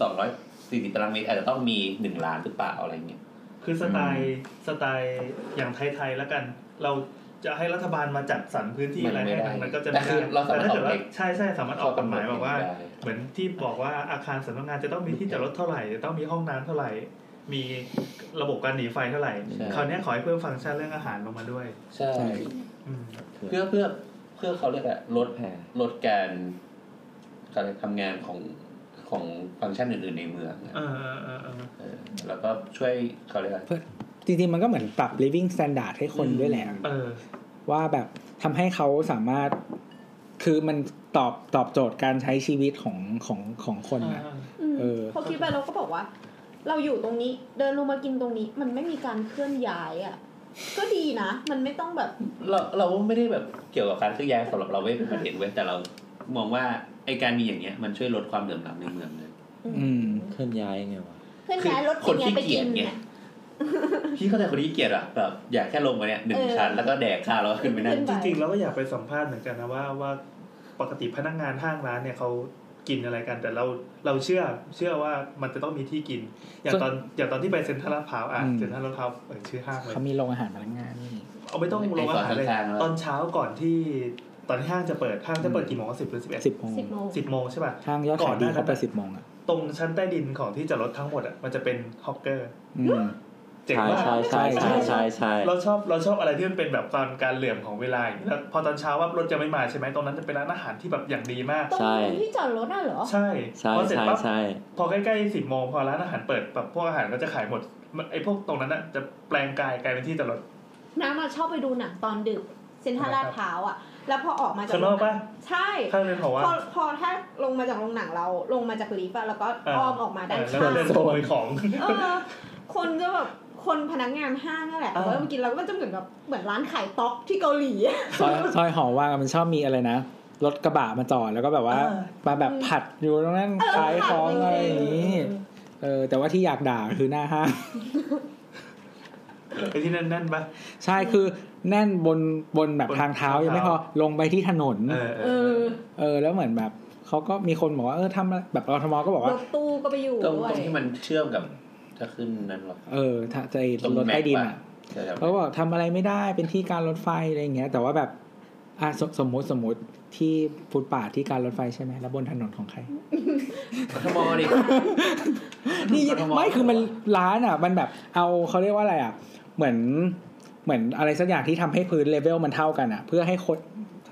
สองร้อยสี่สิบตารางเมตรอาจจะต้องมีหนึ่งล้านหรือเปล่าอะไรเงี้ย คือสไตล์สไตล์อย่างไทยๆแล้วกัน เราจะให้รัฐบาลมาจัดสรรพื้นที่อะไร มันไม่ ให้ ได้ มันมันก็จะ แต่คือเราสา แต่ มารถ ถ้าเกิดว่า ออกเอง ใช่ใช่สามารถออกกฎหมายบอกว่า ได้ เหมือนที่บอกว่าอาคารสำนักงานจะต้องมีที่จอดรถเท่าไหร่จะต้องมีห้องน้ำเท่าไหร่ มีระบบการหนีไฟเท่าไหร่ ใช่ คราวเนี้ยขอให้เพิ่มฟังก์ชันเรื่องอาหารลงมาด้วย ใช่ อืม เพื่อเพื่อเพื่อเขาเรียกอะลดลดการการทำงานของของฟังก์ชันอื่นๆในเมืองอะ เออเออเออเออ เออแล้วก็ช่วยเขาเรียกอะ ๆ จริงๆ มันก็เหมือนปรับ living standard ให้คนด้วยแหละ เออ ว่าแบบทำให้เขาสามารถคือมันตอบตอบโจทย์การใช้ชีวิตของของของคนนะ อืม เออ พอคิดไปเราก็บอกว่า เราอยู่ตรงนี้ เดินลงมากินตรงนี้ มันไม่มีการเคลื่อนย้ายอ่ะ ก็ดีนะ มันไม่ต้องแบบ เราเราไม่ได้แบบเกี่ยวกับการซื้อย้ายสำหรับเราไม่เป็นประเด็นเว้ยแต่เรามองว่าไอการมีอย่างเงี้ยมันช่วยลดความเหลื่อมล้ำในเมืองเลย อืม เคลื่อนย้ายยังไงวะ เคลื่อนย้ายรถ คนขี้ ไป เกี กิ ยจ น ไง เนี่ย พี่เข้าใจคนที่เกียจอะแบบอยากแค่ลงมาเนี่ยหนึ่ง เออ ชั้นแล้วก็แดกข้าวแล้วก็ขึ้นไปนั่ง จริงๆเราก็อยากไปสัมภาษณ์เหมือนกันนะว่าว่าปกติพนักงานห้างร้านเนี่ยเขากินอะไรกัน แต่เราเราเชื่อเชื่อว่ามันจะต้องมีที่กิน อย่างตอนอย่างตอนที่ไปเซ็นทรัลลาดพร้าวอ่ะ อืม เซ็นทรัลลาดพร้าวเอ่ยชื่อห้างเลย เขามีโรงอาหารพนักงานนี่ เอาไม่ต้องลงอาหารเลย ไอ้ตอนกลางๆแล้ว ตอนเช้าก่อนที่ตอนที่ห้างจะเปิดห้างจะเปิดกี่โมงสิบหรือสิบเอ็ด สิบโมง สิบโมง สิบโมงใช่ป่ะ ทางยอดขายดีเข้าไปสิบโมงอ่ะ ตรงชั้นใต้ดินของที่จอดรถทั้งหมดอ่ะมันจะเป็นฮอกเกอร์ อืม เจ๋ง ใช่ มาก ใช่ใช่ใช่ใช่ใช่ เราชอบเราชอบอะไรที่มันเป็นแบบความการเหลื่อมของเวลาอย่างนี้แล้วพอตอนเช้าว่ารถจะไม่มาใช่ไหมตรงนั้นจะเป็นร้านอาหารที่แบบอย่างดีมาก ตรงนี้ที่จอดรถน่ะเหรอ ใช่ ใช่ พอเสร็จ ใช่ ปั๊บ ใช่ พอใกล้ๆสิบโมงพอร้านอาหารเปิดแบบพวกอาหารก็จะขายหมดมันไอ้พวกตรงนั้นน่ะจะแปลงกายกลายเป็นที่จอดรถ น้ำมาชอบไปดูหนังตอนดึก เซ็นทรัลลาดพร้าวอ่ะ แล้วพอออกมาจาก ข้างนอกปะ ใช่ ข้างเป็นของว่า พอพอถ้าลงมาจากโรงหนังเราลงมาจากลิฟต์อะแล้วก็ เออ อ้อมออกมาด้าน เออแล้ว ข้าง ก็เดินขโมยของ เออคนก็แบบคนพนักงานห้างนั่นแหละ เออ เพราะว่ามันกินแล้วก็มันจะเหมือนแบบเหมือนร้านขายต๊อกที่เกาหลีอะ ซอยซอยหอว่างอะมันชอบมีอะไรนะ รถกระบะมาจอดแล้วก็แบบว่า อ่า มาแบบผัดอยู่ตรงนั้น เออ ขายของ ผัดอะไร ไปเลย อย่างนี้ เออ แต่ว่าที่อยากด่าคือหน้าห้าง ไอ้ที่นั่นแน่นปะ <laughs> ใช่คือ แน่นบนบนแบบทางเท้ายังไม่พอลงไปที่ถนน เออเออเออ เออแล้วเหมือนแบบเขาก็มีคนบอกว่าเออทำแบบกทมก็บอก ร ว่า ถตู้ก็ไปอยู่ ตรง ด้ว ต ย รงที่มันเชื่อมกับถ้าขึ้นนั้นหรอ เออถ้าจะ ตรง รถ แม็ก ใต้ดิน ป่ะ อ่ะ ใช่ เขาบอกทำอะไรไม่ได้เป็นที่การรถไฟอะไรอย่างเงี้ย แต่ว่าแบบอ่ะสมสมมติสมมติที่ฟุตปาทที่การรถไฟใช่ไหมแล้วบนถนนของใคร กทม <laughs> ดิ นี่ กทม ไม่คือมันร้านอ่ะ มันแบบเอาเขาเรียกว่าอะไรอ่ะ เหมือนเหมือนอะไรสักอย่างที่ทำให้พื้นเลเวลมันเท่ากันอ่ะ เพื่อให้คน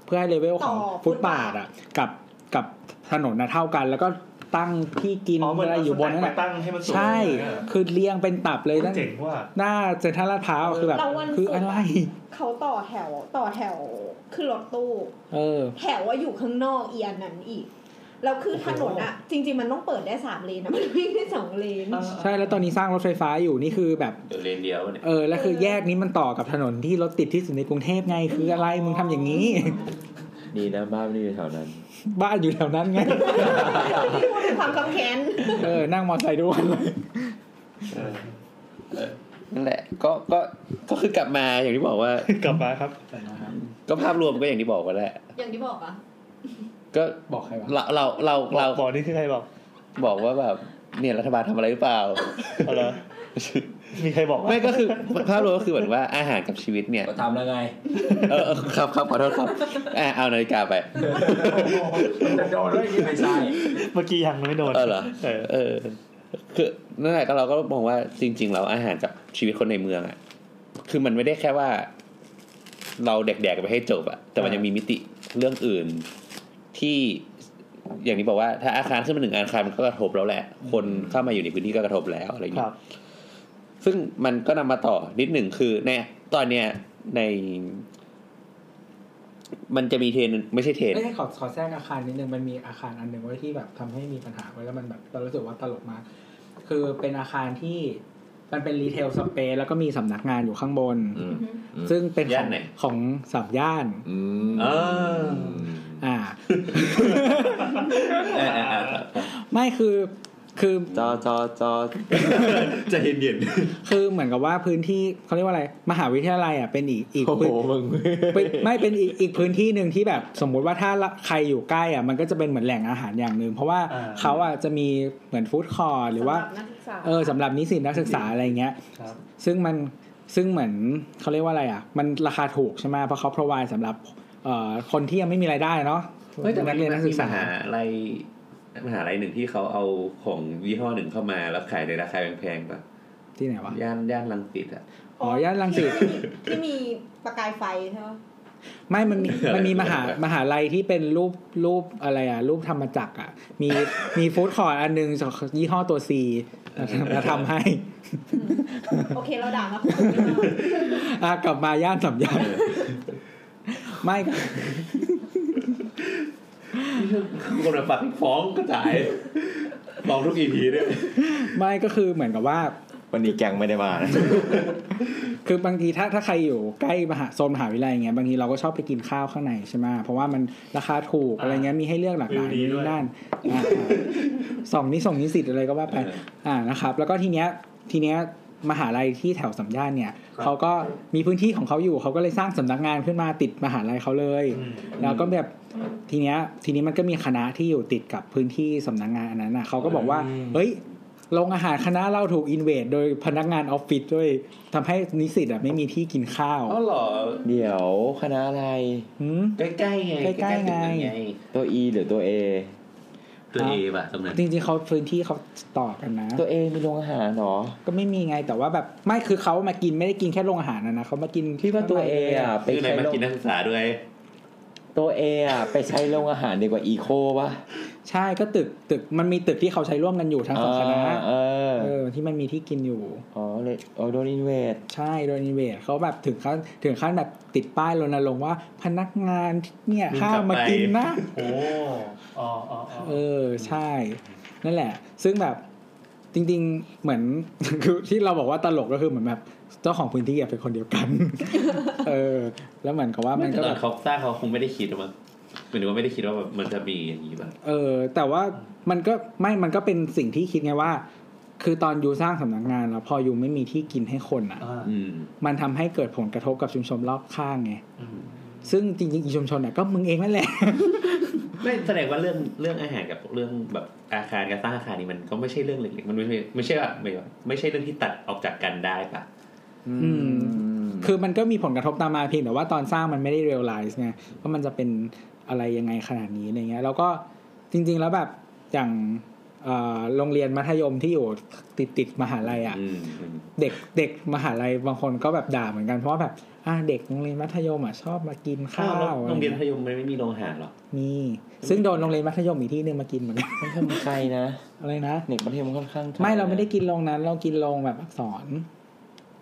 เพื่อให้เลเวลของ ต่อฟุ ฟุต ตบาทปาทอ่ะ กับกับถนนนะเท่ากัน แล้วก็ตั้งที่กิน อ๋อเหมือน อะไร เา อยู่บนนั้น สแต็กมาแหละ ตั้งให้มันสูง ใช่ อย่างเงี้ยเหรอ คือเรียงเป็นตับเลยนั่น เจ๋งว่า หน้าเซ็นทรัลลาดพร้าวอะคือแบบ เราวันศุกร์ คืออะไร เขาต่อแถวต่อแถวขึ้นรถตู้ เออ แถวว่าอยู่ข้างนอกเอียนนั้นอีก แล้วคือถนนอ่ะ จริง ๆ มันต้องเปิดได้สามเลนนะมันวิ่งได้สองเลน ใช่แล้วตอนนี้สร้างรถไฟฟ้าอยู่นี่คือแบบ เดี๋ยวเลนเดียวเนี่ย เออแล้วคือแยกนี้มันต่อกับถนนที่รถติดที่สุดในกรุงเทพไงคืออะไรมึงทำอย่างนี้ ดีนะบ้านไม่ได้อยู่แถวนั้น บ้านอยู่แถวนั้นไง ที่พูดถึงความคับแค้น เออ นั่งมอเตอร์ไซค์ด้วยเลย นั่นแหละ ก็ก็ก็คือกลับมาอย่างที่บอกว่า <laughs> กลับมาครับ ก็ภาพรวมก็อย่างที่บอกไปแหละ อย่างที่บอกอะ ก็ บอกใครวะ เราเราเราเรา บอกนี่คือใครบอก บอกว่าแบบเนี่ยรัฐบาลทำอะไรหรือเปล่า เอาเหรอมีใครบอกว่า ไม่ก็คือภาพรวมก็คือเหมือนว่าอาหารกับชีวิตเนี่ย ก็ทำแล้วไง เออเออครับครับขอโทษครับอ่ะเอานาฬิกาไป โดนด้วยไม่ใช่ เมื่อกี้ยังไม่โดน เออเหรอ เออ เออคือนั่นแหละก็เราก็มองว่าจริง ๆ แล้วอาหารกับชีวิตคนในเมืองอ่ะคือมันไม่ได้แค่ว่า เราแดกๆกันไปให้จบอะแต่มันยังมีมิติเรื่องอื่น ที่อย่างนี้บอกว่าถ้าอาคารขึ้นมาหนึ่งอาคารมันก็กระทบแล้วแหละ คนเข้ามาอยู่ในพื้นที่ก็กระทบแล้วอะไรอย่าง ค เงี้ รั ย บ ซึ่งมันก็นำมาต่อนิดหนึ่งคือในตอนเนี้ยใน มันจะมีเทรนไม่ใช่เทรน ไม่ได้ขอขอแทรกอาคารนิดนึงมันมีอาคารอันหนึ่งไว้ที่แบบทำให้มีปัญหาไว้แล้วมันแบบเรารู้สึกว่าตลกมาก คือเป็นอาคารที่มันเป็นรีเทลสเปซแล้วก็มีสำนักงานอยู่ข้างบน อืม อืม ซึ่งเป็นขอย่าง นไหน ของสามย่าน อืม เออ อ่า เออเออเออ ไม่คือคือ จอจอจอ ใจะเย็นเย็น คือเหมือนกับว่าพื้นที่เขาเรียกว่าอะไร มหาวิทยาลัยอ่ะเป็นอีกอีก โอ้โห พื้น มึง <laughs> เป็นไม่เป็นอีกอีกพื้นที่หนึ่งที่แบบสมมุติว่าถ้าละใครอยู่ใกล้อ่ะมันก็จะเป็นเหมือนแหล่งอาหารอย่างหนึ่งเพราะว่า อ่า เขาอ่ะจะมีเหมือนฟู้ดคอร์ทหรือว่า สำบนักศึกษา เออสำหรับนิสิตนักศึกษาอะไรเงี้ย ครับ ซึ่งมันซึ่งเหมือนเขาเรียกว่าอะไรอ่ะ มันราคาถูกใช่ไหมเพราะเขาพรอไวสำหรับเอ่อคนที่ยังไม่มีรายได้เนาะนักเรียนนักศึกษา มหาลัยมหาลัยหนึ่งที่เขาเอาของยี่ห้อหนึ่งเข้ามาแล้วขายในราคาแพงๆป่ะ ที่ไหนวะ ย่านย่านลังสิตอ่ะ <laughs> อ๋อย่านรังสิต ที่มีที่มีประกายไฟใช่ไหม <laughs> ไม่มันมี อะไร มันมีม <laughs> หา อะไร มหาลัยที่เป็นรูปรูปอะไรอ่ะ รูปธรรมจักรอ่ะ <laughs> มีมีฟู้ดคอร์ทอันหนึงยี่ห้อตัวซีมาทำให้ โอเคเราด่ามา <laughs> อ่ะกลับมาย่านสัมยานไม่ก็ คนมาฝักฟ้องกระจาย <laughs> ฟ้องทุกอีพีด้วย ไม่ก็คือเหมือนกับว่า วันนี้แกงไม่ได้มานะ คือบางทีถ้าถ้าใครอยู่ใกล้มหาโซนมหาวิทยาลัยอย่างเงี้ยบางทีเราก็ชอบไปกินข้าวข้างในใช่ไหมเพราะว่ามันราคาถูก อ่า อะไรเงี้ยมีให้เลือกหลากหลาย วิวดีด้วย ด้านอ่าสองนิส่งนิสิตอะไรก็ว่า <laughs> ไปอ่านะครับ แล้วก็ทีเนี้ยทีเนี้ยมหาลัยที่แถวสัมย่านเนี่ยเขาก็มีพื้นที่ของเขาอยู่เขาก็เลยสร้างสำนักงานขึ้นมาติดมหาลัยเขาเลย อืม แล้วก็แบบทีเนี้ยทีนี้มันก็มีคณะที่อยู่ติดกับพื้นที่สำนักงานอันนั้นอ่ะเขาก็บอกว่า เฮ้ยโรงอาหารคณะเราถูกอินเวดโดยพนักงานออฟฟิศด้วยทำให้นิสิตอ่ะไม่มีที่กินข้าว อ๋อเหรอ เดี๋ยวคณะอะไร หืม ใกล้ๆไง ใกล้ๆไง ตึ ตัว E หรือตัว A ตัวเอป่ะตรงนั้น จริงๆเขาพื้นที่เขาต่อกันนะ ตัว A มีโรงอาหารเหรอ ก็ไม่มีไงแต่ว่าแบบไม่คือเขามากินไม่ได้กินแค่โรงอาหารนะนะเขามากิน พี่ว่าตัว A อ่ะไป คือไหน ใช้ มา โรง กินนักศึกษาด้วย ตัว A อ่ะไปใช้โรงอาหารดีกว่า Eco วะ ใช่ก็ตึกตึกมันมีตึกที่เขาใช้ร่วมกันอยู่ทั้งสองคณะ เออ เออที่มันมีที่กินอยู่ อ๋อเลยอ๋อโดนอินเวด ใช่โดนอินเวดเขาแบบถึงขั้นถึงขั้นแบบติดป้ายรณรงค์ว่าพนักงานเนี่ย มึงกลับ ห้ามมา ไป กินนะ โอ้อ๋ออ๋ออ๋อ เออใช่ นั่นแหละ ซึ่งแบบจริง ๆ เหมือน <laughs> คือที่เราบอกว่าตลกก็คือเหมือนแบบเจ้าของพื้นที่อะเป็นคนเดียวกัน <laughs> เออ แล้วเหมือนกับว่า ไม่ มันก็แต่ต แบ อน บ เขาสร้างเขาคงไม่ได้คิดมั้งหมายถึงว่าไม่ได้คิดว่าแบบมันจะมีอย่างนี้ป่ะ เออ แต่ว่ามันก็ไม่มันก็เป็นสิ่งที่คิดไงว่า คือตอนยูสร้างสำนักงานแล้วพอยูไม่มีที่กินให้คนอ่ะ อ่า อืม มันทำให้เกิดผลกระทบกับชุมชนรอบข้างไง อืม ซึ่งจริงๆอีชุมชนเนี่ยก็มึงเองนั่นแหละ ไม่แสดงว่าเรื่องเรื่องอาหารกับเรื่องแบบอาคารการสร้างอาคารนี่มันก็ไม่ใช่เรื่องเล็กๆมันไม่ใช่ไม่ใช่แบบไม่ไม่ใช่เรื่องที่ตัดออกจากกันได้ปะ อืม คือมันก็มีผลกระทบตามมาเพียงแต่ว่าตอนสร้างมันไม่ได้เรียลไลซ์ไงว่ามันจะเป็นอะไรยังไงขนาดนี้อะไรเงี้ย แล้วก็จริง ๆ แล้วแบบอย่างเอ่อโรงเรียนมัธยมที่อยู่ติดติดๆมหาลัยอ่ะ อืมอืม เด็กเด็กมหาลัยบางคนก็แบบด่าเหมือนกันเพราะว่าแบบอ่ะเด็กโรงเรียนมัธยมอ่ะชอบมากินข้า อ้าว ว แล้วโรงเรียน อะไรเงี้ยมัธยมมันไม่มีโรงอาหารเหรอ มีซึ่งโดนโรงเรียนมัธยมอีกที่หนึงมากินเหมือนกัน มันทำไกลนะ อะไรนะ เด็กประเทศมันค่อนข้างกล ไม่เราไม่ได้กินโรงนั้น เรากินโรงแบบอักษร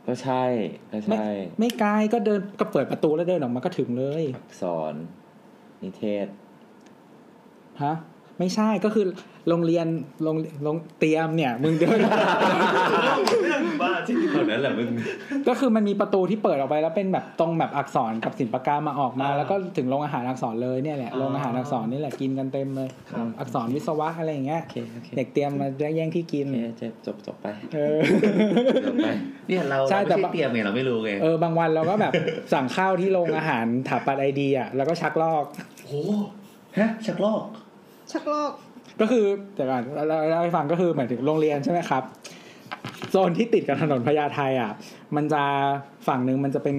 ก็ใช่ก็ใช่ ไม่ไกลก็เดินก็เปิดประตูแล้วเดินออกมาก็ถึงเลย อักษรนิเทศ ฮะไม่ใช่ก็คือโรงเรียนโรงโรงเตรียมเนี่ย มึงเดิน <laughs> เรื่องบ้าจริง เท่านั้นแหละมึง ก็คือมันมีประตูที่เปิดออกไปแล้วเป็นแบบตรงแบบอักษรกับศิลปกรรมมาออกมา แล้วก็ถึงโรงอาหารอักษรเลยเนี่ยแหละโรงอาหารอักษรนี่แหละกินกันเต็มเลย อักษรวิศวะอะไรอย่างเงี้ย โอเคโอเค เด็กเตรียมมาแย่งที่กิน โอเคเจ็บจบจบ <laughs> ไป เออ เดี๋ยวไปเนี่ยเรา ใช่ เรา แต่ ไม่ ว่า ใช่เตรียมไงเราไม่รู้ไง เออบางวันเราก็แบบ สั่งข้าวที่โรงอาหารถาปัดไอเดียแล้วก็ชักลอก โอ้ฮะชักลอก ชักลอก ก็คือแต่ก่อนเราเราให้ฟังก็คือหมายถึงโรงเรียนใช่ไหมครับโซนที่ติดกับถนนพญาไทอ่ะ มันจะฝั่งหนึ่งมันจะเป็น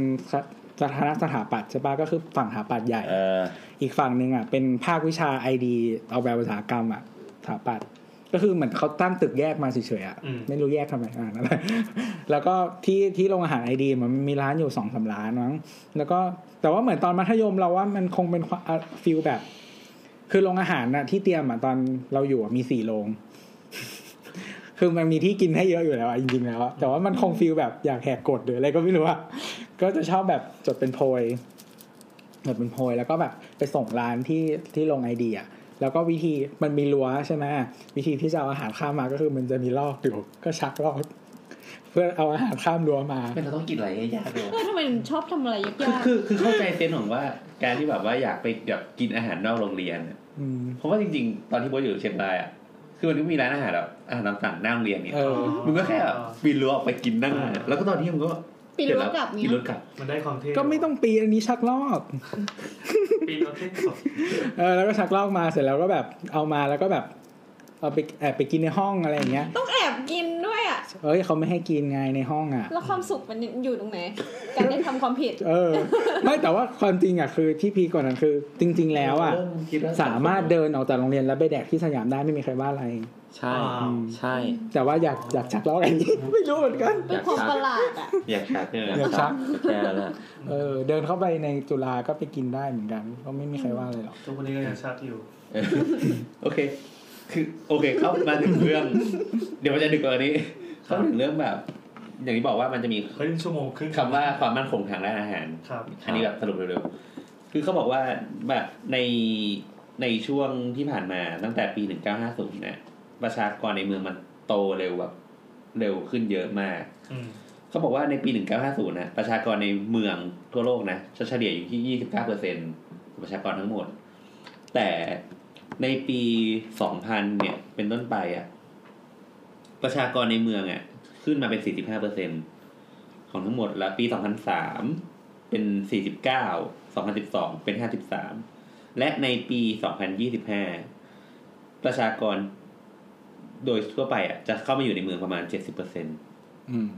สถานะสถาปัตย์ใช่ปะก็คือฝั่งสถาปัตย์ใหญ่ เออ อีกฝั่งหนึ่งอ่ะเป็นภาควิชาไอดีเอาแบบอุตสาหกรรมอ่ะสถาปัตย์ก็คือเหมือนเขาตั้งตึกแยกมาเฉยๆอ่ะไม่รู้แยกทำไมอ่านั่นแหละ <laughs> แล้วก็ที่ที่โรงอาหารไอดีมันมีร้านอยู่สองสามร้านมั้งแล้วก็แต่ว่าเหมือนตอนมัธยมเราว่ามันคงเป็นความอ่ะฟิลแบบ คือโรงอาหารน่ะที่เตรียมอ่ะตอนเราอยู่อ่ะมีสี่โรง <laughs> คือมันมีที่กินให้เยอะอยู่แล้วอ่ะจริงๆแล้วอ่ะแต่ว่ามันคงฟิลแบบอยากแหกกฎหรืออะไรก็ไม่รู้อ่ะก็จะชอบแบบจดเป็นโพย เกิดเป็นโพยแล้วก็แบบไปส่งร้านที่ที่ลงไอเดียแล้วก็วิธีมันมีรั้วใช่ไหมวิธีที่จะเอาอาหารข้ามมาก็คือมันจะมีลอกอยู่ก็ชักลอก เพื่อเอาอาหารข้ามรั้วมา ไม่เราต้องกินอะไรยากๆเลยวะ เออทำไมถึงชอบทำอะไรยาก คือ ๆ คือคือเข้าใจเซนส์ของว่าการที่แบบว่าอยากไปแบบกินอาหารนอกโรงเรียนเนี่ย อืม เพราะว่าจริงๆ ตอนที่โบทอยู่เชียงรายอ่ะคือมันก็มีร้านอาหารแบบอาหารตามสั่งหน้าโรงเรียนเนี่ย เออ มึงก็แค่แบบปีนรั้วออกไปกินนั่งอาหารแล้วก็ตอนที่มึงก็ ปีนรั้วกลับเนี่ย ปีนรั้วกลับ มันได้ความเท่ ก็ไม่ต้องปีนอันนี้ชักลอก ปีนเอาเท่ เออแล้วก็ชักลอกมาเสร็จแล้วก็แบบเอามาแล้วก็แบบเอาไปแอบไปกินในห้องอะไรอย่างเงี้ย ต้องแอบกินด้วยอ่ะ เอ้ยเขาไม่ให้กินไงในห้องอ่ะ แล้วความสุขมันอยู่ตรงไหน การได้ทำความผิด <laughs> เออ ไม่แต่ว่าความจริงอ่ะคือที่พีคกว่านั้นคือ จริง ๆ แล้วอ่ะ เริ่มคิดว่ สามารถเดินออกจากโรงเรียนแล้วไปแดกที่สยามได้ไม่มีใครว่าอะไร ใช่ อืม ใช่ แต่ว่าอยากอยากชักล้อกันนี้ ไม่รู้เหมือนกัน เป็นความประหลาดอ่ะ อยากชักเลย อยากชัก สแกนแล้ว เออเดินเข้าไปในจุฬาก็ไปกินได้เหมือนกัน ก็ไม่มีใครว่าเลยหรอก ทุกวันนี้ก็ยังชักอยู่ โอเค คือโอเคเข้ามาถึงเรื่อง เดี๋ยวมันจะดึกกว่านี้เข้าถึงเรื่องแบบ อย่างที่บอกว่ามันจะมี เฮ้ยชั่วโมงครึ่ง คำว่าความมั่นคงทางด้านอาหาร ครับ อันนี้แบบสรุปเร็วๆ คือเขาบอกว่าแบบในในช่วงที่ผ่านมาตั้งแต่ปี 1950เนี่ยประชากรในเมืองมันโตเร็วแบบเร็วขึ้นเยอะมาก อืม เขาบอกว่าในปี 1950นะประชากรในเมืองทั่วโลกนะเฉลี่ยอยู่ที่ 29เปอร์เซ็นประชากรทั้งหมด แต่ในปี 2000 เนี่ย เป็นต้นไปอะประชากรในเมืองอะขึ้นมาเป็น 45เปอร์เซ็นของทั้งหมด แล้วปี 2003 เป็น 49 2012 เป็น 53 และในปี 2025 ประชากรโดยทั่วไปอะจะเข้ามาอยู่ในเมืองประมาณ 70เปอร์เซ็น อืม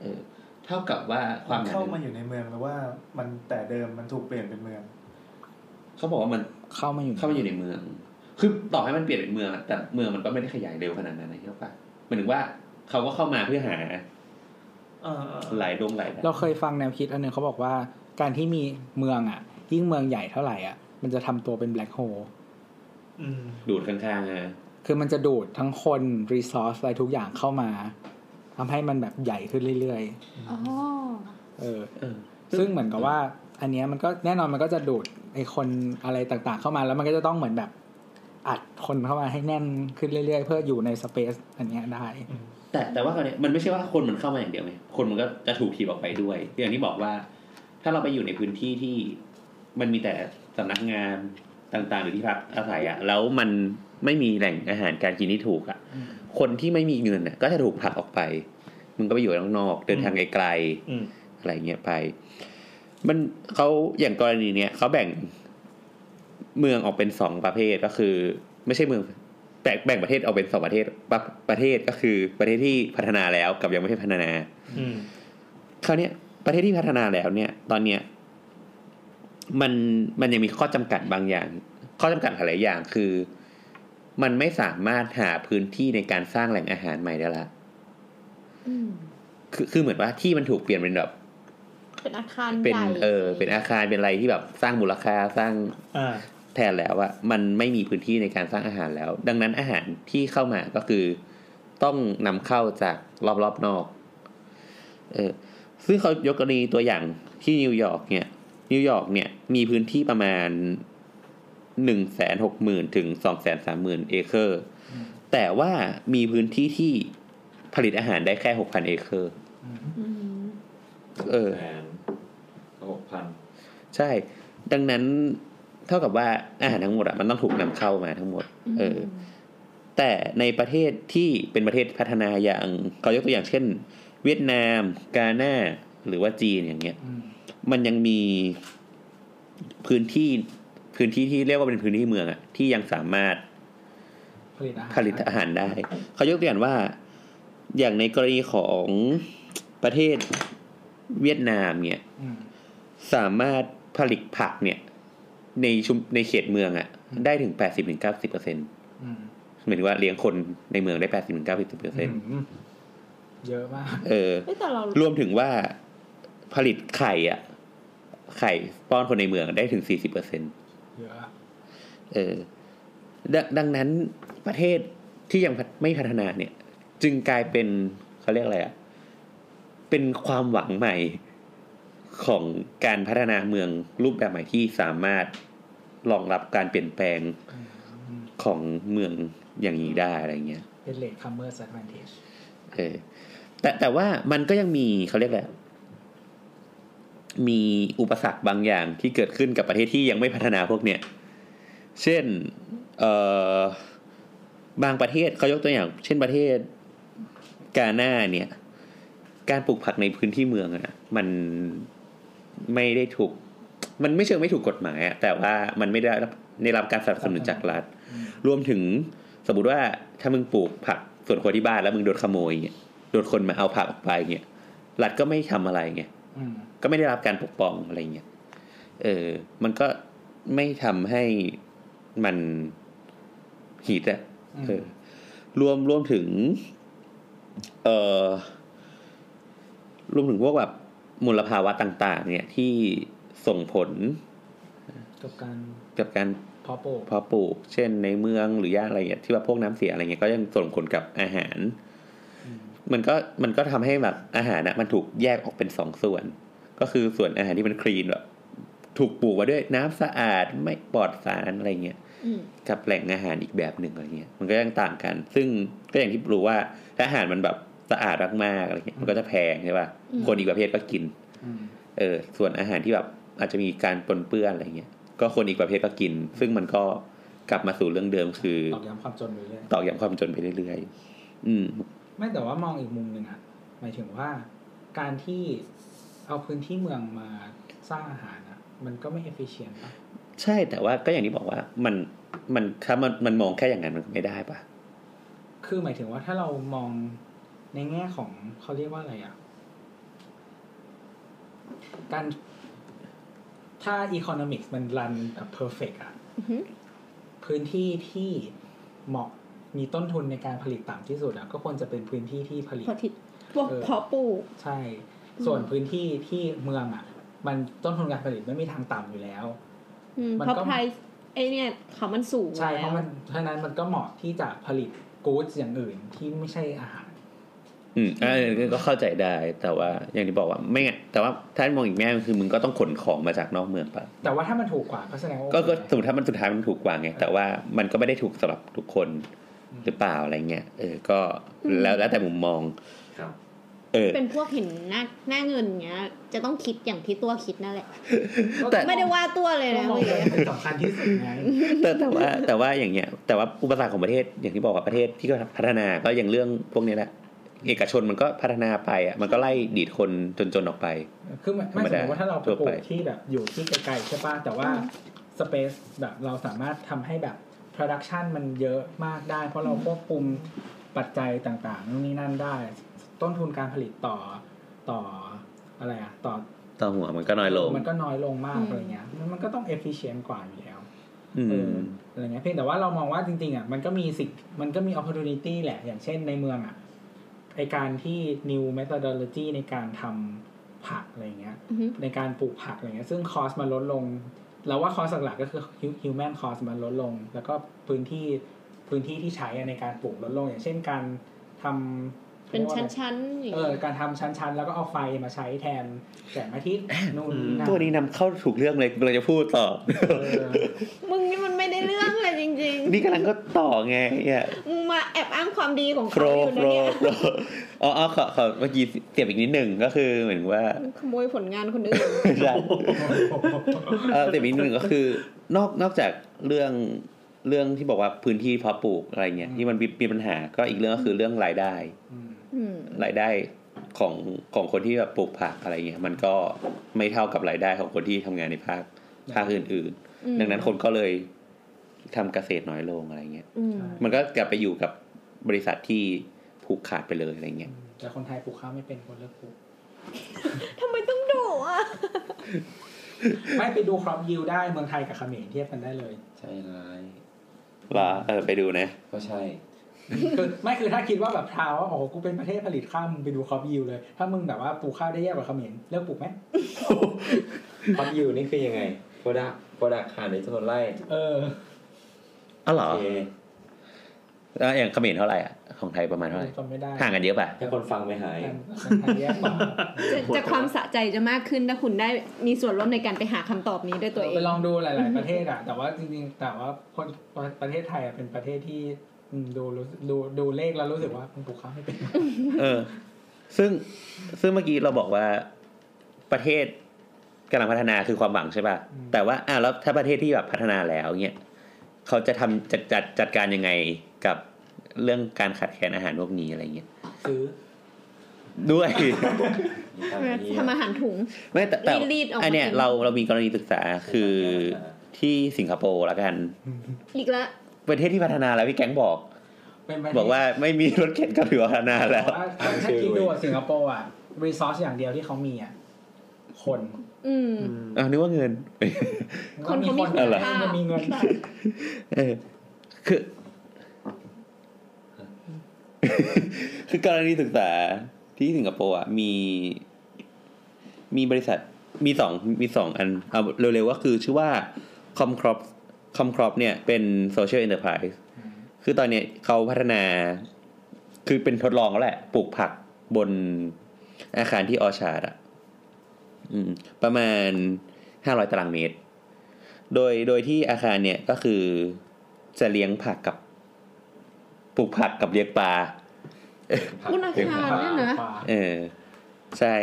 เออเท่ากับว่าความหนา เข้ามา แน่น อยู่ในเมืองแล้วว่ามันแต่เดิมมันถูกเปลี่ยนเป็นเมือง เขาบอกว่ามัน เข้ามาอยู่ เข้ามาอยู่ในเมือง คือต่อให้มันเปลี่ยนเป็นเมืองอะแต่เมืองมันก็ไม่ได้ขยายเร็วขนาดนั้นนะเข้าปะหมายถึงว่าเขาก็เข้ามาเพื่อหา เออเออ หลายดงหลายแบบ เราเคยฟังแนวคิดอันหนึ่งเขาบอกว่า การที่มีเมืองอ่ะ ยิ่งเมืองใหญ่เท่าไหร่อ่ะมันจะทำตัวเป็นแบล็คโฮล อืม ดูดข้างๆอะ คือมันจะดูดทั้งคนรีซอสอะไรทุกอย่างเข้ามาทำให้มันแบบใหญ่ขึ้นเรื่อย อ๋อ ๆเออ เออ ซึ่งเหมือนกับว่า อันเนี้ยมันก็แน่นอนมันก็จะดูดไอคนอะไรต่างๆ เข้ามาแล้วมันก็จะต้องเหมือนแบบอัดคนเข้ามาให้แน่นขึ้นเรื่อยๆ เพื่ออยู่ในสเปซอันเนี้ยได้ แต่แต่ว่าคราวเนี้ยมันไม่ใช่ว่าคนมันเข้ามาอย่างเดียวไงคนมันก็จะถูกถีบออกไปด้วย อย่างที่บอกว่า ถ้าเราไปอยู่ในพื้นที่ที่มันมีแต่สำนักงานต่างๆ หรือที่พักอาศัยอะแล้วมันไม่มีแหล่งอาหารการกินที่ถูกอะ คนที่ไม่มีเงินน่ะก็จะถูกผลักออกไป มึงก็ไปอยู่ข้างนอก เดินทางไกล อืม ๆอะไรเงี้ยไป มันเขาอย่างกรณีเนี้ยเขาแบ่งเมืองออกเป็นสองประเภทก็คือ ไม่ใช่เมืองแบ่งแบ่งประเทศออกเป็นสองประเทศประประเทศก็คือประเทศที่พัฒนาแล้วกับยังไม่ได้พัฒนา อืม คราวเนี้ยประเทศที่พัฒนาแล้วเนี่ย ตอนเนี้ยมันมันยังมีข้อจำกัดบางอย่าง ข้อจำกัดหลายๆอย่างคือ มันไม่สามารถหาพื้นที่ในการสร้างแหล่งอาหารใหม่ได้ละคือคือเหมือนว่าที่มันถูกเปลี่ยนเป็นแบบ เป็นอาคาร เป็น ใหญ่ เออ เป็นอาคารเป็นอะไรที่แบบสร้างมูลค่าสร้าง อ่า แทนแล้วอะมันไม่มีพื้นที่ในการสร้างอาหารแล้ว ดังนั้นอาหารที่เข้ามาก็คือ ต้องนำเข้าจากรอบรอบๆนอก เออซึ่งเขายกกรณีตัวอย่างที่นิวยอร์กเนี่ย นิวยอร์กเนี่ย มีพื้นที่ประมาณหนึ่งแสนหกหมื่นถึงสองแสนสามหมื่นเอเคอร์ แต่ว่ามีพื้นที่ที่ผลิตอาหารได้แค่หกพันเอเคอร์ อืม เออ แสนหกพัน ใช่ ดังนั้นเท่ากับว่าอาหารทั้งหมดอะมันต้องถูกนำเข้ามาทั้งหมด เออ แต่ในประเทศที่เป็นประเทศพัฒนาอย่างเขายกตัวอย่างเช่น เวียดนาม กาหน้า หรือว่าจีนอย่างเงี้ย อืม มันยังมีพื้นที่พื้นที่ที่เรียกว่าเป็นพื้นที่เมืองอะที่ยังสามารถ ผลิตอาหาร ผลิตอาหารได้ เขายกตัวอย่างว่า อย่างในกรณีของประเทศเวียดนามเนี่ย อืม สามารถผลิตผักเนี่ยในชุมในเขตเมืองอะ่ะ อืม ได้ถึงแปดสิบถึงเก้าสิบเปอร์เซ็น อืม หมายถึงว่าเลี้ยงคนในเมืองได้แปดสิบถึงเก้าสิบเปอร์เซ็น อืมเยอะมาก เออ เอ้ยแต่เรา รวมถึงว่าผลิตไข่อะ่ะ ไข่ป้อนคนในเมืองได้ถึงสี่สิบเปอร์เซ็น เยอะ เออดงดังนั้นประเทศที่ยังพัฒไม่พัฒนาเนี่ย จึงกลายเป็นเขาเรียกอะไรอะ่ะ เป็นความหวังใหม่ของการพัฒนาเมืองรูปแบบใหม่ที่สามารถรองรับการเปลี่ยนแปลง อืม ของเมืองอย่างนี้ได้อะไรเงี้ย เป็นเลทคัมเมอร์สแวนเทจ เออ แต่แต่ว่ามันก็ยังมีเขาเรียกแหละไรมีอุปสรรคบางอย่างที่เกิดขึ้นกับประเทศที่ยังไม่พัฒนาพวกเนี้ย เช่น เอ่อ บางประเทศเขายกตัวอย่าง เช่นประเทศกาหน้าเนี่ย การปลูกผักในพื้นที่เมืองอะมันไม่ได้ถูก มันไม่เชิงไม่ถูกกฎหมายอะแต่ว่ามันไม่ได้รับได้รับการสนับสนุนจากรัฐ รวมถึงสมมติว่าถ้ามึงปลูกผักสวนครัวที่บ้านแล้วมึงโดนขโมยเงี้ยโดนคนมาเอาผักออกไปเงี้ยรัฐก็ไม่ทำอะไรเงี้ย อืม ก็ไม่ได้รับการปกป้องอะไรเงี้ยเออ มันก็ไม่ทำให้มันหีดอะ อืม เออรวมรวมถึง เอ่อรวมถึงพวกแบบมลภาวะต่าง ๆ เนี่ยที่ส่งผล กับการ กับการ เพาะปลูก เพาะปลูก เช่นในเมืองหรือย่านอะไรเงี้ยที่ว่าพวกน้ำเสียอะไรเงี้ยก็ยังส่งผลกับอาหาร อืม มันก็มันก็ทำให้แบบอาหารนะมันถูกแยกออกเป็นสองส่วน ก็คือส่วนอาหารที่มันคลีนแบบถูกปลูกมาด้วยน้ำสะอาดไม่ปลอดสารอะไรเงี้ย อืม กับแหล่งอาหารอีกแบบหนึ่งอะไรเงี้ย มันก็ยังต่างกัน ซึ่งก็อย่างที่รู้ว่าถ้าอาหารมันแบบสะอาดมากๆอะไรเงี้ย มันก็จะแพงใช่ป่ะ คนอีกประเภทก็กิน อืม เออ ส่วนอาหารที่แบบอาจจะมีการปนเปื้อนอะไรเงี้ย ก็คนอีกประเภทก็กิน ซึ่งมันก็กลับมาสู่เรื่องเดิมคือ ตอกย้ำความจนไปเรื่อย ตอกย้ำความจนไปเรื่อยๆ อืม ไม่แต่ว่ามองอีกมุมหนึ่งอะหมายถึงว่าการที่เอาพื้นที่เมืองมาสร้างอาหารอะมันก็ไม่เอฟฟิเชนต์ป่ะ ใช่ แต่ว่าก็อย่างที่บอกว่ามัน มันถ้ามันมันมองแค่อย่างนั้นมันก็ไม่ได้ป่ะ คือหมายถึงว่าถ้าเรามองในแง่ของเขาเรียกว่าอะไรอะการถ้าอีโคโนมิกส์มันรันแบบเพอร์เฟกอะพื้นที่ที่เหมาะมีต้นทุนในการผลิตต่ำที่สุดอะก็ควรจะเป็นพื้นที่ที่ผลิต พอทิศพวก เออ เพาะปลูก ใช่ ส่วนพื้นที่ที่เมืองอ่ะ มันต้นทุนการผลิตไม่มีทางต่ำอยู่แล้ว อืม มัน เพราะ ก็ ไพรไอเนี่ยเขามันสูง ใช่ แล้ว เพราะมันเพราะฉะนั้นมันก็เหมาะที่จะผลิตกู๊ดอย่างอื่นที่ไม่ใช่อาหาร อืมอ่าก็เข้าใจได้ แต่ว่าอย่างที่บอกว่าไม่ไงนแต่ว่าถ้ามองอีกแง่คือมึงก็ต้องขนของมาจากนอกเมืองไป แต่ว่าถ้ามันถูกกว่าก็แสดงว่า ก็ โอเค ก็สมมติถ้ามันสุดท้ายมันถูกกว่าไง แต่ว่ามันก็ไม่ได้ถูกสำหรับทุกคน อืม หรือเปล่าอะไรเงี้ยเออก็แล้วแล้วแต่มุมมอง ครับ เอ เออ เป็นพวกเห็นหน้าหน้าเงินเงี้ย จะต้องคิดอย่างที่ตัวคิดนั่นแหละ แต่ ไม่ได้ว่าตัวเลยนะ มอง เว้ย ว่าเป็นสำคัญที่สุดไง แต่แต่ว่าแต่ว่าอย่างเงี้ย แต่ว่าอุปสรรคของประเทศอย่างที่บอกว่าประเทศที่ก็พัฒนาก็อย่างเรื่องพวกเนี้ยแหละ เอกชนมันก็พัฒนาไปอ่ะมันก็ไล่ดีดคนจนๆออกไป คือไม่ ธรรม ไม่ส ดาม มติว่าถ้าเราไป ทั่ว ปลู ไป กที่แบบอยู่ที่ไกลๆใช่ป่ะแต่ว่าสเปซแบบเราสามารถทำให้แบบ production มันเยอะมากได้ เพราะเราควบคุมปัจจัยต่างๆนู่นนี่นั่นได้ ต้นทุนการผลิตต่อต่ออะไรอะต่อ ต่อหัวมันก็น้อยลง มันก็น้อยลงมากอะไรเงี้ยมันมันก็ต้อง efficient กว่าอยู่แล้ว อื เออ ม อะไรเงี้ยเพียงแต่ว่าเรามองว่าจริงๆอ่ะมันก็มีสิทธิ์มันก็มี opportunity แหละ อย่างเช่นในเมืองอ่ะไอการที่ new methodology ในการทำผักอะไรเงี้ย อือหือ ในการปลูกผักอะไรเงี้ยซึ่งคอสมันลดลง เราว่าคอสหลักๆก็คือ hu- human cost มันลดลง แล้วก็พื้นที่พื้นที่ที่ใช้ในการปลูกลดลง อย่างเช่นการทำ เป็น รียกว่าอะไร ชั้นๆอย่าง เออ เงี้ย การทำชั้นๆ แล้วก็เอาไฟมาใช้แทนแสงอาทิ <laughs> ตย์นู่นนี่นั่น ตัวนี้นำเข้าถูกเรื่องเลยเราจะพูดต่อ เออ มึงนี่มันไม่ได้เรื่องเลยจริง นี่กำลังก็ต่อไงเนี่ย ๆ มึงมาแอบอ้างความดีของ โป เขา <laughs> ร อยู่ โป นะ ร เนี่ย โปร <laughs> อ๋ออ๋อขอขอเมื่อกี้เสียบอีกนิดหนึ่งก็คือเหมือนว่า <laughs> ขโมยผลงานคนอื่น ใช่เออแต่อีกนิดหนึ่งก็คือนอกนอกจากเรื่องเรื่องที่บอกว่าพื้นที่เพาะปลูกอะไรเงี้ย อืม ที่มันมีมีปัญหาก็อีกเรื่องก็คือเรื่องรายได้ อืม อืม รายได้ของของคนที่แบบปลูกผักอะไรเงี้ยมันก็ไม่เท่ากับรายได้ของคนที่ทำงานในภาคภาคอื่น อืม ๆ ดังนั้นคนก็เลยทำเกษตรน้อยลงอะไรเงี้ย อืม มันก็กลับไปอยู่กับบริษัทที่ผูกขาดไปเลยอะไรเงี้ย แต่คนไทยปลูกข้าวไม่เป็นคนเลิกปลูก ทำไมต้องดุอ่ะ ไม่ไปดูครอปยิวได้เมืองไทยกับเขมรเทียบกันได้เลย ใช่ร้าย ว่าเออไปดูนะ ก็ใช่ คือ <laughs> ไม่คือถ้าคิดว่าแบบพราวว่าโอ้โหกูเป็นประเทศผลิตข้าวมึงไปดูครอปยิวเลย ถ้ามึงแบบว่าปลูกข้าวได้แย่กว่าเขมรเลิกปลูกไหม พับยูนี่คือยังไงโปรดักโปรดักขายในจำนวนไร่ เออ อ๋อเหร โอ อ เค แล้วอย่างเขมรเท่าไหร่อะของไทยประมาณเท่าไหร่ จำไม่ได้ ห่างกันเยอะป่ะ ถ้าคนฟังไม่หาย ไทยแย่กว่า จะจะความสะใจจะมากขึ้นถ้าคุณได้มีส่วนร่วมในการไปหาคำตอบนี้ด้วยตัวเอ ไป ง ลองดูหลาย ๆ ประเทศอะแต่ว่าจริงๆแต่ว่าคนประเทศไทยอะเป็นประเทศที่อืมดูรู้สึกดูดูเลขแล้วรู้สึกว่ามึงปลูกข้าวไม่เป็น เออ ซึ่งซึ่งเมื่อกี้เราบอกว่าประเทศกำลังพัฒนาคือความหวังใช่ป่ะ แต่ว่าอ่ะแล้วถ้าประเทศที่แบบพัฒนาแล้วเนี่ยเขาจะทำจัดจัดจัดการยังไงกับเรื่องการขาดแคลนอาหารพวกนี้อะไรเงี้ย ซื้อ ด้วย <laughs> อย่างนี้ ทำอาหารถุง ไม่แต่แต่ รีดๆออกมา อันเนี้ย เป็น เราเรามีกรณีศึกษาคือที่สิงคโปร์ละกัน อีกแล้ว ประเทศที่พัฒนาแล้วพี่แก๊งบอก เป็นประเทศ บอกว่าไม่มีรถเข็นก็ถือว่าพัฒนา แต่ แล้ว ว่าถ้าถ้าคิดดูอะสิงคโปร์อะรีซอสอย่างเดียวที่เขามีอะคน อืม อ้าวนึกว่าเงิน คนเขามีคุณ อะไร ภาพ มันมีเงินได้ เออคือ คือกรณีศึกษาที่สิงคโปร์อ่ะมี มีบริษัทมีสองมีสองอันเอาเร็วๆก็คือชื่อว่า คอมครอปคอมครอปเนี่ยเป็นโซเชียล n อ e r p r i s รคือตอนเนี้ยเขาพัฒนา คือเป็นทดลองแล้วแหละ ปลูกผักบนอาคารที่ออชาร์ดอ่ะ อืม ประมาณห้าร้อยตารางเมตร โดยโดยที่อาคารเนี่ยก็คือจะเลี้ยงผักกับปลูกผักกับเลี้ยงปลา ผัก คุณอาคารเนี่ยนะ กว่า เออ ใช่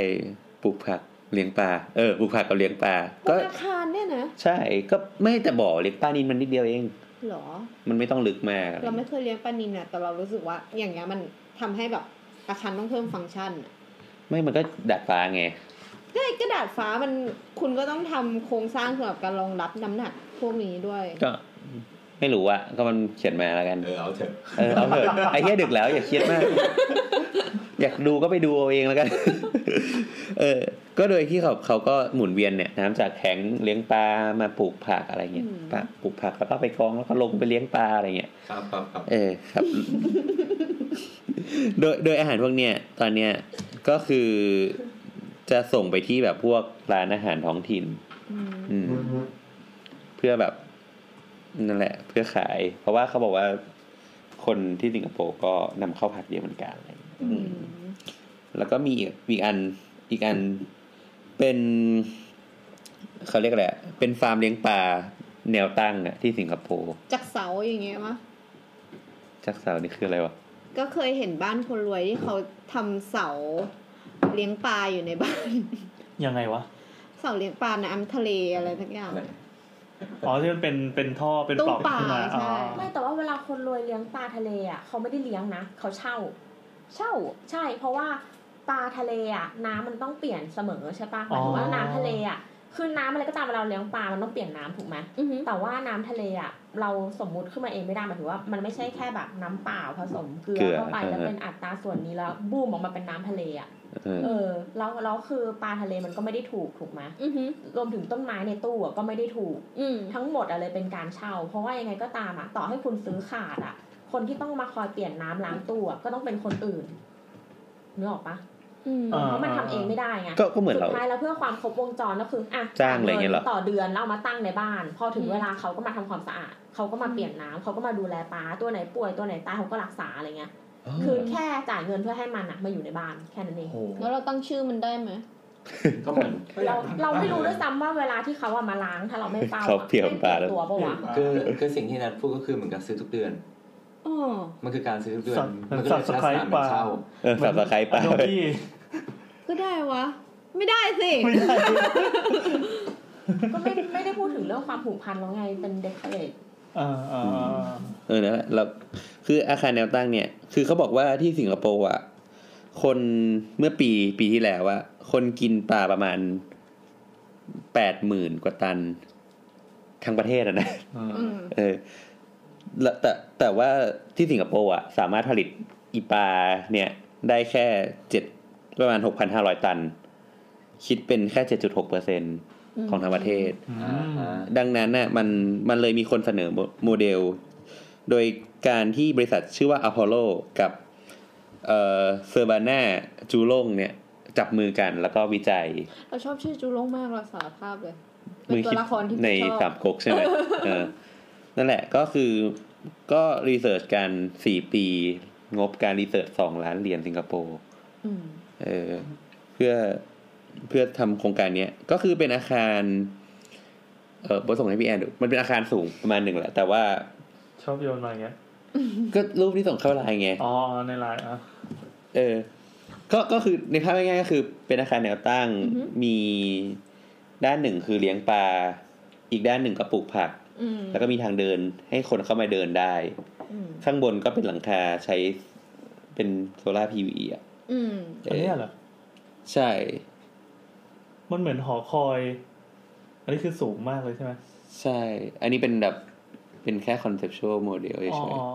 ปลูกผักเลี้ยงปลาเออปลูกผักกับเลี้ยงปลา คุ ก็ ณอาคารเนี่ยนะ ใช่ก็ไม่แต่บ่อเลี้ยงปลานินมันนิดเดียวเอง หรอ มันไม่ต้องลึกมาก เราไม่เคยเลี้ยงปลานินอะแต่เรารู้สึกว่า อย่างเงี้ยมันทำให้แบบอาคารต้องเพิ่มฟังก์ชันอะ ไม่มันก็ดัดปลาไง ก็ไอ้กระดาษฟ้ามันคุณก็ต้องทำโครงสร้างสำหรับการรองรับน้ำหนักพวกนี้ด้วย ก็ไม่รู้อะก็มันเขียนมาแล้วกัน เออเอาเถอะ เออเอาเถอะไอ้เหี้ยดึกแล้วอย่าเครียดมาก อยากดูก็ไปดูเอาเองแล้วกัน <laughs> เออ ก็โดยที่เขาเขาก็หมุนเวียนเนี่ย น้ำจากแข็งเลี้ยงปลามาปลูกผักอะไรเงี้ย อืม ปลาปลูกผักแล้วก็ไปกองแล้วก็ลงไปเลี้ยงปลาอะไรเงี้ย ครับครับครับ เออครับ <laughs> โดยโดยอาหารพวกเนี้ยตอนเนี้ยก็คือจะส่งไปที่แบบพวกร้านอาหารท้องถิ่น อืม อืม เพื่อแบบนั่นแหละ เพื่อขาย เพราะว่าเขาบอกว่าคนที่สิงคโปร์ก็นำเข้าผักเยอะเหมือนกันอะไรอย่างเงี้ยอืมแล้วก็มีอีกอีกอันอีกอันเป็นเขาเรียกอะไรอะเป็นฟาร์มเลี้ยงปลาแนวตั้งอะที่สิงคโปร์ จากเสาอย่างเงี้ยมะ จักเสานี่คืออะไรวะ ก็เคยเห็นบ้านคนรวยที่เขาทำเสา เลี้ยงปลาอยู่ใน <laughs> บ้าน ยังไงวะ เสาเลี้ยงปลาน้ำทะเลอะไรทั้งอย่าง อ๋อที่มันเป็นเป็นท่อเป็น ตู้ ปล่อง ปลา ขึ้นมา ใช่ อ๋อ ไม่แต่ว่าเวลาคนรวยเลี้ยงปลาทะเลอ่ะเขาไม่ได้เลี้ยงนะเขาเช่า เช่าใช่ เพราะว่าปลาทะเลอ่ะน้ำมันต้องเปลี่ยนเสมอใช่ปะหมายถึงว่าน้ำทะเลอ่ะคือน้ำอะไรก็ตามเวลาเราเลี้ยงปลามันต้องเปลี่ยนน้ำถูกไหม อือหือ แต่ว่าน้ำทะเลอ่ะเราสมมุติขึ้นมาเองไม่ได้หมายถึงว่ามันไม่ใช่แค่แบบน้ำเปล่าผสมเกลื เกลืออเข้าไปแล้ว อ่า เป็นอัตราส่วนนี้แล้วบูมออกมาเป็นน้ำทะเลอ่ะ เออ เออแล้วแล้วคือปลาทะเลมันก็ไม่ได้ถูกถูกไหม อือหือ รวมถึงต้นไม้ในตู้อะก็ไม่ได้ถูก อืม ทั้งหมดอะไรเป็นการเช่า เพราะว่ายังไงก็ตามอะต่อให้คุณซื้อขาดอะคนที่ต้องมาคอยเปลี่ยนน้ำล้างตู้อะก็ต้องเป็นคนอื่นนึกออกปะ อืม อ่ เพราะมันทำเองไม่ได้ไง ก็ก็เหมือนเรา สุดท้ายแล้วเพื่อความครบวงจรก็คืออ่ะ จ้างอะไรเงี้ยเหรอ ต่อเดือนแล้วเอามาตั้งในบ้าน พอถึง อืม เวลาเขาก็มาทำความสะอาดเขาก็มาเปลี่ยนน้ำเขาก็มาดูแลปลาตัวไหนป่วยตัวไหนตายเขาก็รักษาอะไรเงี้ย คือแค่จ่ายเงินเพื่อให้มันอะมาอยู่ในบ้านแค่นั้นเอง โอ้โห แล้วเราตั้งชื่อมันได้ไหม ก็เหมือน เราเราไม่รู้ด้วยซ้ำว่าเวลาที่เขาอะมาล้างถ้าเราไม่เฝ้าอะ เขาเปลี่ยนปลาแล้ว ตัวปะวะ คือคือสิ่งที่นัดพูดก็คือเหมือนกับซื้อทุกเดือน อ๋อ มันคือการซื้อทุกเดือน สับมัน มันก็ สั เลยบส ลัก ไค ษ ร ณะ ป์ เหมือนปลา เช่า เออสับสไครป์ปลา โดที่ ก็ได้วะ ไม่ได้สิ ไม่ได้ ก็ไม่ไม่ได้พูดถึงเรื่องความผูกพันแล้วไงเป็นเด็กเลด อ่าอ่าอ่า เออนั่นแหละแล้วคืออาคารแนวตั้งเนี่ย คือเขาบอกว่าที่สิงคโปร์อ่ะคนเมื่อปีปีที่แล้วอ่ะคนกินปลาประมาณแปดหมื่นกว่าตันทั้งประเทศอะนะ อืม เออแล้วแต่แต่ว่าที่สิงคโปร์อ่ะ สามารถผลิตอีปลาเนี่ย ได้แค่เจ็ดประมาณหกพันห้าร้อยตัน คิดเป็นแค่เจ็ดจุดหกเปอร์เซ็นของทั้งประเทศ อื อ่าม อ่า ดังนั้นน่ะมันมันเลยมีคนเสนอโมโมเดล โดยการที่บริษัทชื่อว่า Apollo กับเอ่อเซอร์บาน่าจูลงเนี่ย จับมือกันแล้วก็วิจัย เราชอบชื่อจูโล่งมากเราสารภาพเลย เป็ มึ น ง ตัว คิด ละครที่ ใน ชอบ สามก๊ก <laughs> ใช่ไหมเออนั่นแหละก็คือก็รีเสิร์ชกันสี่ปี งบการรีเสิร์ชสองล้านเหรียญสิงคโปร์ อืม เออเพื่อเพื่อทำโครงการเนี้ยก็คือเป็นอาคาร เออบทส่งให้พี่แอนดูมันเป็นอาคารสูงประมาณหนึ่งแหละ แต่ว่า ชอบโยนมาอย่างเงี้ย ก็รูปที่ส่งเข้าไลน์ไง อ๋อในไลน์อ่ะ เออ ก็ก็คือในภาพง่ายๆก็คือเป็นอาคารแนวตั้ง อือฮึ มีด้านหนึ่งคือเลี้ยงปลา อีกด้านหนึ่งก็ปลูกผัก อืม แล้วก็มีทางเดินให้คนเข้ามาเดินได้ อืม ข้างบนก็เป็นหลังคาใช้เป็นโซลาร์พีวีอ่ะ อืม อันเนี้ยเหรอ ใช่ มันเหมือนหอคอย อันนี้คือสูงมากเลยใช่ไหม ใช่ อันนี้เป็นแบบเป็นแค่ conceptual model อ๋อ เฉย อ๋อ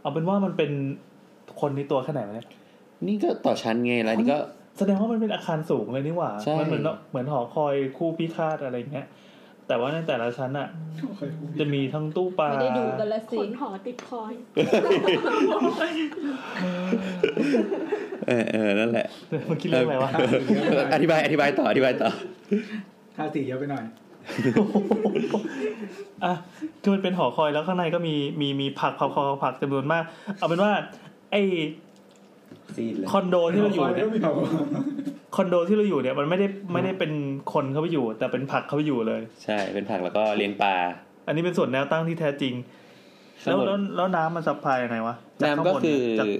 เอาเป็นว่ามันเป็นคนในตัวแค่ไหนวะเนี่ย ๆนี่ก็ต่อชั้นไงแล้วนี่ก็ แสดงว่ามันเป็นอาคารสูงเลยนี่หว่า ใช่ มัเหมือนเหมือนหอคอยคู่พิฆาตอะไรอย่างเงี้ย แต่ว่าในแต่ละชั้นอ่ะ จะมีทั้งตู้ปลา ไม่ได้ดูกันละสิ ขนหอติดคอย เออเออนั่นแหละ มันคิดเรื่องอะไรวะ เอออธิบายอธิบายต่ออธิบายต่อ ค่าสีเยอะไปหน่อย อ่ะคือมันเป็นหอคอยแล้วข้างในก็มีมีมีผักผักผักผักจำนวนมาก เอาเป็นว่า ไอคอนโดที่เราอยู่เนี่ยคอนโดที่เราอยู่เนี่ย มันไม่ได้ไม่ได้เป็นคนเข้าไปอยู่ แต่เป็นผักเข้าไปอยู่เลย ใช่เป็นผักแล้วก็เลี้ยงปลา อันนี้เป็นส่วนแนวตั้งที่แท้จริง ข้าง แล้ว บน แล้วแล้วน้ำมันซัพพลายยังไงวะจากข้าง น้ำก็ บน คื เนี่ อย จาก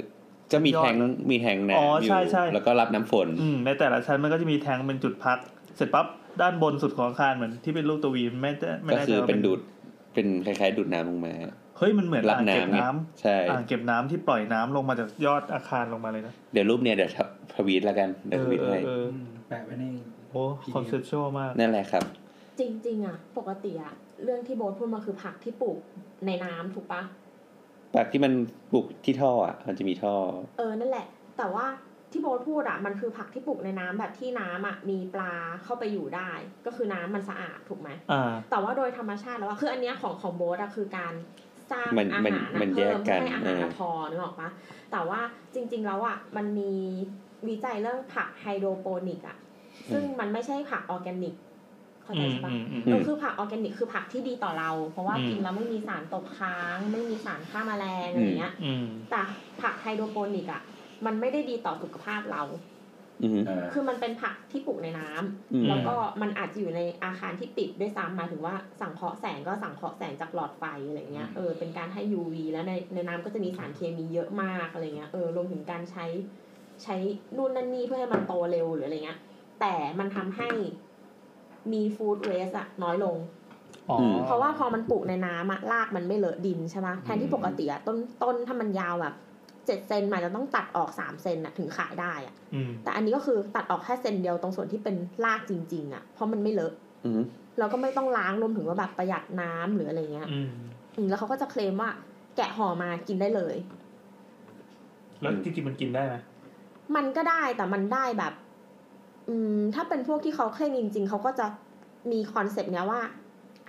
จะมี ยอด แทงน้ำมีแทงน้ำ อ๋อ อ ใช่ ยู่ ใช่ แล้วก็รับน้ำฝน อืมในแต่ละชั้นมันก็จะมีแทงเป็นจุดพัก เสร็จปั๊บด้านบนสุดของอาคารเหมือนที่เป็นรูปตัววีไม่ได้ไม่ ก็ แน่ใจ คือ ว่า เป็นดูดเป็นคล้ายๆ ดูดน้ำลงมา เฮ้ยมันเหมือน รับ อ่างเก็บ น้ำไง น้ำ ใช่ อ่างเก็บน้ำที่ปล่อยน้ำลงมาจากยอดอาคารลงมาเลยนะ เดี๋ยวรูปเนี่ยเดี๋ยวทวีตแล้วกันเดี๋ยวทวีต เออ ให้ เออ แปะไว้ใน โอ้คอนเซ็ปชวลมาก นั่นแหละครับ จริง ๆอะปกติอะเรื่องที่โบทพูดมาคือผักที่ปลูกในน้ำถูกปะ ผักที่มันปลูกที่ท่ออ่ะ มันจะมีท่อ เออนั่นแหละ แต่ว่าที่โบทพูดอะมันคือผักที่ปลูกในน้ำแบบที่น้ำอะมีปลาเข้าไปอยู่ได้ ก็คือน้ำมันสะอาดถูกไหม อ่า แต่ว่าโดยธรรมชาติแล้วอะคืออันเนี้ยของของโบทอะคือการสร้าง มัน อา มัน หารอะ มันแย เพิ่ ก ม กั เพื่อน ให้อาหาร เออ อะพอนึกออกปะแต่ว่าจริง ๆ แล้วอะมันมีวิจัยเรื่องผักไฮโดรโปนิกอะซึ่งมันไม่ใช่ผักออร์แกนิกเข้าใจ อืม ใช่ปะ อืมอืม เออคือผักออร์แกนิกคือผักที่ดีต่อเรา เพราะว่า อืม กินแล้วไม่มีสารตกค้าง ไม่มีสารฆ่าแมลงอะไรเงี้ย อืม แต่ผักไฮโดรโปนิกอ่ะมันไม่ได้ดีต่อสุขภาพเรา อือฮึ อ่า คือมันเป็นผักที่ปลูกในน้ำ อืม แล้วก็มันอาจจะอยู่ในอาคารที่ปิดด้วยซ้ำหมายถึงว่าสังเคราะห์แสงก็สังเคราะห์แสงจากหลอดไฟอะไรเงี้ยเออเป็นการให้ UV แล้วในในน้ำก็จะมีสารเคมีเยอะมากอะไรเงี้ยเออรวมถึงการใช้ ใช้นู่นนั่นนี่เพื่อให้มันโตเร็วหรืออะไรเงี้ย แต่มันทำให้มีฟู้ดเวสอะน้อยลง อ๋อ เพราะว่าพอมันปลูกในน้ำอะรากมันไม่เลอะดินใช่ไหมแทนที่ปกติอะต้นต้นถ้ามันยาวแบบเจ็ดเซนมันจะต้องตัดออกสามเซนอะถึงขายได้อะ อืม แต่อันนี้ก็คือตัดออกแค่เซนเดียวตรงส่วนที่เป็นรากจริง ๆอะเพราะมันไม่เลอะ อืม เราก็ไม่ต้องล้างรวมถึงว่าแบบประหยัดน้ำหรืออะไรเงี้ย อืม อืมแล้วเขาก็จะเคลมว่าแกะห่อมากินได้เลย แล้วจริงๆมันกินได้ไหม มันก็ได้แต่มันได้แบบ อืม ถ้าเป็นพวกที่เขาเคร่งจริง ๆ เขาก็จะมีคอนเซปต์เนี้ยว่า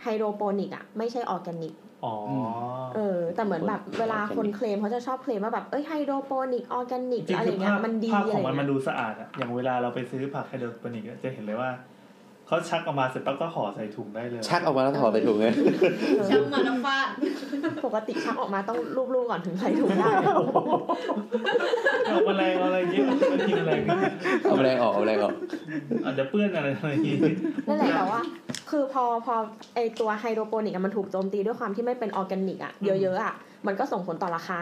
ไฮโดรโปนิกอะไม่ใช่ออร์แกนิก อ๋ออ ม เออ แต่เหมือนแบบเวลาคนเคลมเขาจะชอบเคลมว่าแบบ เอ้ยไฮโดรโปนิก ออร์แกนิก จริง อะไร ๆคือ เงี้ ภาย พ มันดี ภาพ อะ ข ไร องมันมัน เงี้ย ดูสะอาดอะอย่างเวลาเราไปซื้อผักไฮโดรโปนิกอะจะเห็นเลยว่า เขาชักออกมาเสร็จปั๊บก็ห่อใส่ถุงได้เลย ชักออกมาแล้วถอดใส่ถุงไง ช่างมันฟาด ปกติชักออกมาต้องรูปๆก่อนถึงใส่ถุงได้ เอาแมลงเอาอะไรอย่างเงี้ยมันกินอะไรกัน เอาแรงออกเอาแรงออก อาจจะเปื้อนอะไรอะไรอย่างเงี้ย นั่นแหละแต่ว่า คือพอพอไอตัวไฮโดรโปนิกอะมันถูกโจมตีด้วยความที่ไม่เป็นออร์แกนิกอะเยอะๆอะมันก็ส่งผลต่อราคา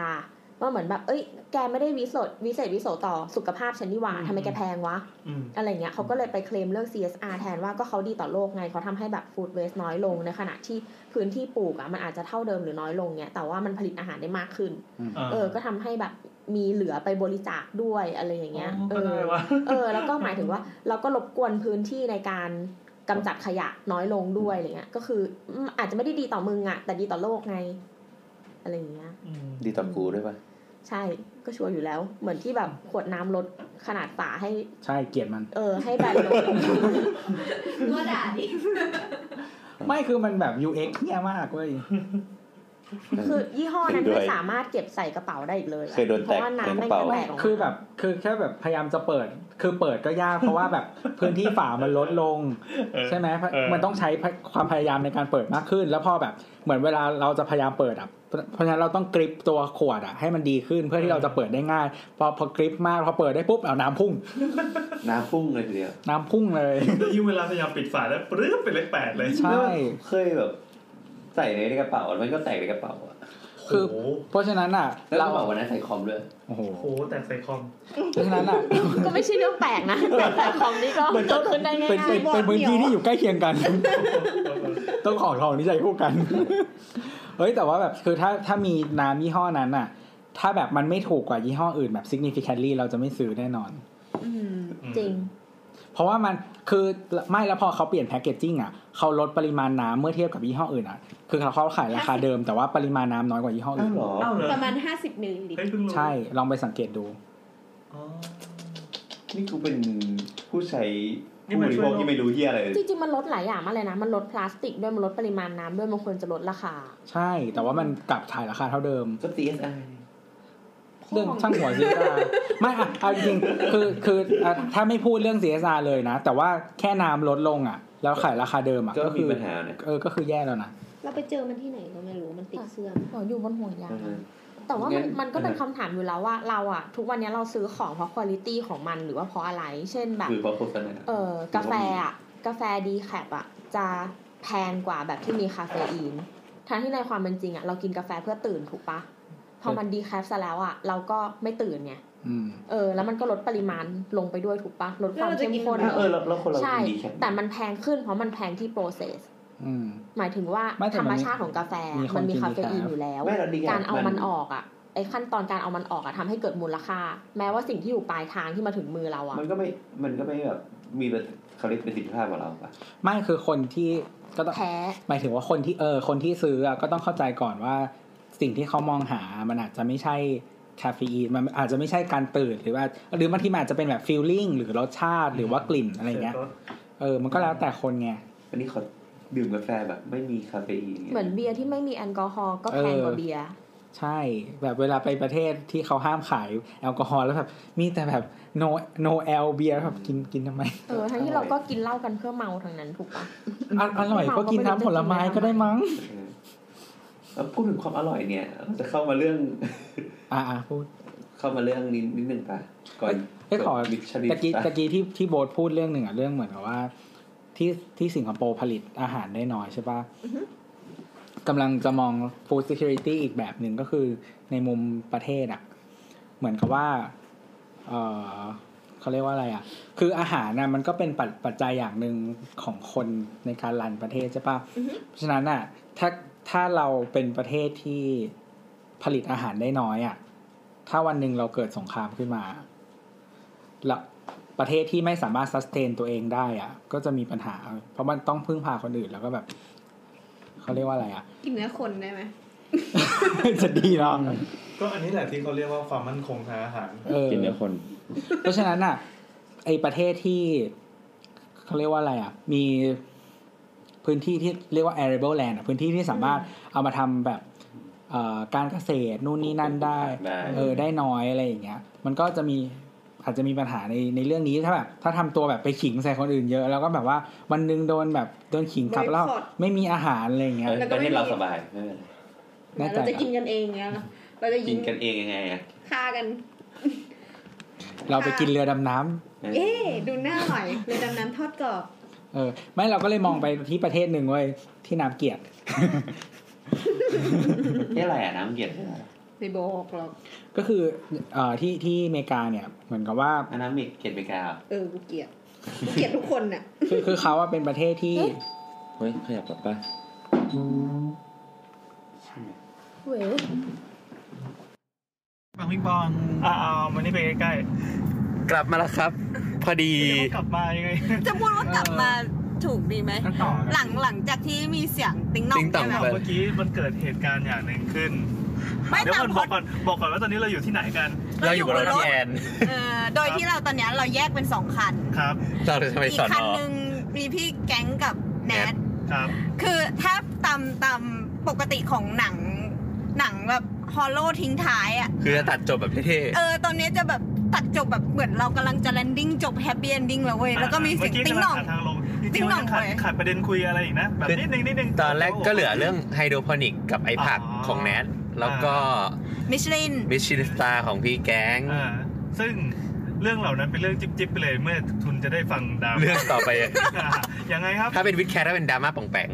ว่าเหมือนแบบ เอ้ย แกไม่ได้วิสดวิเศษวิโสต่อสุขภาพฉันนี่หว่าทำไมแกแพงวะ อืม อะไรเงี้ยเขาก็เลยไปเคลมเรื่อง CSR แทนว่าก็เขาดีต่อโลกไงเขาทำให้แบบฟู้ดเวสน้อยลงในขณะที่พื้นที่ปลูกอะมันอาจจะเท่าเดิมหรือน้อยลงเนี่ยแต่ว่ามันผลิตอาหารได้มากขึ้น เออ ก็ทำให้แบบมีเหลือไปบริจาคด้วยอะไรอย่างเงี้ย อ๋อ เอ ก็ อ ได้วะ เออ แล้วก็หมายถึงว่าเราก็รบกวนพื้นที่ในการกำจัดขยะน้อยลงด้วยอะไรเงี้ย ก็คืออืมอาจจะไม่ได้ดีต่อมึงอะแต่ดีต่อโลกไง อะไรอย่างเงี้ย อืม ดีต่อกูด้วยป่ะ ใช่ก็ชัวร์อยู่แล้วเหมือนที่แบบขวดน้ำลดขนาดฝาให้ ใช่เกลียดมัน เออ ให้แบนลง ก็ด่าดิ ไม่คือมันแบบ UX เนี่ยมากเว้ย คือยี่ห้อนั้น ด้วย ไม่สามารถเก็บใส่กระเป๋าได้อีกเลยอะ เคยโดนแตก เพราะว่าน้ำ ใน ไม่ กระเป๋า แตกออกมา คือแบบคือแค่แบบพยายามจะเปิด คือเปิดก็ยากเพราะว่า <laughs> แบบพื้นที่ฝามันลดลง เออ ใช่ไหมเพราะ เออ มันต้องใช้ความพยายามในการเปิดมากขึ้น แล้วพอแบบเหมือนเวลาเราจะพยายามเปิดอ่ะเพราะฉะนั้นเราต้องกริปตัวขวดอ่ะให้มันดีขึ้นเพื่อที่เราจะเปิดได้ง่ายพอพอกริปมากพอเปิดได้ปุ๊บเอาน้ำพุ่ง น้ำพุ่งเลยทีเดียว น้ำพุ่งเลย <laughs> ยิ่งเวลาพยายามปิดฝาแล้วปรื้มเป็นเลขแปดเลย ใช่ เคยแบบ ใส่ในกระเป๋าแล้วมันก็แตกในกระเป๋าอะ คือ โอ้โห เพราะฉะนั้นอ่ะ แล้วก เรา ระเป๋าวันนั้นใส่คอมด้วย โอ้โห โอ้โหแตกใส่คอม เพราะฉะนั้นอ่ะ ก็ไม่ใช่เรื่องแปลกนะแต่แต่ของนี่ก็เกิดขึ้นได้ง่ เป็นเป็ าย นเป็นพื้นที่ที่อยู่ใกล้เคีย <laughs> งกัน ต้องของทองนี่ใจคู่กัน <laughs> เฮ้ยแต่ว่าแบบคือถ้าถ้ามีน้ำยี่ห้อนั้นอ่ะ ถ้าแบบมันไม่ถูกกว่ายี่ห้ออื่นแบบ significantly เราจะไม่ซื้อแน่นอน ๆจริง เพราะว่ามันคือไม่แล้วพอเขาเปลี่ยนแพคเกจจิ้งอ่ะเขาลดปริมาณน้ำเมื่อเทียบกับยี่ห้ออื่นอ่ะ คือเขาขายราคาเดิมแต่ว่าปริมาณน้ำน้อยกว่ายี่ห้ออื่น อ้าวเหรอ ประมาณห้าสิบมิลลิลิตร เฮ้ยเพิ่งรู้ ใช่ ลองไปสังเกตดู อ๋อ นี่กูเป็นผู้ใช้ นี่ ผู้ มั บ น ริ ช่วย โภค โลก ที่ไม่รู้เฮียอะไรเลย จริงๆมันลดหลายอย่างมากเลยนะ มันลดพลาสติกด้วยมันลดปริมาณน้ำด้วยมันควรจะลดราคา ใช่ แต่ว่ามันกลับขายราคาเท่าเดิม ก็ CSI เรื่องช่างหัว <laughs> CSR ไม่อะเอาจริงๆคือคืออ่ะถ้าไม่พูดเรื่อง CSR เลยนะ แต่ว่าแค่น้ำลดลงอ่ะ แล้วขายราคาเดิมอ่ะ ก็ ก็ มี คือ ปัญหานะ เออก็คือแย่แล้วนะ เราไปเจอมันที่ไหนก็ไม่รู้มันติดเสื้อม อ๋ออยู่บนห่วงยาง เออ แต่ว่ามัน งั้น มันก็เป็น เออ คำถามอยู่แล้วว่าเราอะทุกวันนี้เราซื้อของเพราะคุณภาพของมันหรือว่าเพราะอะไร เช่นแบบ คือเพราะโฆษณา เออกาแฟอ่ะกาแฟดีแคปอ่ะจะแพงกว่าแบบที่มีคาเฟอีนทั้งที่ในความเป็นจริงอ่ะเรากินกาแฟเพื่อตื่นถูกปะพอมันดีแคปซะแล้วอ่ะเราก็ไม่ตื่นไง อืม เออแล้วมันก็ลดปริมาณลงไปด้วยถูกปะลดความเข้มข้น เออแล้วแล้วคนเรา ใช่ ดีแค่ แต่มันแพงขึ้นเพราะมันแพงที่โปรเซส อืม หมายถึงว่า ไม่แต่ ธร มัน รม มี ชาติของกาแฟ มีคน มันมี กิน คาเฟอีน decaf อยู่แล้ว ไม่เราดีแค่ การเอามันออกอ่ะไอขั้นตอนการเอามันออกอ่ะทำให้เกิดมูลค่า แม้ว่าสิ่งที่อยู่ปลายทางที่มาถึงมือเราอ่ะ มันก็ไม่มันก็ไม่แบบมีประสิทธิเขาเรียกประสิทธิภาพของเราปะ ไม่คือคนที่ก็ต้อง แพ้ หมายถึงว่าคนที่เออคนที่ซื้ออะก็ต้องเข้าใจก่อนว่า สิ่งที่เขามองหามันอาจจะไม่ใช่คาเฟอีนมันอาจจะไม่ใช่การตื่นหรือว่า หรือบางทีมันอาจจะเป็นแบบฟีลลิ่งหรือรสชาติหรือว่ากลิ่นอะไรเงี้ย สจ เออมันก็แล้วแต่คนไง อันนี้เขาดื่มกาแฟแบบ ไม่มีคาเฟอีนไง เหมือนเบียร์ที่ไม่มีแอลกอฮอล์ก็แพงกว่าเบียร์ ใช่แบบเวลาไปประเทศที่เขาห้ามขายแอลกอฮอล์แล้วแบบมีแต่แบบ no no แอลเบียร์แบบกินกินทำไม เออทั้งที่เราก็กินเหล้ากันเพื่อเมาทั้งนั้นถูกปะ อ่ะอร่อยก็กินน้ำผลไม้ก็ได้มั้ง เออแล้วพูดถึงความอร่อยเนี่ยเราจะเข้ามาเรื่อง อ่ะอ่ะพูด เข้ามาเรื่องนิดนิดหนึ่งปะก่อน เอ้ยขอ บิชลิ ตะกี้ ปะ ตะกี้ที่ที่โบทพูดเรื่องหนึ่งอะเรื่องเหมือนกับว่า ที่ที่สิงคโปร์ผลิตอาหารได้น้อยใช่ปะกำลังจะมอง food security อีกแบบหนึ่งก็คือในมุมประเทศอะเหมือนกับว่า เอ่อเขาเรียกว่าอะไรอ่ะ คืออาหารน่ะมันก็เป็นปัจปัจจัยอย่างหนึ่งของคนในการรันประเทศใช่ปะเพราะฉะนั้นน่ะถ้าถ้าเราเป็นประเทศที่ผลิตอาหารได้น้อยอ่ะถ้าวันหนึ่งเราเกิดสงครามขึ้นมาแล้วประเทศที่ไม่สามารถซัสเทนตัวเองได้อ่ะ ก็จะมีปัญหา เพราะมันต้องพึ่งพาคนอื่นแล้วก็แบบเขาเรียกว่าอะไร <laughs> อ่ะ กินเนื้อคนได้ไหม จะดีเนาะ ก็อันนี้แหละที่เขาเรียกว่าความมั่นคงทางอาหาร เออ กินเนื้อคน เพราะฉะนั้นอ่ะ ไอประเทศที่เขาเรียกว่าอะไรอ่ะ มีพื้นที่ที่เรียกว่า arable land อ่ะพื้นที่ที่สามารถเอามาทำแบบเอ่อการเกษตรนู่นนี่นั่นได้ ได้ เออได้น้อยอะไรอย่างเงี้ย มันก็จะมีอาจจะมีปัญหาในในเรื่องนี้ถ้าแบบถ้าทำตัวแบบไปขิงใส่คนอื่นเยอะ แล้วก็แบบว่าวันหนึงโดนแบบโดนขิงกลับแล้วไม่มีอาหารอะไรอย่างเงี้ย เออประเทศเราสบายไม่เป็นไร แน่ใจ เราจะ เหรอ กินกันเองเงี้ยเหรอเราจะ กิ ยิ น ง กันเองยังไงอ่ะ ฆ่ากัน เราไปกินเรือดำน้ำ เอ๊ะดูหน้าหน่อยเลยดำน้ำทอดกรอบ เออ ไม่เราก็เลยมองไปที่ประเทศหนึ่งเว้ยที่น้ำเกียรติ นี่อะไรอ่ะน้ำเกลียดอะไรอ่ะ ไม่บอกหรอก ก็คือเอ่อที่ที่อเมริกาเนี่ยเหมือนกับว่า อันน้ำเกลียดเมกาเหรอ เออกูเกลียดกูเกลียดทุกคนน่ะ คือคือเขาว่าเป็นประเทศที่ เฮ้ย ขยับกลับไป เว้ย บางพิงปองอ่าเอามันนี่ไปใกล้ กลับมาแล้วครับ พอดี ๆต้องกลับมายังไง จะพูดว่ากลับมาถูกดีไหม ก็ต่อนะ หลังหลังจากที่มีเสียงติ๊งน่อง ติ๊งต่อง ใช่ไหม เมื่อกี้มันเกิดเหตุการณ์อย่างหนึ่งขึ้น ไม่ เดี๋ยว ตามก่อน ค บนอกก่อนบอกก่อนว่าตอนนี้เราอยู่ที่ไหนกัน เราอยู่บนรถที่แอน เออโดยที่เราตอนเนี้ยเราแยกเป็นสองคัน ครับ เราจะทำไม อีก สอน คัน อ หนึ่งมีพี่แก๊งกับแนท ครับ คือถ้าตามตามปกติของหนัง หนังแบบฮอลโลทิ้งท้ายอ่ะ คือจะตัดจบแบบเท่ เออ ตอนนี้จะแบบตัดจบแบบเหมือนเรากำลังจะแลนดิ้งจบแฮปปี้ n อนดิ้งแล้วเว้ย แล้วก็มีเสียง เอ ติ๊ กี้ งหน่กำองลัหาทางลงจ ติ๊ ริ ง ง หน่ๆมั อง นขาด เลย ขาดประเด็นคุยอะไรอีกนะแบบนิดนึงนิดนึง ๆ ตอนแรกก็เหลือเรื่องไฮโดรพอนิกกับ iPad อ๋อ ของแนท แล้วก็ มิชลิน มิชชินสตาร์ของพี่แก๊ง อ่าซึ่งเรื่องเหล่านั้นเป็นเรื่องจิ๊บจิ๊บๆไปเลยเมื่อทุนจะได้ฟังดาว เรื่องต่อไป ยังไงครับ ถ้าเป็นวิดแคร์ถ้าเป็นดราม่าป่องแปง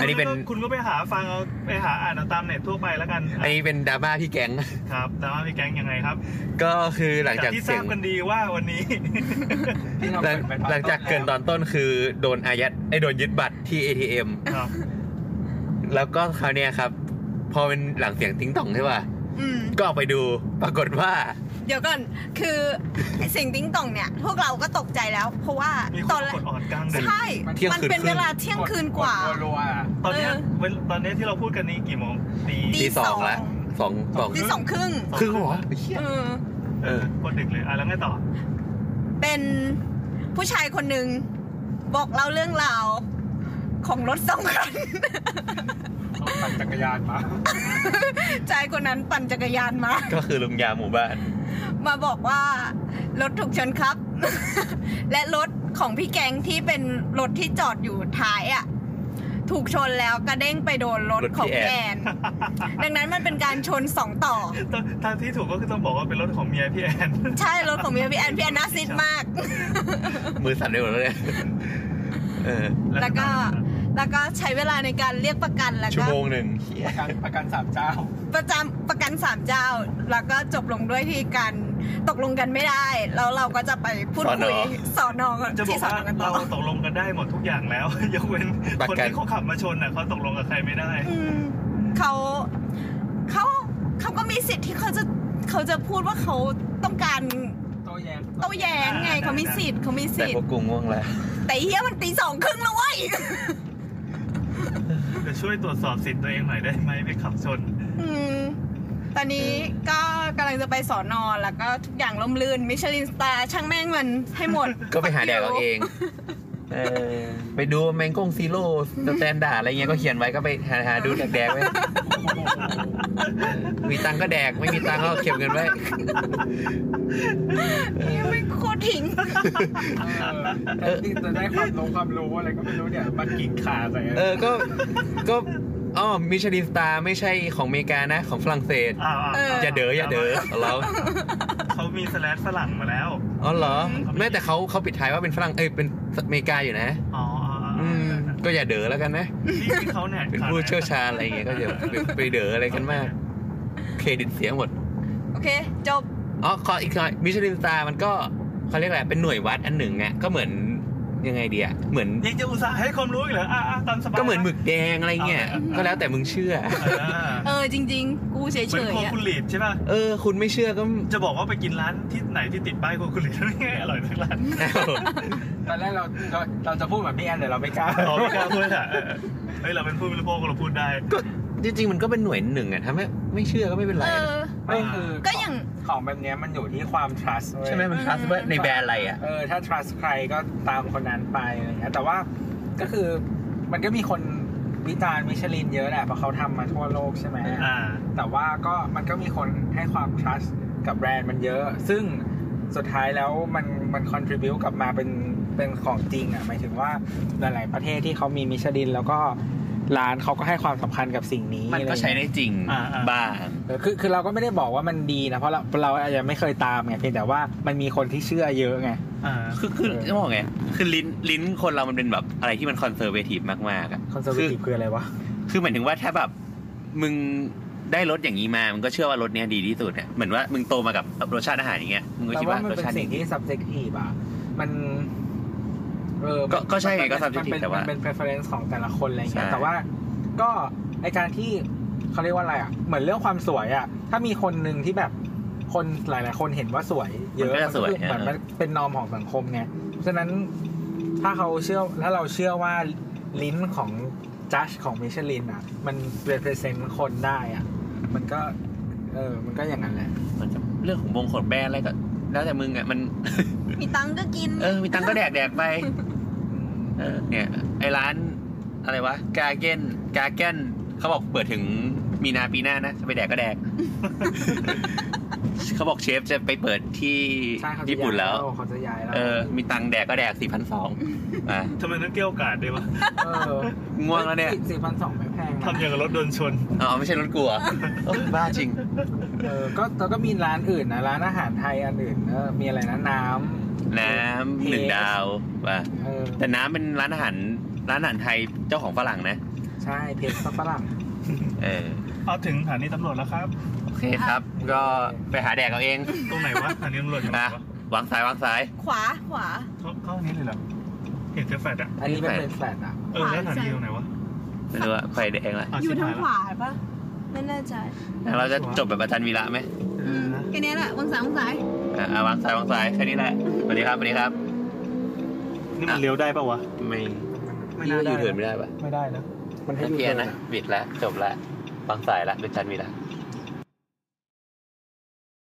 อันนี้เป็น คุณก็ไปหาฟังเอาไปหาอ่านเอาตามเน็ตทั่วไปแล้วกัน อันนี้เป็นดราม่าพี่แก๊ง ครับดราม่าพี่แก๊งยังไงครับ ก็คือหลังจาก ที่ท เสี ราย บ ง กันดีว่าวันนี้ หลังหลังจากเกินตอนต้นคือโดนอายัดไอ้โดนยึดบัตรที่ ATM ครับ แล้วก็คราวเนี้ยครับ พอเป็นหลังเสียงติ้งต่องใช่ป่ะ อืม ก็ออกไปดูปรากฏว่า เดี๋ยวก่อน คือไอ้เสียงติ๊งต่องเนี่ย พวกเราก็ตกใจแล้ว เพราะว่า มีค ตอน นแร ก ก ดออดกลางดึก ใช่ เที่ยง มัน คืน เป็น ครึ่ง เวลาเที่ยงคืนกว่า ตอนเนี้ย เออ เวลาตอนเนี้ยที่เราพูดกันนี้กี่โมงตี ตีสองละสองสอง ตีสองครึ่ง ครึ่งเหรอเหี้ย เออ เออกดดึกเลยอ่ะแล้วไงต่อ เป็นผู้ชายคนหนึ่งบอกเล่าเรื่องราวของรถสองคัน ปั่นจักรยานมา ชายคนนั้นปั่นจักรยานมา ก็คือลุงยาหมู่บ้าน มาบอกว่ารถถูกชนครับ <laughs> และรถของพี่แกงที่เป็นรถที่จอดอยู่ท้ายอ่ะ ถูกชนแล้วกระเด้งไปโดนรถ รถพี่ ของ แอน แอนดังนั้นมันเป็นการชนสองต่อ ทางที่ถูกก็คือต้องบอกว่าเป็นรถของเมียพี่แอน <laughs> ใช่รถของเมียพี่แอนพี่แอนน่าซิดมาก <laughs> มือสั่นไปหมดแล้วเนี่ยเออ แล้วก็ แล้วก็ใช้เวลาในการเรียกประกันแล้ว ชั่ว ก็ โมงหนึ่งเหี้ย ประกันสามเจ้า ประจำประกันสามเจ้า แล้วก็จบลงด้วยที่การตกลงกันไม่ได้ แล้วเราก็จะไปพูดคุยสอนอง จะบอ ที่ ก สอน ว่า อกันต่ เรา อ ตกลงกันได้หมดทุกอย่างแล้ว <laughs> ยกเว้นคนที่เขาขับมาชนน่ะเขาตกลงกับใครไม่ได้ <laughs> อืมเขาเขาเขาก็มีสิทธิ์ที่เขาจะเขาจะพูดว่าเขาต้องการโต้แย้งไง อ่า เขามีสิทธิ์เขามี แต่ สิท พว ธิ์ กกูง่วงแล้ว แต่เฮียมันตีสองครึ่งแล้วเว้ย เดี๋ยวช่วยตรวจสอบสิทธิ์ตัวเองหน่อยได้ไหมไปขับชน อืมตอนนี้ก็กำลังจะไปสอนอแล้วก็ทุกอย่างล่มลื่นมิชลินสตาร์ช่างแม่งมันให้หมด ก็ไปหาแดกเอาเองเออไปดูแมงกงซีโร่สแตนดาร์ดอะไรเงี้ยก็เขียนไว้ก็ไปหาหาดูแดกแดกๆไว้มีตังค์ก็แดกไม่มีตังค์ก็เก็บเงินไว้ ยังไม่โคตรทิ้ง เออจะได้ความรู้ความรู้อะไรก็ไม่รู้เนี่ยมากินขาใส่ เออ ก็ ก็อ๋อมิชลินสตาร์ไม่ใช่ของอเมริกานะ ของฝรั่งเศส อ้าวๆ เออ อ อ ย่าเด๋ออย่าเด๋อเรา เขามีสแลดฝรั่งมาแล้ว อ๋อเหรอแม่แต่เขาเขาปิดท้ายว่าเป็นฝรั่งเอ้ยเป็นอเมริกาอยู่นะ อ๋ออ๋ออ๋ อื อ ม ก็อย่าเด๋อแล้วกันนะ นี่คือเขาเนี่ย เป็นผู้เชี่ยวชาญอะไรอย่างเงี้ยก็อย่าไปไปเด๋ออะไรกันมาก เครดิตเสียหมด โอเค จบ อ๋อขออีกหน่อยมิชลินสตาร์มันก็เขาเรียกอะไรเป็นหน่วยวัดอันหนึ่งไงก็เหมือนยังไงดีอะเหมือน ยังจะอุตส่าห์ให้ความรู้อีกเหรออ่ะอ่ะตามสบาย ก็เหมือนหมึกแดงอะไรเงี้ยก็แล้วแต่มึงเชื่อ อ่า เออจริง ๆ กูเฉ เหมือน ย ครัว ๆอะ คุณหลีดใช่ป่ะ เออ คุณไม่เชื่อก็ <laughs> จะบอกว่าไปกินร้านที่ไหนที่ติดป้ายครัวคุณหลีดนั่นไงอร่อยทั้ง <laughs> ร้าน เอ้า ตอนแรกเราเราเราจะพูดแบบพี่แอนแต่เราไม่กล้า ต่อไม่กล้าพูดอ่ะเออเฮ้ยเราเป็นผู้บริโภคเราพูดได้ ก็จริง ๆ มันก็เป็นหน่วยหนึ่งอะถ้าไม่ไม่เชื่อก็ไม่เป็นไร เอ นะ อ ไม่คือ ก็อย่าง ของแบบเนี้ยมันอยู่ที่ความ trust เว้ย ใช่ไหมมัน trust ว่าในแบรนด์อะไรอะ เออถ้า trust ใครก็ตามคนนั้นไปอะไรเงี้ยแต่ว่าก็คือมันก็มีคนวิจารณ์มิชลินเยอะแหละเพราะเขาทำมาทั่วโลกใช่ไหม อ่า แต่ว่าก็มันก็มีคนให้ความ trust กับแบรนด์มันเยอะ ซึ่งสุดท้ายแล้วมันมัน contribute กลับมาเป็นเป็นของจริงอ่ะหมายถึงว่าหลาย ๆ ประเทศที่เขามีมิชลิน แล้วก็ร้านเขาก็ให้ความสำคัญกับสิ่งนี้ มันก็ใช้ได้จริง อ่าๆ บ้าง เออคือคือเราก็ไม่ได้บอกว่ามันดีนะเพราะเราเราอาจจะไม่เคยตามไงเพียงแต่ว่ามันมีคนที่เชื่อเยอะไง อ่า คือคือจะบอกไงคือลิ้นลิ้นคนเรามันเป็นแบบอะไรที่มันคอนเซอร์เวทีฟมากๆอะ คอนเซอร์เวทีฟคืออะไรวะ คือหมายถึงว่าถ้าแบบมึงได้รสอย่างนี้มามึงก็เชื่อว่ารสเนี้ยดีที่สุดเนี่ยเหมือนว่ามึงโตมากับรสชาติอาหารอย่างเงี้ยมึงแต่ก็คิด ว่า ว่า มัน รส เป็น ชาติ สิ่ง นี้ ที่ subjective อ่ะ มัน เออ ก็ มัน ก็ใช่ไงก็ มันเป็น subjective มันเป็น แต่ว่ามั มันเป็น preference ของแต่ละคนอะไรเงี้ย ใช่ แต่ว่าก็ไอการที่เขาเรียกว่าอะไรอ่ะ เหมือนเรื่องความสวยอ่ะ ถ้ามีคนหนึ่งที่แบบคนหลาย ๆ คนเห็นว่าสวย เยอะ มันก็จะสวย คือเหมือน เออ มันเป็นนอมของสังคมไง ฉะนั้นถ้าเขาเชื่อถ้าเราเชื่อว่าลิ้นของจัดของมิชลินอ่ะ มัน represent คนได้อ่ะ มันก็ เออ มันก็อย่างนั้นแหละ มันจะเรื่องของวงขดแบรนด์อะไรก็แล้วแต่มึงอ่ะมัน มีตังค์ก็กิน เออมีตังค์ก็แดกแดกไปเออเนี่ยไอร้านอะไรวะกาเกนกาเกนเขาบอกเปิดถึงมีนาปีหน้านะจะไปแดกก็แด <laughs> ก เขาบอกเชฟจะไปเปิดที่ ใช่เขาจะ ญี่ปุ่นแล้ว ย้ายเขาจะย้ายแล้ว เออมีตังค์แดกก็แดกสี่พันสองอ่ะ ทำไมต้องเกี่ยวกาดด้วยวะ ง่วงแล้วเนี่ย สี่พันสองไม่แพงนะ ทำอย่างกับรถโดนชน อ๋อไม่ใช่รถกลัว บ้าจริง เออก็แต่ก็มีร้านอื่นนะร้านอาหารไทยอันอื่นเออมีอะไรนะน้ น้ำหนึ่งดาวว่ะ ำเออ แต่น้ำเป็นร้านอาหารร้านอาหารไทยเจ้าของฝรั่งนะ ใช่เพจฝรั่ง เออ เอาถึงสถานีตำรวจแล้วครับ โอเคครับ ก็ไปหาแดกเอาเอง ตรงไหนวะสถานีตำรวจอยู่ไหน นะ วะ วางสายวางสาย ขวาขวา เขาเขาอันนี้เลยเหรอเห็นเจอแฟดอะ อันนี้เป็น นี่แฟลต เป็นแฟลตอ่ะ เออแล้วสถานีตรงไหนวะ ไม่รู้ว่าไฟแดงละ ะ อยู่ ชิบ ทา ห ง ละ ขวาปะไม่แน่ใจ แล้วเราจะจบแบบอาจารย์วีระไหม Ừ. อืมแค่นี้แหละวางสายวังสาย อ่ะอ่ะวางสายวางสายแค่นี้แหละสวัสดีครับสวัสดีครับ นี่มันเลี้ยวได้ปะวะ ไม่ ไม่ พี่ น่า ว่า ได้ ยูเทิร์นไม่ได้ปะ ไม่ได้นะ มันให้ ให้ ยู เพีย เทิ น ร์น นะบิดละจบละวางสายละเป็นอาจารย์วีระ